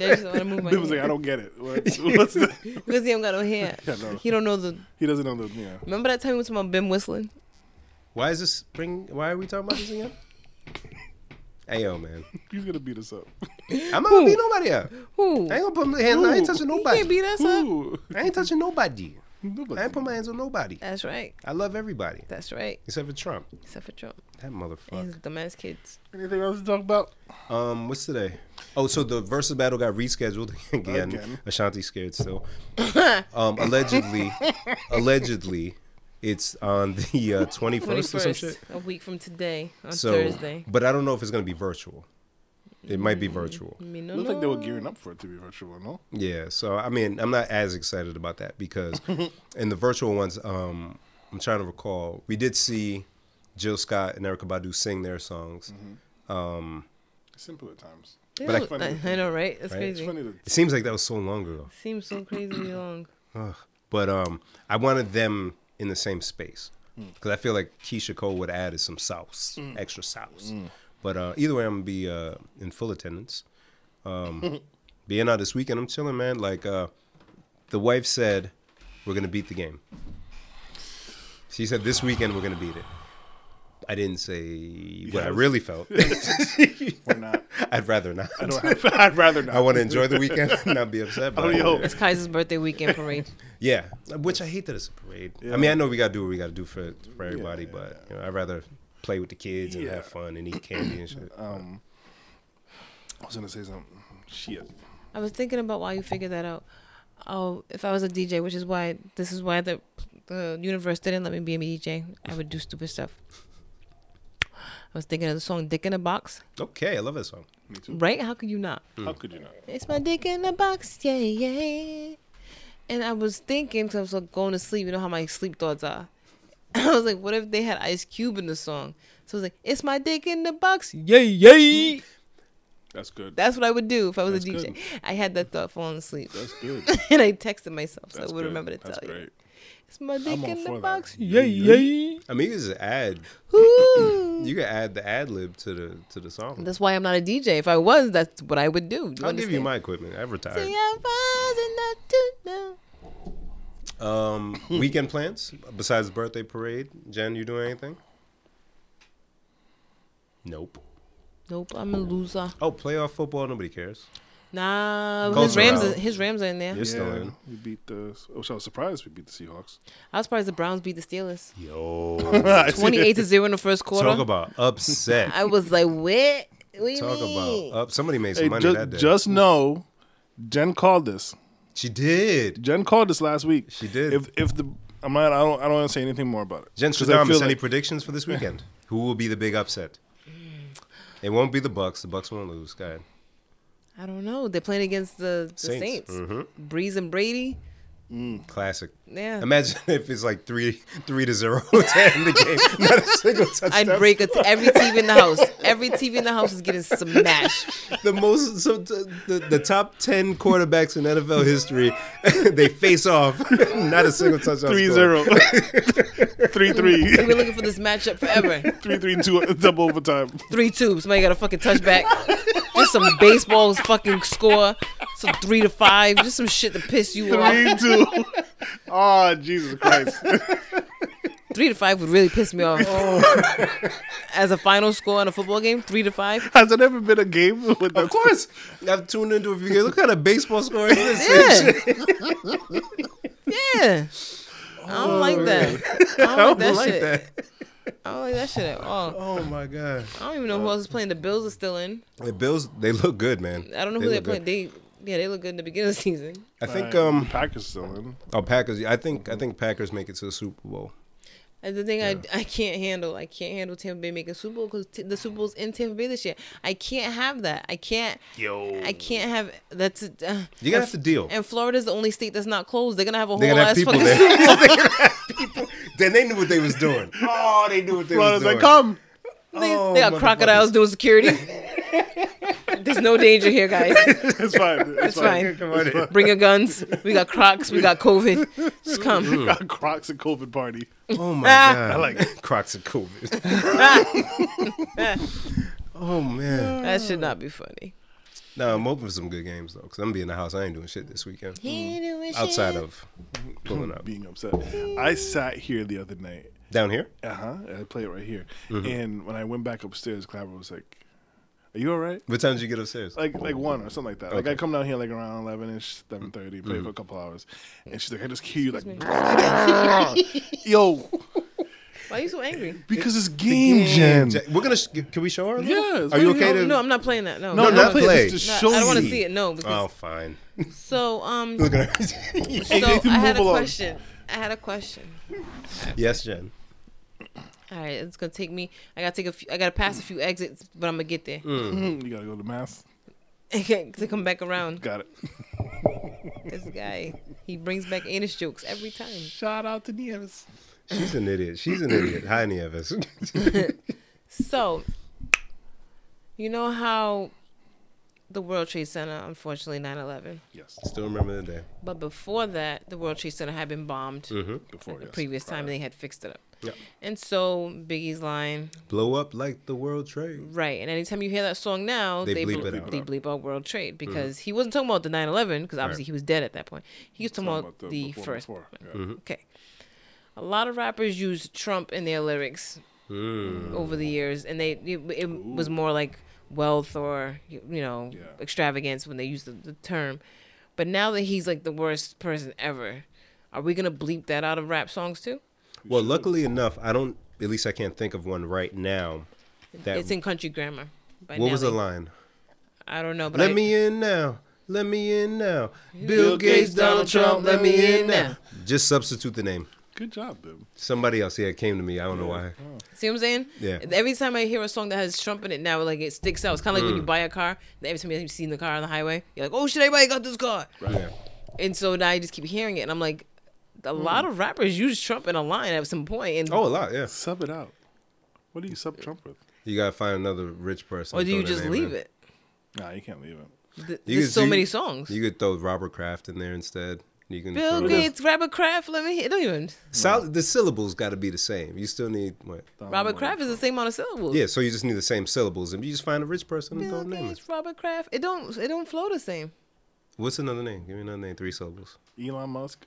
just want to move my Bib was hair. like, I don't get it. What- what's the- Because he don't got no (laughs) hair. Yeah, no. He don't know the. He doesn't know the yeah. Remember that time we was talking about Ben whistling? Why is this bring? Why are we talking about this again? hey yo, man, He's gonna beat us up. I'm not gonna beat nobody up. Who? I ain't gonna put my hands. I ain't touching He nobody. can't beat us up. Ooh. I ain't touching nobody. I ain't put my hands on nobody. That's right. I love everybody That's right. except for Trump. Except for Trump That and motherfucker. his dumb ass kids. Anything else to talk about? Um, what's today? Oh, so the versus battle got rescheduled (laughs) again. Again. Ashanti's (laughs) scared still. um, allegedly, allegedly, it's on (laughs) the twenty first uh, 21st or some shit. 21st, a week from today on So, Thursday. but I don't know if it's gonna be virtual. It might be virtual. I mean, no, It looked like they no. were gearing up for it to be virtual, no? Yeah, so I mean, I'm not as excited about that because in the virtual ones, um, I'm trying to recall, we did see Jill Scott and Erica Badu sing their songs. Simpler times. They but I- look- I, know, right? That's Right? It's crazy. funny to It seems like that was so long ago. Seems so (clears throat) crazy long. Ugh. But um, I wanted them in the same space because I feel like Keisha Cole would add some sauce, Mm. extra sauce. But uh, either way, I'm gonna be uh, in full attendance. (laughs) Um, being out this weekend, I'm chilling, man. Like uh, the wife said, we're gonna beat the game. She said this weekend we're gonna beat it. I didn't say what I Yes. really (laughs) felt. or not. I'd rather not. I don't have, I'd rather not. I (laughs) want to enjoy the weekend and not be upset. But Oh, yo. It's Kaiser's birthday weekend parade. Yeah, which I hate that it's a parade. Yeah. I mean, I know we gotta do what we gotta do for for everybody, yeah, but you know, I'd rather play with the kids and Yeah. have fun and eat candy and shit. (clears throat) Um, I was gonna say something. Shit. I was thinking about why you figured that out. Oh, if I was a DJ, which is why this is why the the universe didn't let me be a DJ, I would do stupid stuff. I was thinking of the song "Dick in a Box," okay, I love that song. Me too. right? How could you not? How could you not? It's my dick in a box, yeah, yeah. And I was thinking, because I was like, going to sleep, you know how my sleep thoughts are. (laughs) I was like, what if they had Ice Cube in the song? So I was like, it's my dick in the box, yeah, yeah. That's good. That's what I would do if I was a That's DJ. I had that thought falling asleep. That's good. (laughs) and I texted myself, so That's I would good. remember to That's tell you. great. It's my dick all in for the that. box, Yeah, yeah, yeah. yeah. I mean, you can just add Ooh. you can add the ad lib to the to the song. That's why I'm not a DJ. If I was, that's what I would do. do I'll give you understand? my equipment. I've retired. See, I was not to know. Um, weekend plans besides the birthday parade. Jen, you doing anything? Nope. Nope, I'm a loser. Oh, playoff football. Nobody cares. Nah, Colts his are Rams, out. are, his Rams are in there. You're still Yeah, in. we beat the. Oh, so I was surprised we beat (laughs) the Seahawks. I was surprised the Browns beat the Steelers. Yo, Twenty-eight to zero in the first quarter. talk about upset. I was like, what? What do you Talk mean? about uh, up. Somebody made some Hey, money ju- that day. just know, Jen called this. she did. Jen called this last week. She did. If if the I'm not, I don't I don't want to say anything more about it. Jen 'Cause I Stradamus, feel any like- predictions for this weekend? Who will be the big upset? It won't be the Bucks. The Bucks won't lose. Go ahead. I don't know. They're playing against the, the Saints. Saints. Mm-hmm. Breeze and (laughs) Brady. Classic. Yeah. Imagine (laughs) if it's like three, three to zero (laughs) to end the game. Not a (laughs) single touchdown. I'd break a t- every TV in the house. Every TV in the house is getting smashed. the most. So t- the, the top ten quarterbacks in NFL history, (laughs) they face off. (laughs) Not a single touchdown. three scored. zero, (laughs) three three, We've been looking for this matchup forever. three three two double overtime. Three two. Somebody got a fucking touchback. Just some baseball's fucking score. Some three to five. Just some shit to piss you off. Three (laughs) two. Oh Jesus Christ! Three to five would really piss me off. Oh. As a final score in a football game, three to five. (laughs) Has it ever been a game with the Of course, I've tuned into a few games. Look how the baseball score is. (laughs) Yeah. yeah. I Oh, don't like (laughs) that. I don't like that shit. I don't like that shit at all. Oh my god. I don't even know who else is playing. The Bills are still in. The Bills, they look good, man. I don't know who they're look playing. good. They yeah, they look good in the beginning of the season. I think um Packers still in. oh Packers. I think I think Packers make it to the Super Bowl. And the thing I, I can't handle, I can't handle Tampa Bay making Super Bowl because t- the Super Bowl's in Tampa Bay this year. I can't have that. I can't. Yo. I can't have that's. Uh, You gotta have to deal. And Florida's the only state that's not closed. They're gonna have a They're whole gonna ass have people fucking. there. They're (laughs) gonna have people. Then they knew what they was doing. (laughs) Oh, they knew what they Brothers, was doing. like come. (laughs) They, Oh, (laughs) they got crocodiles doing (laughs) security. There's no danger here, guys. It's fine. It's, It's fine. fine. Come on in. Bring your guns. We got Crocs. We got COVID. Just (laughs) come. (laughs) Crocs and COVID party. (laughs) (laughs) Oh my Ah. god. I like like (laughs) Crocs and COVID. oh man. Eh, That should not be funny. No, I'm hoping for some good games though, because I'm gonna be in the house. I ain't doing shit this weekend. Outside of pulling up. being upset. I sat here the other night. Uh-huh, Down here? Uh huh. I play it right here. And when I went back upstairs, Clara was like, Are you all right? What time did you get upstairs? Like like one or something like that. Like I come down here like around eleven ish, seven thirty, play for a couple hours, and she's like, I just hear you like, (laughs) yo, Why are you so angry? because it's game, gen. Ja- We're gonna. Sh- can we show her? a little? Yeah, it's Are you right here. okay No, to? no, I'm not playing that. No, No, not not play. play. Just No, show I don't want to you. see it. No, because Oh, fine. so um, Look at her. (laughs) so Nathan, I had move a along. question. I had a question. yes, Jen. All right, it's gonna take me. I gotta take a. Few, I gotta pass a few exits, but I'm gonna get there Mm. (laughs) Mhm, You gotta go to mass. to come back around. Got it. This guy, he brings back anus jokes every time. Shout out to Nieves. She's an idiot. She's an idiot. Hi, Nieves. (laughs) So, you know how the World Trade Center, unfortunately, 9 11. Yes. Still remember the day. But before that, the World Trade Center had been bombed. Before The yes. previous time they had fixed it up. Yep. And so Biggie's line, Blow up like the World Trade. right. And anytime you hear that song now, They they, bleep bleep, it out. they bleep out World Trade because he wasn't talking about the 9 11 because obviously he was dead at that point. He was talking, Talking about, about the the before- first. before, yeah. Mm-hmm. Okay. A lot of rappers use Trump in their lyrics Mm. over the years, and they it, it was more like wealth or you you know Yeah. extravagance when they used the, the term. But now that he's like the worst person ever, are we gonna bleep that out of rap songs too? Well, luckily enough, I don't. At least I can't think of one right now. That it's in country grammar. by what was the Nelly. line? I don't know. But Let I- me in now. Let me in now. Bill, Gates, Gates, Donald Trump. Let me in now. now. Just substitute the name. Good job, Bib. Somebody else. Yeah, it came to me. I don't know why. see what I'm saying. Yeah. Every time I hear a song that has Trump in it now, like it sticks out. It's kind of like Mm. when you buy a car. and Every time you see the car on the highway, you're like, oh shit, everybody got this car. Yeah. And so now I just keep hearing it, and I'm like, a lot of rappers use Trump in a line at some point, and Oh, a lot. Yeah. Sub it out. What do you sub Trump with? You gotta find another rich person. or and do throw you their just name leave in. it? Nah, you can't leave it. Th- You There's could- so you- many songs. You could throw Robert Kraft in there instead. You can. Bill throw- Gates, Robert Kraft, let me hear. Don't even. Sol- the syllables got to be the same. You still need what? Robert Kraft is the same amount of syllables. Yeah, so you just need the same syllables, and you just find a rich person and throw Bill a name. in. Gates, Robert Kraft. It don't. It don't flow the same. What's another name? Give me another name. Three syllables. Elon Musk.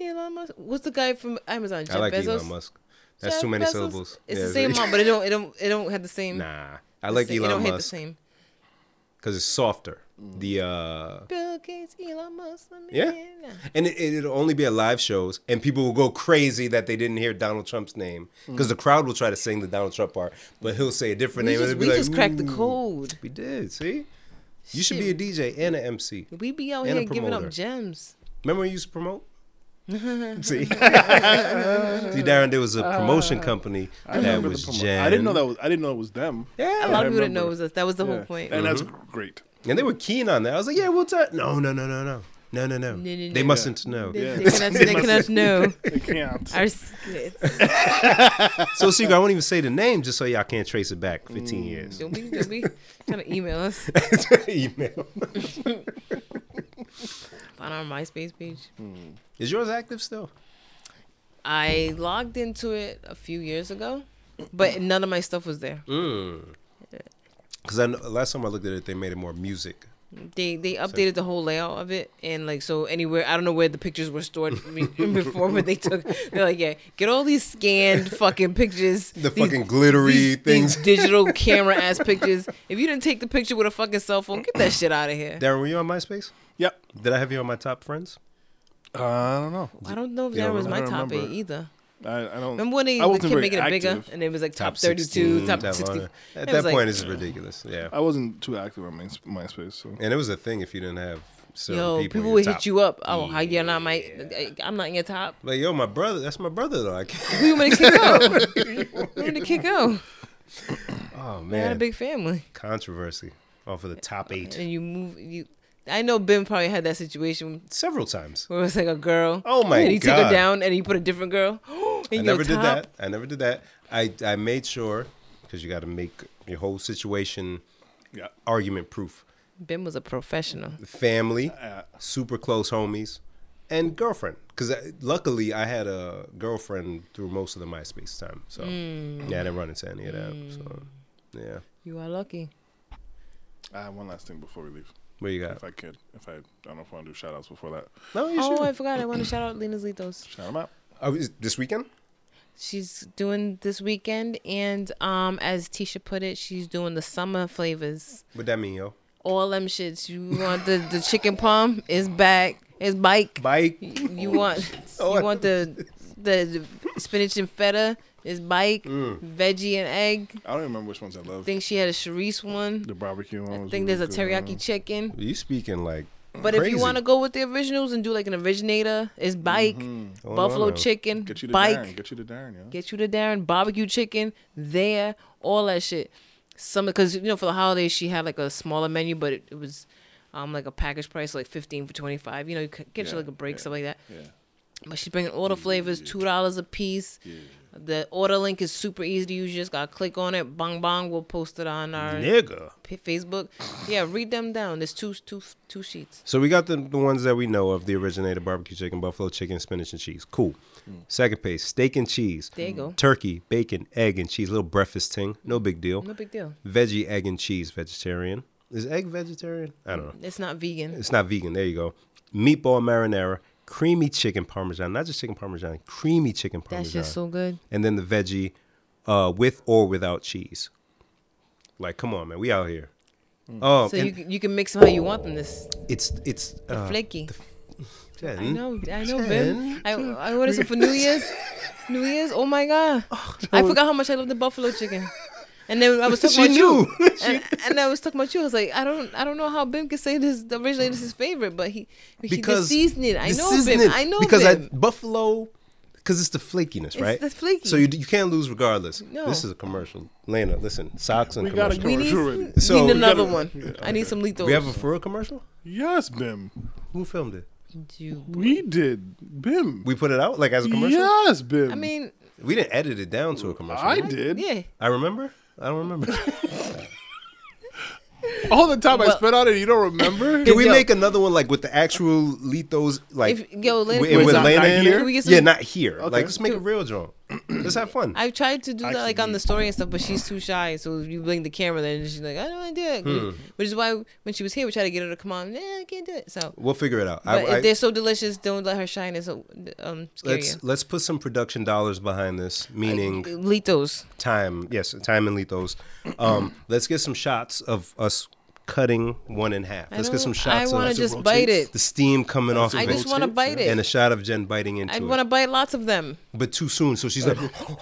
Elon Musk. What's the guy from Amazon? Jeff I like Bezos. Elon Musk. That's Jeff too many Bezos? syllables. It's Yeah, the same it's- amount, but it don't. It don't. It don't have the same. (laughs) Nah, I like the same- it Elon don't hit the Musk same. because it's softer. The uh, Bill Gates, Elon Musk. Let me Yeah. hear now. and it, it'll only be at live shows, and people will go crazy that they didn't hear Donald Trump's name because the crowd will try to sing the Donald Trump part, but he'll say a different We name. and just, it'll be we like, just cracked the "Ooh." code. We did. See, you should be a DJ and an MC. We be out And a here giving promoter. up gems. Remember when you used to promote? (laughs) See, see, Darren, there was a promotion company that remember the was promo- Jen. I didn't know that was. I didn't know it was them. A lot of Yeah. I people didn't remember. know it was us. That was the Yeah. whole point. And that's great. and they were keen on that. I was like, yeah, we'll tell. No, no, no, no, no, no, no, no. no, They no. mustn't know. They, Yeah. they cannot, they cannot know. They (laughs) can't. Our secrets. (laughs) So, secret. I won't even say the name just so y'all can't trace it back 15 years. (laughs) Don't be, don't be trying to email us. Email. Find our MySpace page. Is yours active still? I logged into it a few years ago, but none of my stuff was there. Mm. Because I know, last time I looked at it, they made it more music. They they updated the whole layout of it and like so anywhere I don't know where the pictures were (laughs) stored re- before, but they took they're like yeah get all these scanned fucking pictures (laughs) The these fucking glittery these, things. these (laughs) digital camera ass pictures. If you didn't take the picture with a fucking cell phone, get that shit out of here. Darren, were you on MySpace? Yep. Did I have you on my top friends? Uh, I don't know. I don't know if Yeah, that was I my don't top remember. eight either. I, I don't. Remember when they I kept wasn't very making it bigger active. and it was like top, 32, 16, top that 60. long. At It that was point, like, it's ridiculous. Yeah. I wasn't too active on Mys- MySpace. So And it was a thing if you didn't have certain yo, people. people, in your would top. hit you up. Oh, how you're not my, I- I'm not in your top. Like, yo, my brother, that's my brother though. I can't. We want to kick out. we want to kick out. (laughs) Oh I had a man, big family. controversy off of the top eight And you move, you, I know Ben probably had that situation several times. where it was like a girl. Oh my And you took God. her down and you put a different girl. (gasps) I in your never did top. that. I never did that. I I made sure because you got to make your whole situation yeah. argument proof. Ben was a professional. Family, Uh, super close homies, and girlfriend. Because luckily I had a girlfriend through most of the MySpace time, so Mm. yeah, I didn't run into any of that. So yeah, You are lucky. I have one last thing before we leave, what you got? if I could. If I, I don't know if I want to do shout outs before that. No, you Oh, I should. forgot. I want to shout out Lena's Litos. Shout them out. Oh, is this weekend? she's doing this weekend, and um, as Tisha put it, she's doing the summer flavors. What that mean, yo? All them shits. You want the the chicken palm is back. It's bike. Bike. You want Oh. you want the the spinach and feta is bike. Mm. Veggie and egg. I don't remember which ones I love. I think she had a Charisse one. the barbecue one. I was think really there's a good. uh, teriyaki chicken. You speaking like. But if crazy. you want to go with the originals and do like an originator, it's bike, Mm-hmm. Hold buffalo on now. chicken, Get you to bike, Darren. Get you to Darren. Yeah. get you to Darren, barbecue chicken, there, all that shit. Some because you know for the holidays she had like a smaller menu, but it, it was um like a package price like fifteen for twenty five. You know, you c- get Yeah, you like a break, yeah. stuff like that. yeah. But she's bringing all the flavors, two dollars a piece. The order link is super easy to use. You just gotta click on it. Bong bong. We'll post it on our Nigga. Mm-hmm. p- Facebook. Yeah, read them down. There's two two two sheets. So we got the, the ones that we know of: the originator barbecue chicken, buffalo chicken, spinach and cheese. Cool. Mm. Second page: steak and cheese. There you go. Mm-hmm. Turkey, bacon, egg and cheese. Little breakfast thing. No big deal. No big deal. Veggie, egg and cheese. Vegetarian. Is egg vegetarian? I don't know. It's not vegan. It's not vegan. There you go. Meatball marinara, creamy chicken parmesan. Not just chicken parmesan. Creamy chicken parmesan. That's just so good. and then the veggie uh, with or without cheese. Like, come on, man, we out here. Oh, Mm. So and you can- you can mix them how you want them. This it's it's uh, flaky. Jen, I know, I know, Ben. I I ordered some for (laughs) New Year's. New Year's. Oh my god! I forgot how much I love the buffalo chicken. And then I was talking (laughs) She about you. knew. And, and I was talking about you. I was like, I don't, I don't know how Bim could say this. Originally, this is his favorite, but he, he because the seasoning. I the know seasoning, Bim. I know because Bim. I buffalo because it's the flakiness, It's right? the flaky. So you you can't lose regardless. No. This is a commercial, Lena. Listen, socks and We got a commercial. we need, Commercial ready. we So we need another gotta- one. I need some lethal. we have a for real commercial. Yes, Bim. Who filmed it? We did Bim. We put it out like as a commercial. Yes, Bim. I mean, We didn't edit it down to a commercial. I did. yeah. I remember. I don't remember. All the time I Well- spent on it, you don't (laughs) remember? Can we Yo. make another one like with the actual Lethos like If- yo, Lena- with, Wait, with it's not- Lena not in here? it? Can we get Yeah, some- not here. Okay. Like let's make a real (clears throat) drone. let's have fun. I tried to do that like on Actually- the story and stuff, but she's too shy. So if you blink the camera, then she's like, I don't want to do it. Which is why when she was here, we tried to get her to come on. Nah, I can't do it. So, we'll figure it out. I, but I- if they're so delicious, don't let her shine. It's so, um scare let's let's put some production dollars behind this, you. meaning Litos. time. Yes, time and Lethos. (clears throat) Um, let's get some shots of us cutting one in half. I Let's get don't- some I shots want to of just bite it. the steam coming off of I just it. want to bite it. And a shot of Jen biting into I it, want to bite lots of them but too soon. So (laughs) she's like, "Oh,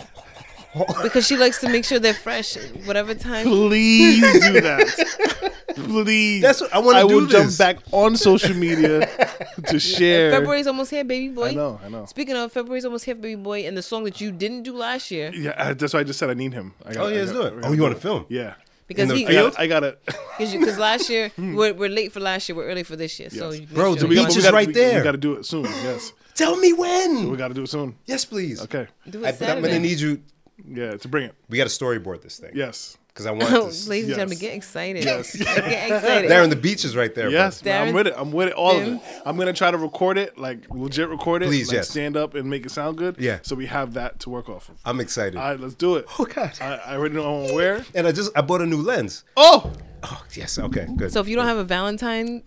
because she likes to make sure they're fresh, whatever time. Please do that. (laughs) Please. That's what- I wanna I do will jump this. back on social media (laughs) to share. February's almost here, baby boy. I know, I know. Speaking of February's almost here, baby boy, and the song that you didn't do last year Yeah, I- that's why I just said I need him. I "Oh gotta- yeah, I let's do gotta- it." I Oh, gotta you want do to film? Yeah. because In the he I gotta, I gotta (laughs) because last year we're, we're late for last year, we're early for this year. So Yes. you make Bro, sure do you we watch Beach but is gotta- right there. We gotta do it soon. Yes. Tell me We when. gotta do it soon. Yes, please. Okay. Do it I, but I'm gonna Saturday. need you. Yeah, to bring it. We got to storyboard this thing. Yes. because I (laughs) want Oh, this. ladies and gentlemen, yes. get excited. Yes. get excited. Darren, the beach is right there. bro. Yes, man, I'm Darren- with it. I'm with it. All of Darren? it. I'm gonna try to record it, like legit record it, Please, like yes. stand up and make it sound good. Yeah. So we have that to work off of. I'm excited. All right, let's do it. Oh, God. I, I already know where. and I just I bought a new lens. Oh, Oh yes, okay, good. So if you don't have a (coughs) Valentine,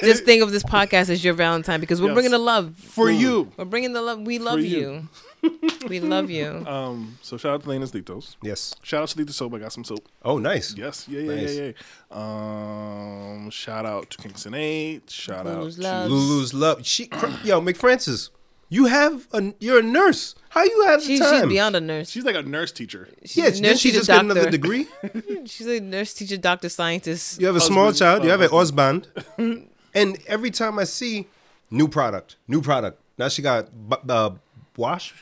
just think of this podcast as your Valentine because we're Yes. bringing the love. for you. We're bringing the love. We love you. you. we love (laughs) you. Uh, Um. So shout out to Lena's Litos. yes. Shout out to Lita Soap. I got some soap. Oh, nice. Yes. Yeah. Yeah. Nice. Yeah. Yeah. Um. Shout out to Kingston Eight. Shout Lulu's out. love. Lulu's love. She, cr- yo, McFrancis, you have a you're a nurse. How you have the She, she's time? beyond a nurse. She's like a nurse teacher. yeah, she's a did nurse, she she's a just get another doctor. degree? (laughs) She's a nurse, teacher, doctor, scientist. You have a small (laughs) Husband, child. You uh, have an husband. (laughs) and every time I see new product, new product. Now she got bu- uh, wash.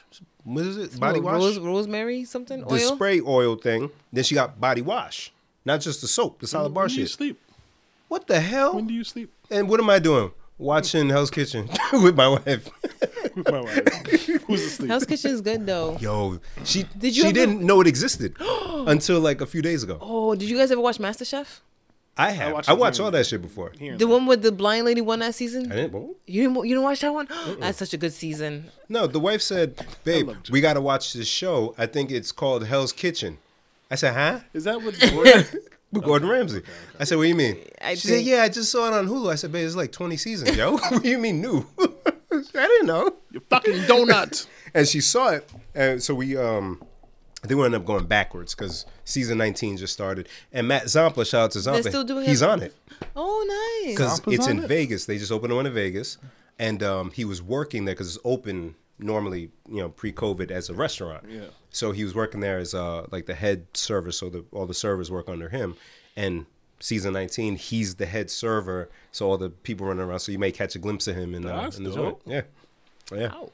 What is it? Body What, wash. Rose, rosemary, something, the oil. spray oil thing. Then she got body wash, not just the soap, the solid bar When do you shit. sleep? What the hell? When do you sleep? (laughs) and what am I doing? Watching Hell's Kitchen (laughs) with my wife. With my wife. (laughs) Who's asleep? Hell's Kitchen's good though. Yo, she Did you she ever- didn't know it existed (gasps) until like a few days ago. (gasps) Oh, did you guys ever watch MasterChef? I have. I watched watched, it all that shit before. The one with the blind lady won that season. I didn't. what? You didn't. You didn't watch that one? That's such a good season. No, the wife said, "Babe, love we gotta watch this show. I think it's called Hell's Kitchen." I said, "Huh?" Is that what? Gordon- (laughs) With Gordon Ramsay. I said, "What do you mean?" I she think- said, "Yeah, I just saw it on Hulu." I said, (laughs) "Babe, it's like 20 seasons, yo. what do you mean new?" I didn't know. you fucking donut. and she saw it, and so we um. I think we ended up going backwards because season 19 just started. And Matt Zampla, shout out to Zampla. still doing He's it? on it Oh, nice. because Zampa's it's on in it? Vegas. They just opened one in Vegas, and um, he was working there because it's open normally, you know, pre-COVID as a restaurant. Yeah. So he was working there as uh, like the head server, so the, all the servers work under him. And season 19, he's the head server, so all the people running around. So you may catch a glimpse of him in, uh, That's in the dope. joint. Yeah, yeah. Wow.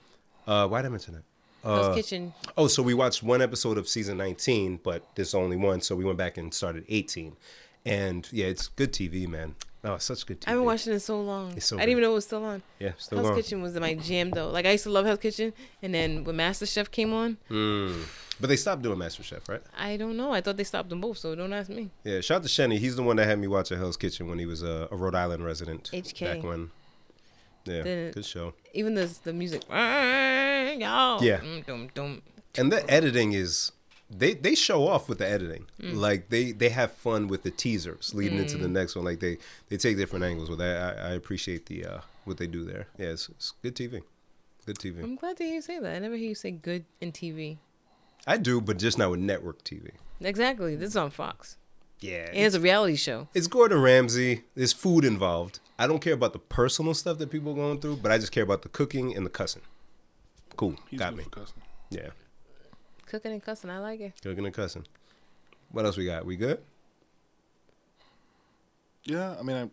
Uh, why did I mention that? Ghost Kitchen. Oh, so we watched one episode of season 19, but this only one. So we went back and started 18, and yeah, it's good TV, man. Oh, such good TV. I haven't watched it in so long. It's so I didn't even good. know it was still on. Yeah, still Hell's on. Kitchen was my jam though. Like I used to love Hell's Kitchen, and then when Master Chef came on, Mm. But they stopped doing MasterChef, right? I don't know. I thought they stopped them both, so don't ask me. Yeah. Shout out to Shenny. He's the one that had me watch a Hell's Kitchen when he was a, a Rhode Island resident. HK. Back when. Yeah. The- good show. Even the the music, y'all. Yeah. Mm, dum, dum. And the editing is. They, they show off with the editing, like they, they have fun with the teasers leading into the next one. Like they, they take different angles with that. I, I appreciate the uh, what they do there. Yeah, it's, it's good TV, good TV. I'm glad to hear you say that. I never hear you say good in TV. I do, but just not with network TV. Exactly. This is on Fox, Yeah, and it's a reality show. it's Gordon Ramsay. There's food involved. I don't care about the personal stuff that people are going through, but I just care about the cooking and the cussing. Cool. He's got good me. for cussing. Yeah. Cooking and cussing, I like it. Cooking and cussing. What else we got? We good? Yeah, I mean,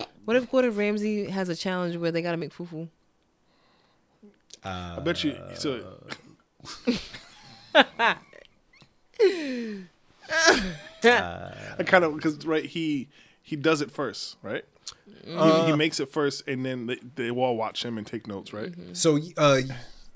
I, What if Gordon Ramsay has a challenge where they gotta make (laughs) fufu? I bet you. So Uh, I kind of because right he he does it first, right? he, he makes it first, and then they, they all watch him and take notes, right? So, uh,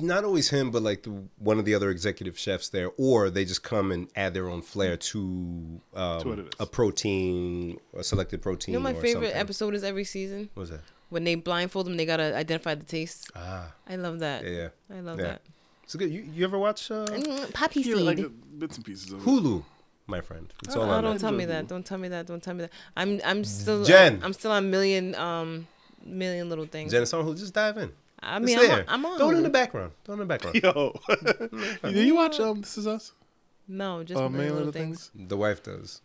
not always him, but like the, one of the other executive chefs there, or they just come and add their own flair to, um, what it is. a protein, a selected protein. You know, my or favorite something. episode is every season What was that? when they blindfold them. They gotta identify the taste. Ah, I love that. yeah, yeah. I love Yeah. that. It's good. You, you ever watch uh, Mm, Poppy Yeah, seed. like uh, bits and pieces of it. Hulu, my friend? It's all oh, on don't that. tell me that. Don't tell me that. Don't tell me that. I'm I'm still Mm. Jen. I'm still on million um million little things. Jen, it's on Hulu. Just dive in. I It's mean I'm on, there. I'm on. Throw it in Hulu. the background. Throw it in the (laughs) background. Yo, did you watch um This Is Us? no, just Uh, million Million little Little things. The wife does.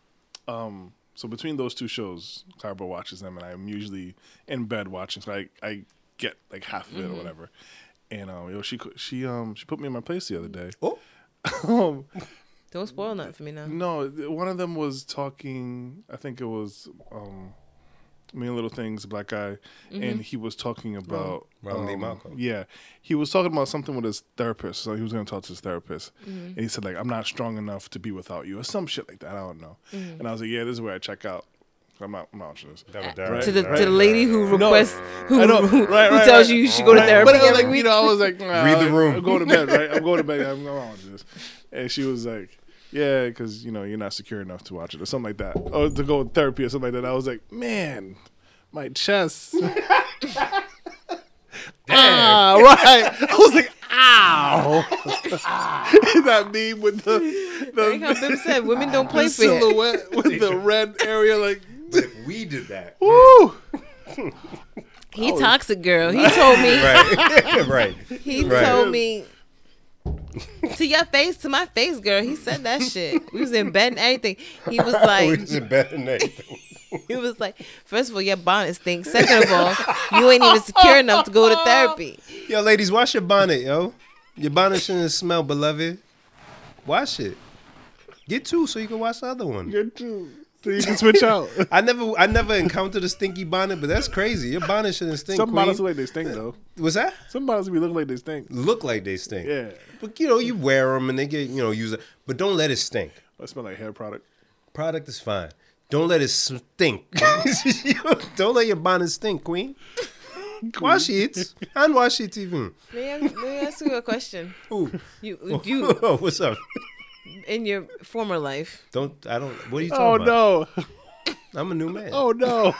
Um, so between those two shows, Carbo watches them, and I'm usually in bed watching. So I, I get like half of it or whatever. And um, yo, she co- she um she put me in my place the other day. Oh, um, Don't spoil nothing for me now. no, th- one of them was talking. I think it was um, me and Little Things, black guy, and he was talking about Ron Lee um, Malcolm. Yeah, he was talking about something with his therapist. So he was going to talk to his therapist, and he said like, "I'm not strong enough to be without you," or some shit like that. I don't know. And I was like, "Yeah, this is where I check out." I'm not, I'm not watching this. Right, Uh, to the right. to the lady who requests who, I know. who, Right, who right, tells right. you you should go to Right. therapy But I was every like, week. you know, I was like, nah, Read the room. I'm going to bed, right? I'm going to bed. I'm going to this. And she was like, yeah, because you know you're not secure enough to watch it or something like that, or to go to therapy or something like that. I was like, man, my chest. (laughs) ah, right. I was like, ow. (laughs) that meme with the Like how the, Bim said, women don't play the fair. silhouette (laughs) with the red area, like, But if we did that, woo. He toxic girl. He told me. right, (laughs) right. He Right. told me to your face, to my face, girl. He said that shit. We was in bed and everything. He was like, We was in bed and everything. He was like, first of all, your bonnet stinks. Second of all, you ain't even secure enough to go to therapy. Yo, ladies, wash your bonnet, yo. Your bonnet shouldn't smell, beloved. Wash it. Get two so you can wash the other one. Good too. So you can switch (laughs) out. I never, I never encountered a stinky bonnet, but that's crazy. Your bonnet shouldn't stink. Some bottles queen. look like they stink though. was that? Some bottles be looking like they stink. Look like they stink. Yeah, But you know, you wear them and they get, you know, use it. But don't let it stink. I smell like hair product. Product is fine. Don't let it stink. (laughs) Don't let your bonnet stink, queen. Wash it. And wash it even. May I, may I ask you a question? Ooh. (laughs) You, you Oh, what's up? in your former life, Don't I don't what are you Oh talking about? no! no. I'm a new man. Oh no!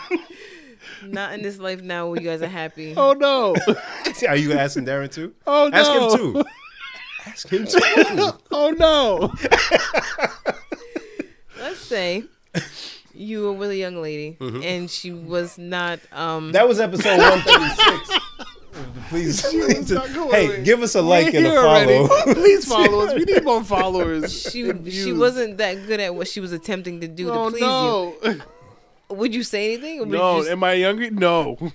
not in this life now where you guys are happy. Oh no! (laughs) Are you asking Darren too? Oh no! Ask him (laughs) too. Ask him too. Oh (laughs) no! Let's say you were with a Mm-hmm. young lady and she was not um (laughs) that was episode 136 of the Please, She was please not going hey, away. give us a like We're and a here follow. (laughs) already. (laughs) Please follow us. We need more followers. She and she views. wasn't that good at what she was attempting to do Oh to please (laughs) no, you. Would you say anything? Or would no. You, just- Am I younger? No.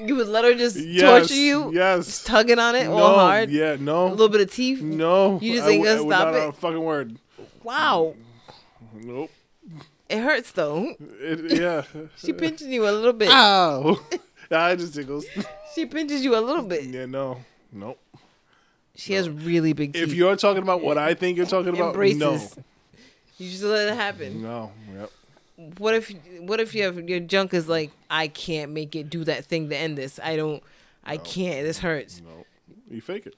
you would let her just Yes. torture you, Yes. tugging on it no. all hard, Yeah. No. a little bit of teeth. No. You just I ain't w- gonna without stop a fucking word. Wow, Nope. it hurts though. (laughs) It, yeah. She pinches you a little bit. (laughs) Ah. Ow. (laughs) I just tickles. She pinches you a little bit. Yeah. No. Nope. She has really big teeth. If you're talking about what I think you're talking about, Embraces. no. You just let it happen. No. Yep. What if what if you have your junk is like I can't make it do that thing to end this. I don't. I can't. This hurts. No. You fake it.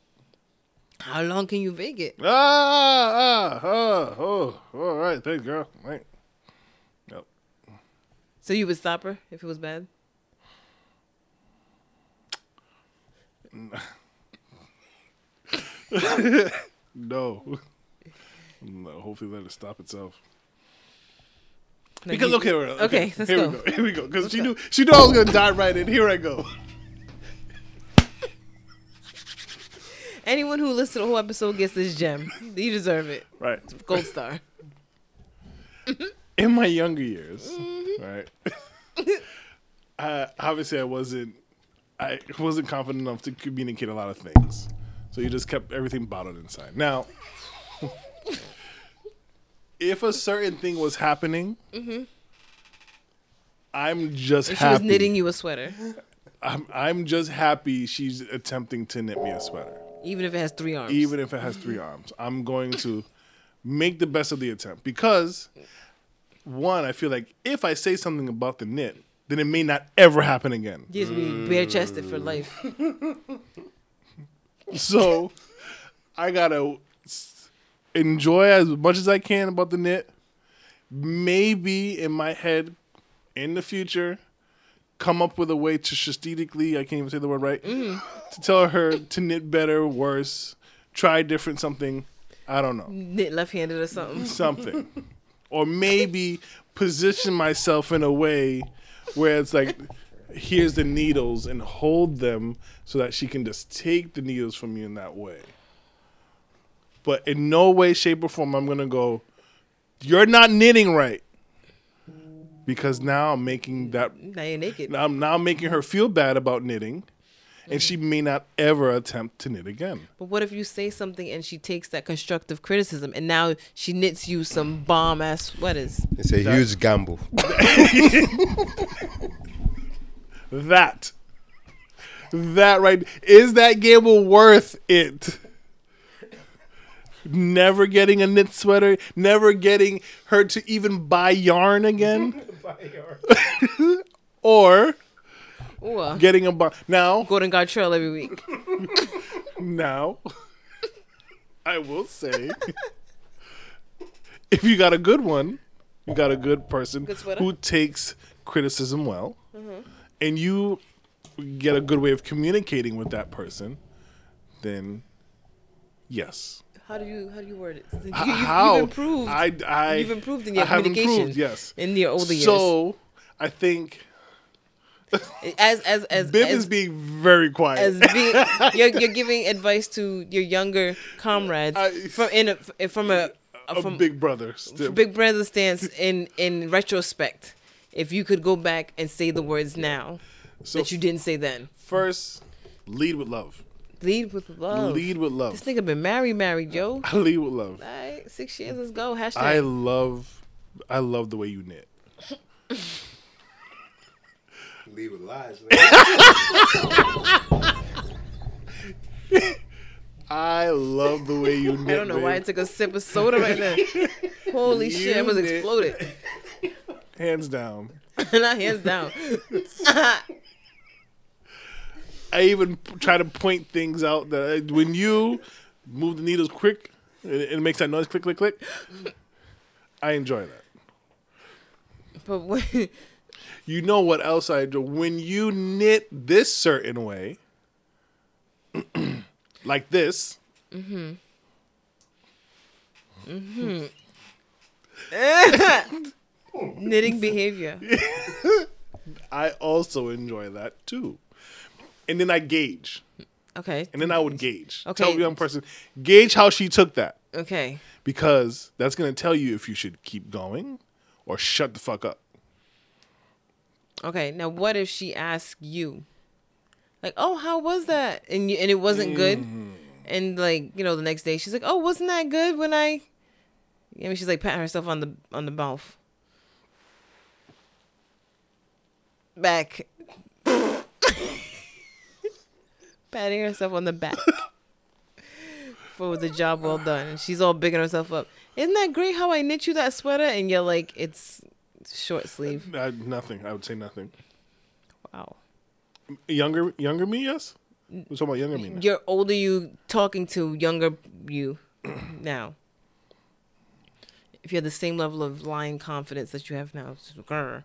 How long can you fake it? Ah, ah, ah, oh, all right, thanks, girl. Right. Yep. So you would stop her if it was bad. No. (laughs) No, hopefully let it stop itself. Like Because you- okay, we're, Okay, let's here go. we go. Here we go. Because she knew she knew I was gonna dive right in. Here I go. Anyone who listens to the whole episode gets this (laughs) gem. You deserve it. Right. Gold star. In my younger years, Mm-hmm. right. (laughs) I, obviously, I wasn't I wasn't confident enough to communicate a lot of things. So you just kept everything bottled inside. Now, (laughs) if a certain thing was happening, I'm just Mm-hmm. And she happy. was knitting you a sweater, I'm, I'm just happy she's attempting to knit me a sweater, even if it has three arms. even if it has three arms. I'm going to make the best of the attempt because, one, I feel like if I say something about the knit, then it may not ever happen again. Gives me bare chested for life. So I gotta s- enjoy as much as I can about the knit. Maybe in my head, in the future, come up with a way to strategically, I can't even say the word right, to tell her to knit better, worse, try different something. I don't know Knit left handed or something. something, or maybe position myself in a way where it's like, here's the needles and hold them so that she can just take the needles from you in that way. But in no way, shape, or form, I'm gonna go. You're not knitting right because now I'm making that. Now you're naked. I'm now making her feel bad about knitting, and she may not ever attempt to knit again. But what if you say something and she takes that constructive criticism and now she knits you some bomb ass sweaters? It's a huge gamble. That. That right. Is that gamble worth it? Never getting a knit sweater, never getting her to even buy yarn again, or Or getting a bar. Now, Gordon Gartrell every week. now, (laughs) I will say (laughs) if you got a good one, you got a good person Good sweater? Mm-hmm. who takes criticism well, and you get a good way of communicating with that person, then yes. How do you how do you word it? You, H- you, How You've improved I, I, You've improved in your I have communication improved, yes. in your older So I think years. As as as Bib as, is being very quiet. (laughs) as being, you're, you're giving advice to your younger comrades I- from in a, from a, a from big brother. Still. Big Brother stance in in retrospect. If you could go back and say the words now so that you didn't say then, first, lead with love. lead with love. Lead with love. This (laughs) nigga been married, married, yo. lead with love. All right, six years. Let's go. Hashtag. I love, I love the way you knit. Leave with lies. I love the way you (laughs) knit. I don't know why I took a sip of soda right there. Holy shit, I almost Unit. exploded. (laughs) Hands down. and I hands down. I even p- try to point things out that I, when you move the needles quick, it, it makes that noise click, click, click. I enjoy that. But when, You know what else I do? When you knit this certain way, (clears throat) like this, (laughs) knitting behavior. I also enjoy that too. And then I gauge. Okay. and then I would gauge. Okay. Tell a young person, gauge how she took that Okay. because that's going to tell you if you should keep going or shut the fuck up. Okay. Now, what if she asks you, like, "Oh, how was that?" and you, and it wasn't good, and like you know, the next day she's like, "Oh, wasn't that good when I?" I mean, she's like patting herself on the on the mouth. Back. (laughs) patting herself on the back for the job well done, and she's all bigging herself up. Isn't that great how I knit you that sweater? And you're like, it's short sleeve. I, nothing. I would say nothing. Wow. Younger, younger me, yes. We're talking about younger me. Now. your older you talking to younger you (clears throat) now. If you had the same level of lying confidence that you have now, it's just, grr.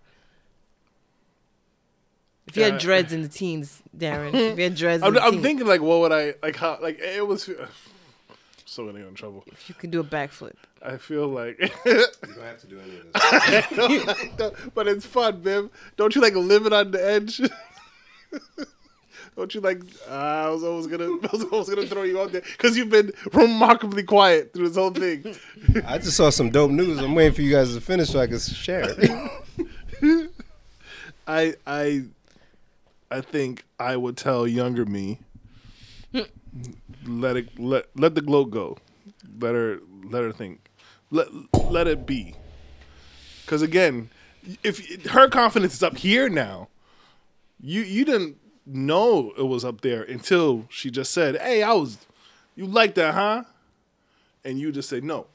if you Yeah. had dreads in the teens, Darren, if you had (laughs) dreads, in Uh, I'm, the I'm teens, thinking like, what would I like? How like it was. (sighs) so gonna get in trouble. you could do a backflip. I feel like, (laughs) You don't have to do any of this. (laughs) but it's fun, Bim. Don't you like live it on the edge? Don't you like? ah, I was always gonna, I was always gonna throw you out there because you've been remarkably quiet through this whole thing. I just saw some dope news. I'm waiting for you guys to finish so I can share (laughs) it. I I I think I would tell younger me let it let let the glow go. Let her let her think. Let let it be. Cause again, if her confidence is up here now, you you didn't know it was up there until she just said, Hey, I was you like that, huh? And you just say, No.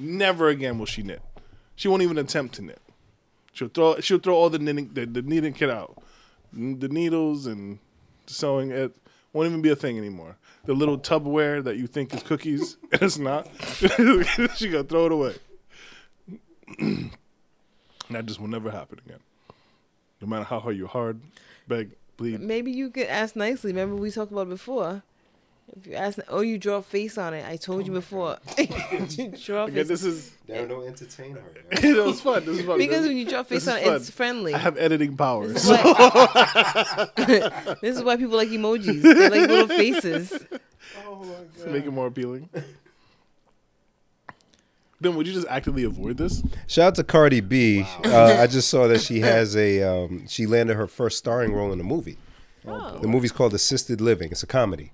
Never again will she knit. She won't even attempt to knit. She'll throw she'll throw all the knitting the, the knitting kit out, N- the needles and sewing it won't even be a thing anymore. The little Tupperware that you think is cookies (laughs) and it's not, she gonna throw it away. (clears throat) And that just will never happen again. No matter how hard you hard, beg, bleed. Maybe you could ask nicely. Remember we talked about it before. If you ask, oh, you draw a face on it. I told you before. (laughs) You draw a Oh Again, face. this (laughs) is (laughs) Darren, don't entertain her. that was fun. This is fun. Because when you draw a face is on it, fun. it's friendly. I have editing powers. This is (laughs) why- this is why people like emojis. They like little faces. to make it more appealing. (laughs) Then would you just actively avoid this? Shout out to Cardi B. Uh, I just saw (laughs) that she has a um, she landed her first starring role in a movie. Oh. The movie's called Assisted Living. It's a comedy,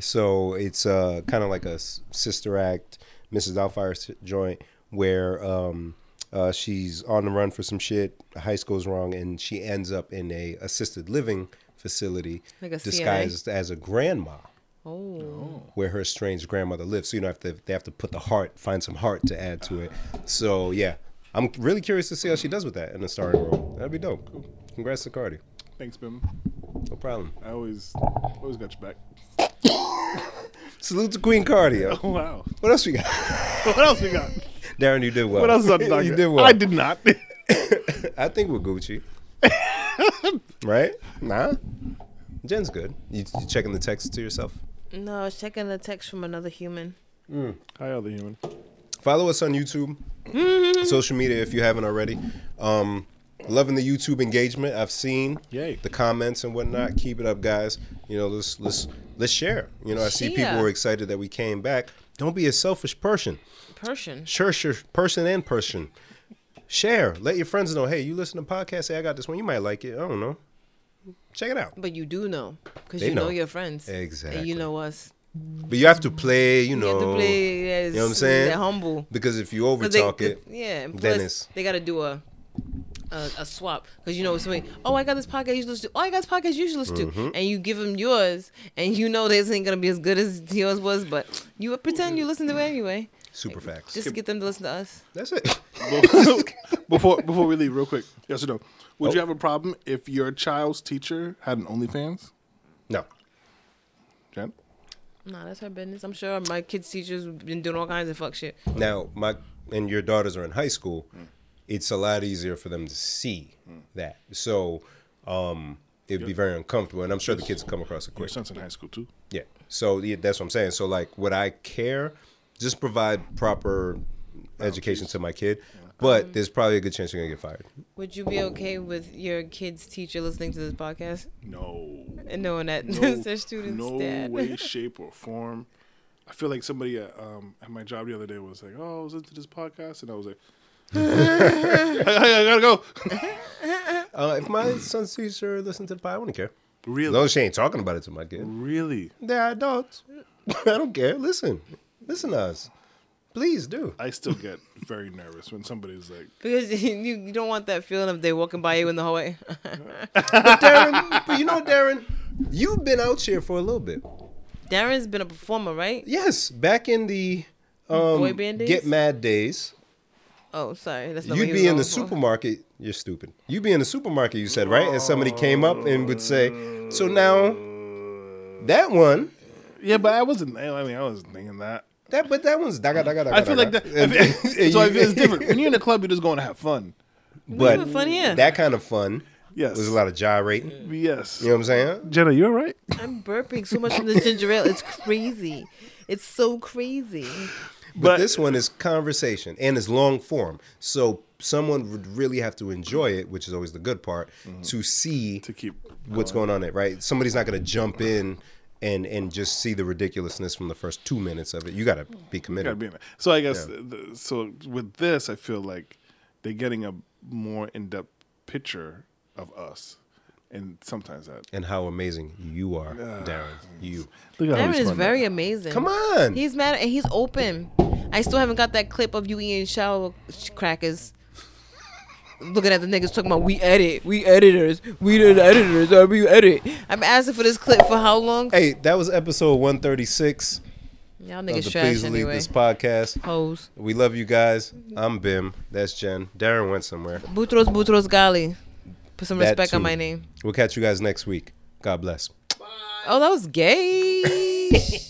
so it's uh, kind of like a s- sister act, Mrs. Doubtfire's joint, where um, uh, she's on the run for some shit. Heist goes wrong, and she ends up in a assisted living facility, Like a CNA? disguised as a grandma Oh. where her estranged grandmother lives. So you know, have to they have to put the heart, find some heart to add to it. So yeah, I'm really curious to see how she does with that in the starring role. That'd be dope. Congrats to Cardi. Thanks, Bim. No problem. I always always got your back. Salute to Queen Cardi. yo. Oh, Wow. (laughs) What else we got? (laughs) What else we got? Darren, you did well. What (laughs) else is on the you document? did well. I did not. (laughs) I think we're Gucci. right? Nah. Jen's good. You, you checking the text to yourself? No, I was checking the text from another human. Hi, other human. follow us on YouTube, social media if you haven't already. Um, loving the YouTube engagement I've seen, Yay. the comments and whatnot. Keep it up, guys. You know, let's let's let's share. You know, I see people Share. were excited that we came back. Don't be a selfish person. Persian. Sure, sure, person and person. Share. Let your friends know. Hey, you listen to podcasts. Hey, I got this one. You might like it. I don't know. Check it out. But you do know. Because They you know. know. your friends. And Exactly. you know us. But you have to play. You know. You have to play. Yes, You know what I'm saying? They're humble. Because if you over 'Cause they- talk it, Yeah. And plus, then it's- they got to do a. A, a swap because you know somebody. Oh, I got this podcast you should listen to. Oh, I got this podcast you should listen to. And you give them yours, and you know this ain't gonna be as good as yours was, but you pretend you listen to it anyway. super facts. Just to get them to listen to us. That's it. (laughs) (laughs) before before we leave, real quick. Yes or no? Would Oh. you have a problem if your child's teacher had an OnlyFans? No. Jen? Nah, that's her business. I'm sure my kids' teachers been doing all kinds of fuck shit. Now, my and your daughters are in high school. It's a lot easier for them to see that. So, um, it'd be very uncomfortable, and I'm sure the kids will come across it Your quick. son's in high school too. Yeah. So yeah, that's what I'm saying. So like, would I care? Just provide proper education to my kid. But there's probably a good chance you're gonna get fired. Would you be okay with your kid's teacher listening to this podcast No. and knowing (laughs) that No, it's their student's no dad? (laughs) way, shape, or form. I feel like somebody at, um, at my job the other day was like, "Oh, I was into this podcast," and I was like, (laughs) I, I- I gotta go." (laughs) Uh, if my son's teacher listened to the pod, I wouldn't care. As Really, long as she ain't talking about it to my kid. really. They're adults. (laughs) I don't care. Listen, listen to us. Please do. I still get very nervous when somebody's like, Because (laughs) you, you don't want that feeling of they walking by you in the hallway. (laughs) (laughs) Darren, but you know, Darren, you've been out here for a little bit. Darren's been a performer, right? Yes, back in the um, Boy band days? get mad days, Oh, sorry. That's not what you'd he be in the was going for. supermarket. You're stupid. You'd be in the supermarket. You said right, and somebody came up and would say, "So now that one, "Yeah, but I wasn't. I mean, I wasn't thinking that." that but that one's daga daga daga." I feel like daga." that. And- (laughs) (laughs) and so I feel it's you- different. When (laughs) you're in a club, you're just going to have fun. But having fun here. that kind of fun Yes. was a lot of gyrating. You Yes. know what I'm saying? Jenna, you're right. (laughs) I'm burping so much from this ginger ale. It's crazy. It's so crazy. But, But- this one is conversation and it's long form. So someone would really have to enjoy it, which is always the good part, to see Mm-hmm. To keep. what's going on there, right? Somebody's not going to jump in and and just see the ridiculousness from the first two minutes of it. You got to be Gotta committed. be in it. So I guess the, so. With this, I feel like they're getting a more in-depth picture of us, and sometimes that. and how amazing you are, Darren. You. Look at Darren is very amazing. Come on. He's mad and he's open. I still haven't got that clip of you eating shower sh- crackers. Looking at the niggas talking about we edit, we editors, we the editors, uh, we edit. I'm asking for this clip for how long? hey, that was episode 136 Y'all of niggas the trash Please Leave anyway. This podcast. Hoes. We love you guys. I'm Bim. That's Jen. Darren went somewhere. Boutros Boutros Gali. Put some That respect on too. my name. We'll catch you guys next week. God bless. Oh, that was gay. (laughs)